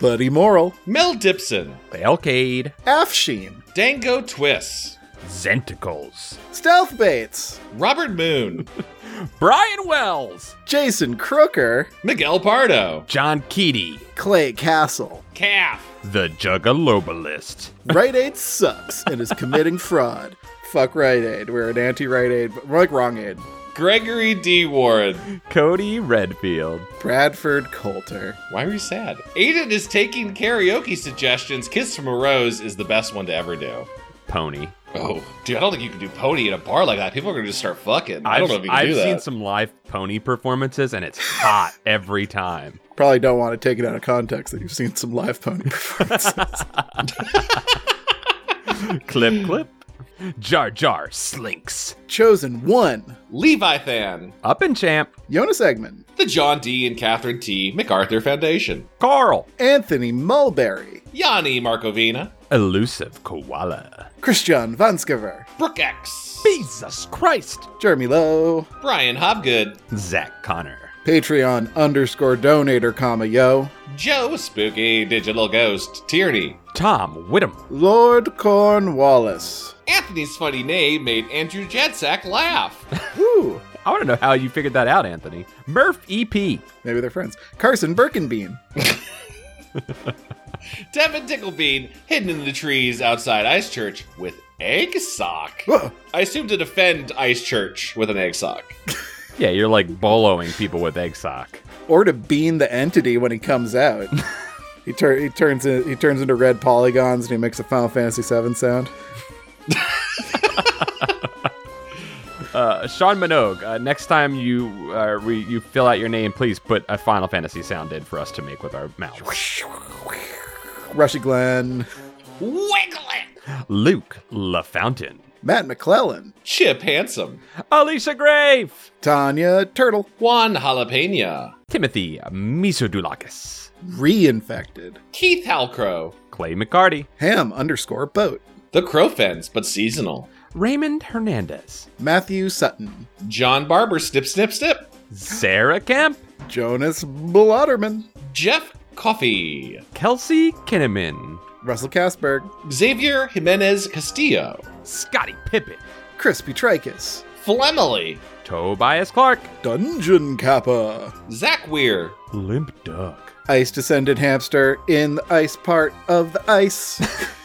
Speaker 1: Buddy Morrill,
Speaker 4: Mel Dipson,
Speaker 2: Elcade,
Speaker 1: Afshin,
Speaker 4: Dango Twiss,
Speaker 2: Zenticles,
Speaker 1: Stealth Bates,
Speaker 4: Robert Moon,
Speaker 2: [laughs] Brian Wells,
Speaker 1: Jason Crooker,
Speaker 4: Miguel Pardo,
Speaker 2: John Keaty,
Speaker 1: Clay Castle.
Speaker 4: Calf,
Speaker 2: The Juggalobalist,
Speaker 1: Rite Aid sucks and is committing fraud. Fuck Rite Aid. We're an anti Rite Aid, but we're like wrong aid.
Speaker 4: Gregory D. Ward.
Speaker 2: Cody Redfield,
Speaker 1: Bradford Coulter.
Speaker 4: Why are you sad? Aiden is taking karaoke suggestions. Kiss from a Rose is the best one to ever do.
Speaker 2: Pony.
Speaker 4: Oh, dude, I don't think you can do pony in a bar like that. People are gonna just start fucking. I
Speaker 2: I've-
Speaker 4: don't know if you can
Speaker 2: I've
Speaker 4: do
Speaker 2: seen
Speaker 4: that.
Speaker 2: some live pony performances, and it's hot [laughs] every time.
Speaker 1: Probably don't want to take it out of context that you've seen some live pony [laughs] performances.
Speaker 2: clip, clip. Jar Jar Slinks.
Speaker 1: Chosen one
Speaker 4: Leviathan,
Speaker 2: Up and Champ.
Speaker 1: Jonas Eggman,
Speaker 4: the John D. and Catherine T. MacArthur Foundation,
Speaker 2: Carl.
Speaker 1: Anthony Mulberry,
Speaker 4: Yanni Markovina,
Speaker 2: Elusive Koala.
Speaker 1: Christian Vanskiver,
Speaker 4: Brooke X,
Speaker 2: Jesus Christ.
Speaker 1: Jeremy Lowe,
Speaker 4: Brian Hobgood,
Speaker 2: Zach Connor.
Speaker 1: Patreon underscore donator, comma, yo,
Speaker 4: Joe Spooky Digital Ghost, Tierney.
Speaker 2: Tom Whittem.
Speaker 1: Lord Cornwallis.
Speaker 4: Anthony's funny name made Andrew Jetsack laugh.
Speaker 1: Woo!
Speaker 2: I want to know how you figured that out, Anthony. Murph E EP.
Speaker 1: Maybe they're friends. Carson Birkenbean,
Speaker 4: Devin Ticklebean hidden in the trees outside Ice Church with egg sock.
Speaker 1: Whoa.
Speaker 4: I assume to defend Ice Church with an egg sock.
Speaker 2: Yeah, you're like boloing people with egg sock.
Speaker 1: or to bean the entity when he comes out. he, tur- he turns in- he turns into red polygons and he makes a Final Fantasy VII sound.
Speaker 2: Uh, Sean Minogue, uh, next time you uh, re- you fill out your name, please put a Final Fantasy sound in for us to make with our mouths.
Speaker 1: Rushy Glenn,
Speaker 4: Wiggle it!
Speaker 2: Luke LaFountain.
Speaker 1: Matt McClellan,
Speaker 4: Chip Handsome.
Speaker 2: Alicia Grave.
Speaker 1: Tanya Turtle,
Speaker 4: Juan Jalapena.
Speaker 2: Timothy Misodulakis.
Speaker 1: reinfected,
Speaker 4: Keith Halcrow.
Speaker 2: Clay McCarty.
Speaker 1: ham underscore boat,
Speaker 4: The Crow Fence, but seasonal.
Speaker 2: Raymond Hernandez.
Speaker 1: Matthew Sutton,
Speaker 4: John Barber, Snip Snip Snip.
Speaker 2: Sarah Kemp.
Speaker 1: Jonas Blotterman,
Speaker 4: Jeff Coffey.
Speaker 2: Kelsey Kinneman.
Speaker 1: Russell Casberg,
Speaker 4: Xavier Jimenez Castillo.
Speaker 2: Scotty Pippen.
Speaker 1: Crispy Tricus,
Speaker 4: Flemily.
Speaker 2: Tobias Clark.
Speaker 1: Dungeon Kappa,
Speaker 4: Zach Weir.
Speaker 2: Limp Duck.
Speaker 1: Ice Descended Hamster in the ice part of the ice.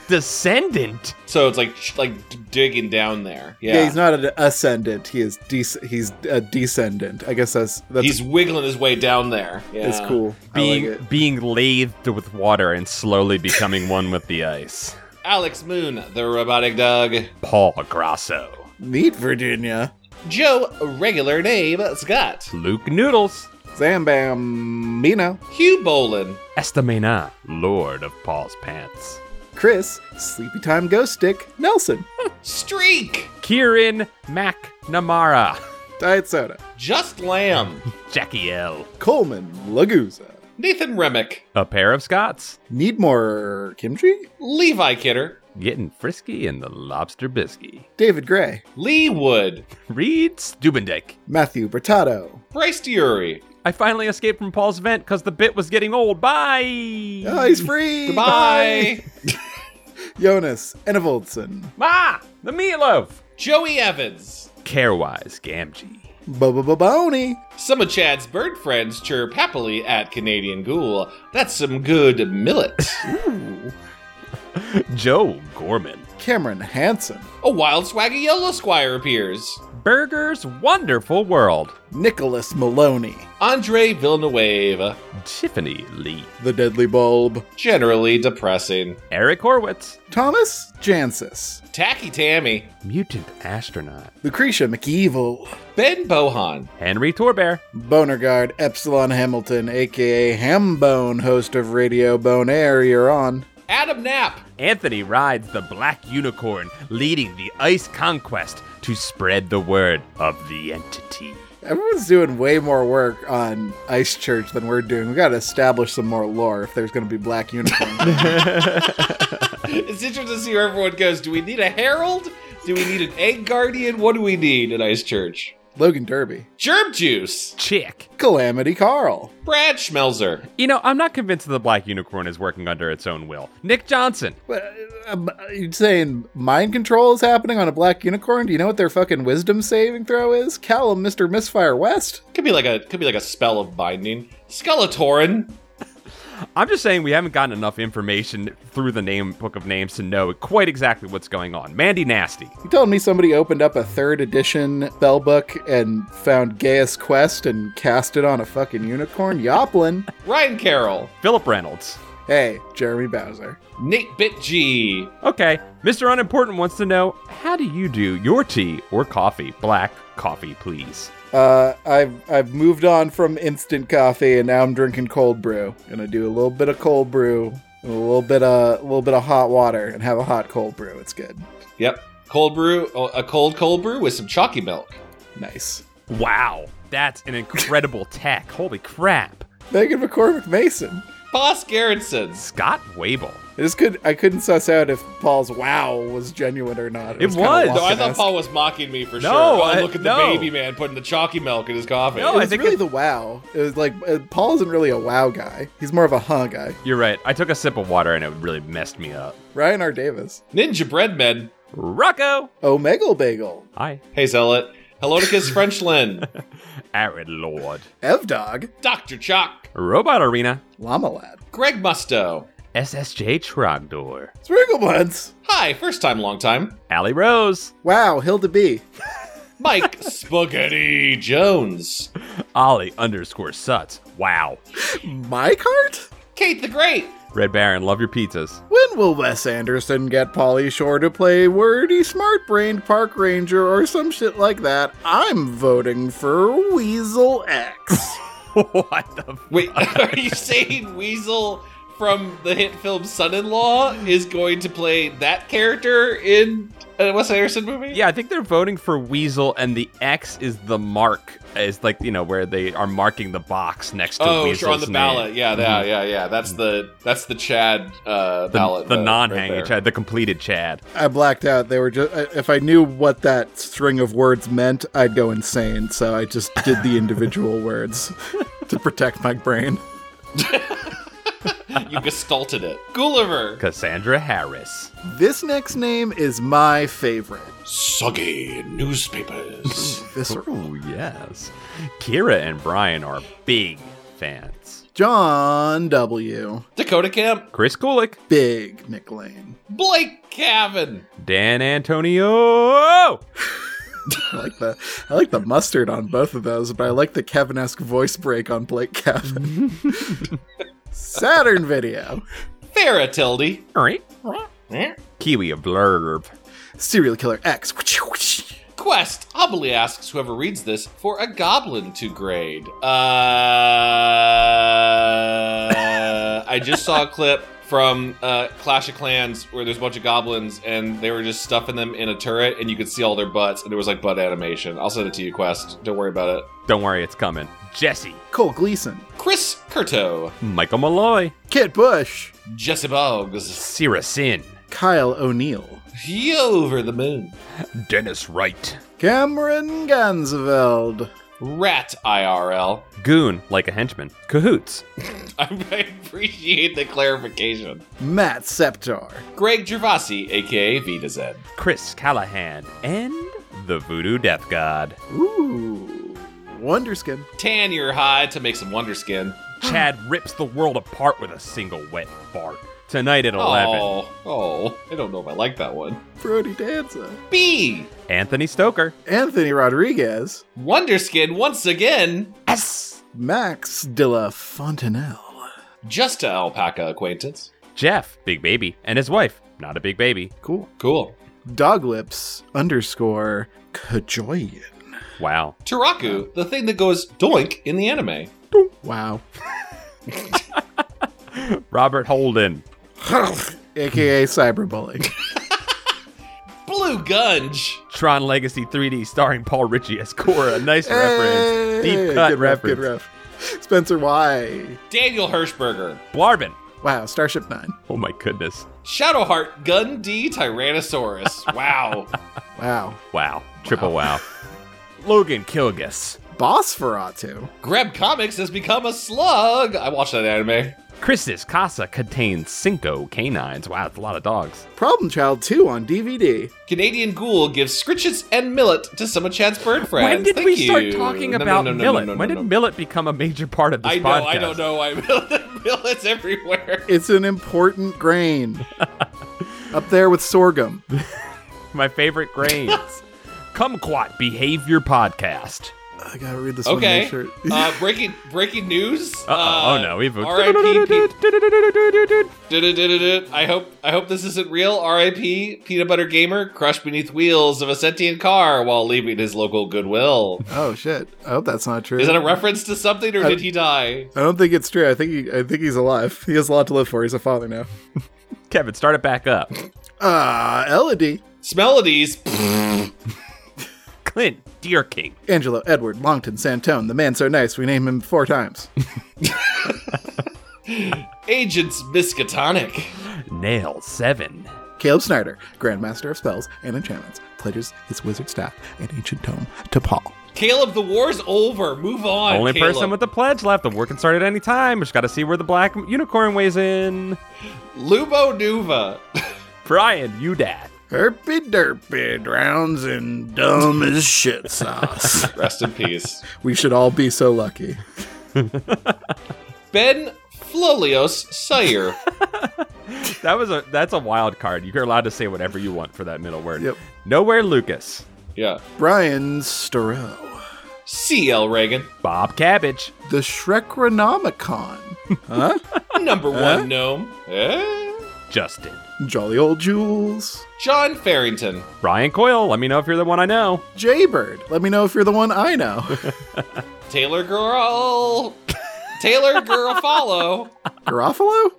Speaker 2: Descendant.
Speaker 4: So it's like sh- like d- digging down there. Yeah.
Speaker 1: Yeah, he's not an ascendant. He is dec he's a descendant. I guess that's that's
Speaker 4: he's wiggling his way down there. Yeah.
Speaker 1: It's cool.
Speaker 2: Being
Speaker 1: I like it.
Speaker 2: being lathed with water and slowly becoming one with the ice.
Speaker 4: Alex Moon, the robotic dog.
Speaker 2: Paul Grasso.
Speaker 1: Meet Virginia.
Speaker 4: Joe, regular name, Scott.
Speaker 2: Luke Noodles.
Speaker 1: Zambambino.
Speaker 4: Hugh Bolin.
Speaker 2: Estamina. Lord of Paul's Pants.
Speaker 1: Chris. Sleepy Time Ghost Stick. Nelson.
Speaker 4: Streak.
Speaker 2: Kieran McNamara. [laughs]
Speaker 1: Diet Soda.
Speaker 4: Just Lamb.
Speaker 1: [laughs]
Speaker 2: Jackie L.
Speaker 1: Coleman Laguza.
Speaker 4: Nathan Remick.
Speaker 2: A pair of Scots.
Speaker 1: Need more kimchi?
Speaker 4: Levi Kidder.
Speaker 2: Getting frisky in the lobster biscuit.
Speaker 1: David Gray.
Speaker 4: Lee Wood.
Speaker 2: Reed Stubendike.
Speaker 1: Matthew Bertato.
Speaker 4: Bryce Dury.
Speaker 2: I finally escaped from Paul's vent because the bit was getting old. Bye.
Speaker 1: Oh, he's free.
Speaker 4: Goodbye.
Speaker 1: Jonas Enevoldson.
Speaker 2: Ma, the meatloaf.
Speaker 4: Joey Evans.
Speaker 2: Carewise Gamgee.
Speaker 1: Bubba Baboni.
Speaker 4: Some of Chad's bird friends chirp happily at Canadian Ghoul. That's some good millet.
Speaker 2: Joe Gorman.
Speaker 1: Cameron Hanson.
Speaker 4: A wild swaggy yellow squire appears.
Speaker 2: Burger's Wonderful World.
Speaker 1: Nicholas Maloney.
Speaker 4: Andre Villanueva.
Speaker 2: Tiffany Lee.
Speaker 1: The Deadly Bulb.
Speaker 4: Generally depressing.
Speaker 2: Eric Horwitz.
Speaker 1: Thomas Jansis.
Speaker 4: Tacky Tammy.
Speaker 2: Mutant Astronaut.
Speaker 1: Lucretia McEvil.
Speaker 4: Ben Bohan.
Speaker 2: Henry Torbear.
Speaker 1: Bonerguard Epsilon Hamilton, aka Hambone, host of Radio Bone Air, you're on.
Speaker 4: Adam Knapp. [laughs]
Speaker 2: Anthony rides the Black Unicorn, leading the Ice Conquest to spread the word of the entity.
Speaker 1: Everyone's doing way more work on Ice Church than we're doing. We gotta establish some more lore if there's gonna be black unicorns.
Speaker 4: it's interesting to see where everyone goes. Do we need a herald? Do we need an egg guardian? What do we need at Ice Church?
Speaker 1: Logan Derby.
Speaker 4: Germ juice.
Speaker 2: Chick.
Speaker 1: Calamity Carl.
Speaker 4: Brad Schmelzer.
Speaker 2: You know, I'm not convinced that the Black Unicorn is working under its own will. Nick Johnson.
Speaker 1: But, um, you're saying mind control is happening on a black unicorn? Do you know what their fucking wisdom saving throw is? Callum, Mr. Misfire West?
Speaker 4: Could be like a could be like a spell of binding. Skeletorin.
Speaker 2: I'm just saying we haven't gotten enough information through the name book of names to know quite exactly what's going on. Mandy Nasty.
Speaker 1: You telling me somebody opened up a third edition spell book and found Gaius Quest and cast it on a fucking unicorn? Yoplin.
Speaker 4: Ryan Carroll.
Speaker 2: Philip Reynolds.
Speaker 1: Hey, Jeremy Bowser.
Speaker 4: Nate Bitg.
Speaker 2: Okay, Mr. Unimportant wants to know how do you do your tea or coffee? Black coffee, please.
Speaker 1: Uh, I've I've moved on from instant coffee and now I'm drinking cold brew. Gonna do a little bit of cold brew, and a little bit of a little bit of hot water, and have a hot cold brew. It's good.
Speaker 4: Yep. Cold brew oh, a cold cold brew with some chalky milk.
Speaker 1: Nice.
Speaker 2: Wow, that's an [laughs] incredible tech. Holy crap.
Speaker 1: Megan McCormick Mason.
Speaker 4: Boss Gerritsen's.
Speaker 2: Scott Wable.
Speaker 1: I just could I couldn't suss out if Paul's wow was genuine or not.
Speaker 2: It
Speaker 1: kinda
Speaker 2: was. No,
Speaker 4: No, I thought
Speaker 1: Walken-esque.
Speaker 4: Paul was mocking me for
Speaker 2: No,
Speaker 4: sure. Oh,
Speaker 2: I-
Speaker 4: look at
Speaker 2: no.
Speaker 4: the baby man putting the chalky milk in his coffee.
Speaker 2: No,
Speaker 1: It
Speaker 2: Oh, I
Speaker 1: was
Speaker 2: think
Speaker 1: really
Speaker 2: it-
Speaker 1: the wow. It was like uh, Paul isn't really a wow guy. He's more of a huh guy.
Speaker 2: You're right. I took a sip of water and it really messed me up.
Speaker 1: Ryan R. Davis.
Speaker 4: Ninja Breadman.
Speaker 2: Rocco.
Speaker 1: Omegle Bagel.
Speaker 2: Hi.
Speaker 4: Hey, Zealot.
Speaker 2: [laughs]
Speaker 4: Heloticus French Lynn.
Speaker 2: Arid Lord.
Speaker 1: Evdog.
Speaker 4: Dr. Chalk.
Speaker 2: Robot Arena.
Speaker 1: Llama Lad.
Speaker 4: Greg Musto.
Speaker 2: SSJ Trogdor.
Speaker 1: Sprinkle Buns.
Speaker 4: Hi, first time, long time.
Speaker 2: Allie Rose.
Speaker 1: Wow, Hilda B.
Speaker 2: [laughs]
Speaker 4: Mike Spaghetti Jones.
Speaker 2: Ollie underscore Suts. Wow.
Speaker 1: My cart?
Speaker 4: Kate the Great.
Speaker 2: Red Baron, love your pizzas.
Speaker 1: When will Wes Anderson get Polly Shore to play wordy, smart brained park ranger or some shit like that? I'm voting for Weasel X.
Speaker 2: [laughs] what the f-
Speaker 4: Wait, [laughs] are
Speaker 2: [laughs]
Speaker 4: you saying Weasel from the hit film Son in Law is going to play that character in a Wes Anderson movie?
Speaker 2: Yeah, I think they're voting for Weasel, and the X is the mark, is like, you know, where they are marking the box next to
Speaker 4: Oh,
Speaker 2: Weasel's
Speaker 4: sure, on the
Speaker 2: name. Mm-hmm.
Speaker 4: ballot. Yeah, yeah, yeah, yeah. That's the that's the Chad uh,
Speaker 2: The,
Speaker 4: ballot.
Speaker 2: the
Speaker 4: uh,
Speaker 2: non-hanging
Speaker 4: right there.
Speaker 2: Chad, the completed Chad.
Speaker 1: I blacked out. They were just. If I knew what that string of words meant, I'd go insane. So I just did the [laughs] individual words to protect my brain.
Speaker 2: [laughs]
Speaker 4: You gestalted it. Gulliver.
Speaker 2: Cassandra Harris.
Speaker 1: This next name is my favorite.
Speaker 4: Soggy newspapers.
Speaker 2: [laughs]
Speaker 1: Visceral.
Speaker 2: Oh, yes. Kira and Brian are big fans.
Speaker 1: John W.
Speaker 4: Dakota Camp.
Speaker 2: Chris Kulick,
Speaker 1: Big Nick Lane.
Speaker 4: Blake Cavan.
Speaker 2: Dan Antonio,
Speaker 1: I like the I like the mustard on both of those, but I like the Kevin-esque voice break on Blake [laughs] Kevin. Saturn video.
Speaker 4: Farah Tildy.
Speaker 2: Kiwi of Blurb,
Speaker 1: Serial killer X.
Speaker 4: Quest humbly asks whoever reads this for a goblin to grade. Uh, I just saw a clip from uh, Clash of Clans where there's a bunch of goblins and they were just stuffing them in a turret and you could see all their butts and there was like butt animation. I'll send it to you, Quest. Don't worry about it.
Speaker 2: Don't worry, it's coming. Jesse,
Speaker 1: Cole Gleason.
Speaker 4: Chris Curto,
Speaker 2: Michael Malloy,
Speaker 1: Kit Bush.
Speaker 4: Jesse Boggs,
Speaker 2: Sarah Sin,
Speaker 1: Kyle O'Neill.
Speaker 4: you over the moon,
Speaker 2: Dennis Wright,
Speaker 1: Cameron Gansveld.
Speaker 4: Rat IRL.
Speaker 2: Goon, like a henchman, Cahoots,
Speaker 4: [laughs] I appreciate the clarification.
Speaker 1: Matt Septar.
Speaker 4: Greg Gervasi, aka Vita Zen.
Speaker 2: Chris Callahan, and the Voodoo Death God,
Speaker 1: Ooh. Wonderskin.
Speaker 4: Tan your hide to make some wonder skin.
Speaker 2: Chad rips the world apart with a single wet fart. Tonight at 11,
Speaker 4: Oh, oh, I don't know if I like that one.
Speaker 1: Brody Danza.
Speaker 4: B.
Speaker 2: Anthony Stoker,
Speaker 1: Anthony Rodriguez.
Speaker 4: Wonder Skin once again.
Speaker 2: S.
Speaker 1: Max de la Fontenelle.
Speaker 4: Just a alpaca acquaintance.
Speaker 2: Jeff, Big Baby, and his wife, not a big baby,
Speaker 1: Cool.
Speaker 4: Cool.
Speaker 1: Doglips underscore Kajoyan.
Speaker 2: wow.
Speaker 4: Turaku, the thing that goes doink in the anime.
Speaker 1: Wow.
Speaker 2: [laughs] Robert Holden,
Speaker 1: AKA cyberbullying.
Speaker 4: Blue Gunge.
Speaker 2: Tron Legacy 3D starring Paul Ritchie as Cora. Nice reference.
Speaker 1: Hey,
Speaker 2: Deep cut
Speaker 1: good Ref,
Speaker 2: reference.
Speaker 1: good ref. Spencer Y.
Speaker 4: Daniel Hirschberger.
Speaker 2: Blarbin.
Speaker 1: Wow, Starship Nine.
Speaker 2: Oh my goodness.
Speaker 4: Shadowheart Gun
Speaker 2: [laughs]
Speaker 4: D Tyrannosaurus. Wow.
Speaker 1: Wow,
Speaker 2: Wow. Triple wow. Logan Kilgus.
Speaker 1: Bosferatu.
Speaker 4: Greb Comics has become a slug. I watched that anime.
Speaker 2: Christus Casa contains cinco canines. Wow, it's a lot of dogs.
Speaker 1: Problem Child Two on DVD.
Speaker 4: Canadian Ghoul gives scritches and millet to some of Chad's bird friends.
Speaker 2: when did
Speaker 4: Thank
Speaker 2: we
Speaker 4: you.
Speaker 2: start talking
Speaker 4: No, no,
Speaker 2: about
Speaker 4: no, no, no,
Speaker 2: millet?
Speaker 4: no, no,
Speaker 2: when did
Speaker 4: no.
Speaker 2: millet become a major part of this
Speaker 4: I know,
Speaker 2: podcast?
Speaker 4: I don't know why [laughs] millet, millet's everywhere.
Speaker 1: It's an important [laughs] grain. Up there with sorghum.
Speaker 2: My favorite
Speaker 4: [laughs]
Speaker 2: grains. Kumquat Behavior Podcast.
Speaker 1: I gotta read this
Speaker 4: Okay.
Speaker 1: one. Make sure.
Speaker 4: Uh, breaking breaking news.
Speaker 2: Uh-oh.
Speaker 4: Uh,
Speaker 2: oh no, we've
Speaker 4: R.I.P.
Speaker 2: [laughs]
Speaker 4: Pete- Du-du-du-du-du. I hope I hope this isn't real. R.I.P. Peanut Butter Gamer crushed beneath wheels of a sentient car while leaving his local Goodwill.
Speaker 1: oh shit! I hope that's not true.
Speaker 4: Is that a reference to something, or
Speaker 1: Uh,
Speaker 4: did he die?
Speaker 1: I don't think it's true. I think he, I think he's alive. He has a lot to live for. He's a father now.
Speaker 2: Kevin, start it back up.
Speaker 1: Ah, Elodie,
Speaker 4: Smelodies.
Speaker 2: Clint, Deer King.
Speaker 1: Angelo, Edward, Longton, Santone. The man so nice we named him four
Speaker 4: [laughs]
Speaker 1: times.
Speaker 4: Agents Miskatonic.
Speaker 2: Nail seven.
Speaker 1: Caleb Snyder, Grandmaster of Spells and Enchantments, pledges his wizard staff and ancient tome to Paul.
Speaker 4: Caleb, the war's over. Move on.
Speaker 2: Only
Speaker 4: Uh, Caleb.
Speaker 2: person with the pledge left. The work can start at any time. Just got to see where the black unicorn weighs in.
Speaker 4: Lubo Nuva.
Speaker 2: Brian, you dad.
Speaker 1: Herpy derpy drowns in dumb as shit sauce.
Speaker 4: Rest in peace.
Speaker 1: [laughs]
Speaker 2: [laughs]
Speaker 1: we should all be so lucky.
Speaker 4: Ben Flolios Sayer.
Speaker 2: That was a that's a wild card. You're allowed to say whatever you want for that middle word.
Speaker 1: Yep.
Speaker 2: Nowhere Lucas.
Speaker 4: Yeah.
Speaker 1: Brian Storeau.
Speaker 4: C.L. Reagan.
Speaker 2: Bob Cabbage.
Speaker 1: The Shrekronomicon. Huh?
Speaker 4: Number one gnome. Eh?
Speaker 2: Justin.
Speaker 1: Jolly old Jules.
Speaker 4: John Farrington.
Speaker 2: Ryan Coyle, let me know if you're the one I know.
Speaker 1: Jaybird. Let me know if you're the one I know.
Speaker 4: Taylor Girl. Taylor Garofalo.
Speaker 1: Garofalo?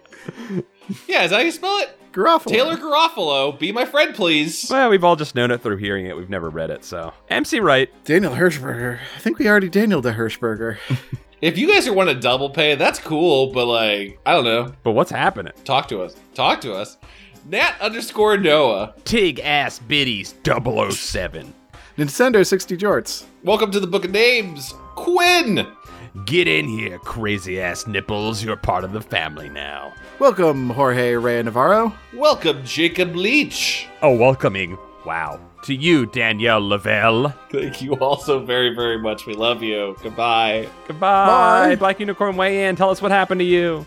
Speaker 4: Yeah, is that how you spell it?
Speaker 1: Garofalo.
Speaker 4: Taylor Garofalo. Be my friend, please.
Speaker 2: Well, we've all just known it through hearing it. We've never read it, so. MC Wright.
Speaker 1: Daniel Hirschberger. I think we already Daniel to Hirschberger.
Speaker 4: If you guys are wanting to double pay, that's cool, but like, I don't know.
Speaker 2: But what's happening?
Speaker 4: Talk to us. Talk to us. Nat underscore Noah.
Speaker 2: Tig ass biddies 007.
Speaker 1: Nintendo 60 jorts.
Speaker 4: Welcome to the Book of Names. Quinn.
Speaker 2: Get in here, crazy ass nipples. You're part of the family now.
Speaker 1: Welcome, Jorge Ray Navarro.
Speaker 4: Welcome, Jacob Leach.
Speaker 2: A Oh, welcoming wow to you, Danielle Lavelle.
Speaker 4: Thank you all so very, very much. We love you. Goodbye.
Speaker 2: Goodbye.
Speaker 1: Bye.
Speaker 2: Black Unicorn, weigh in. Tell us what happened to you.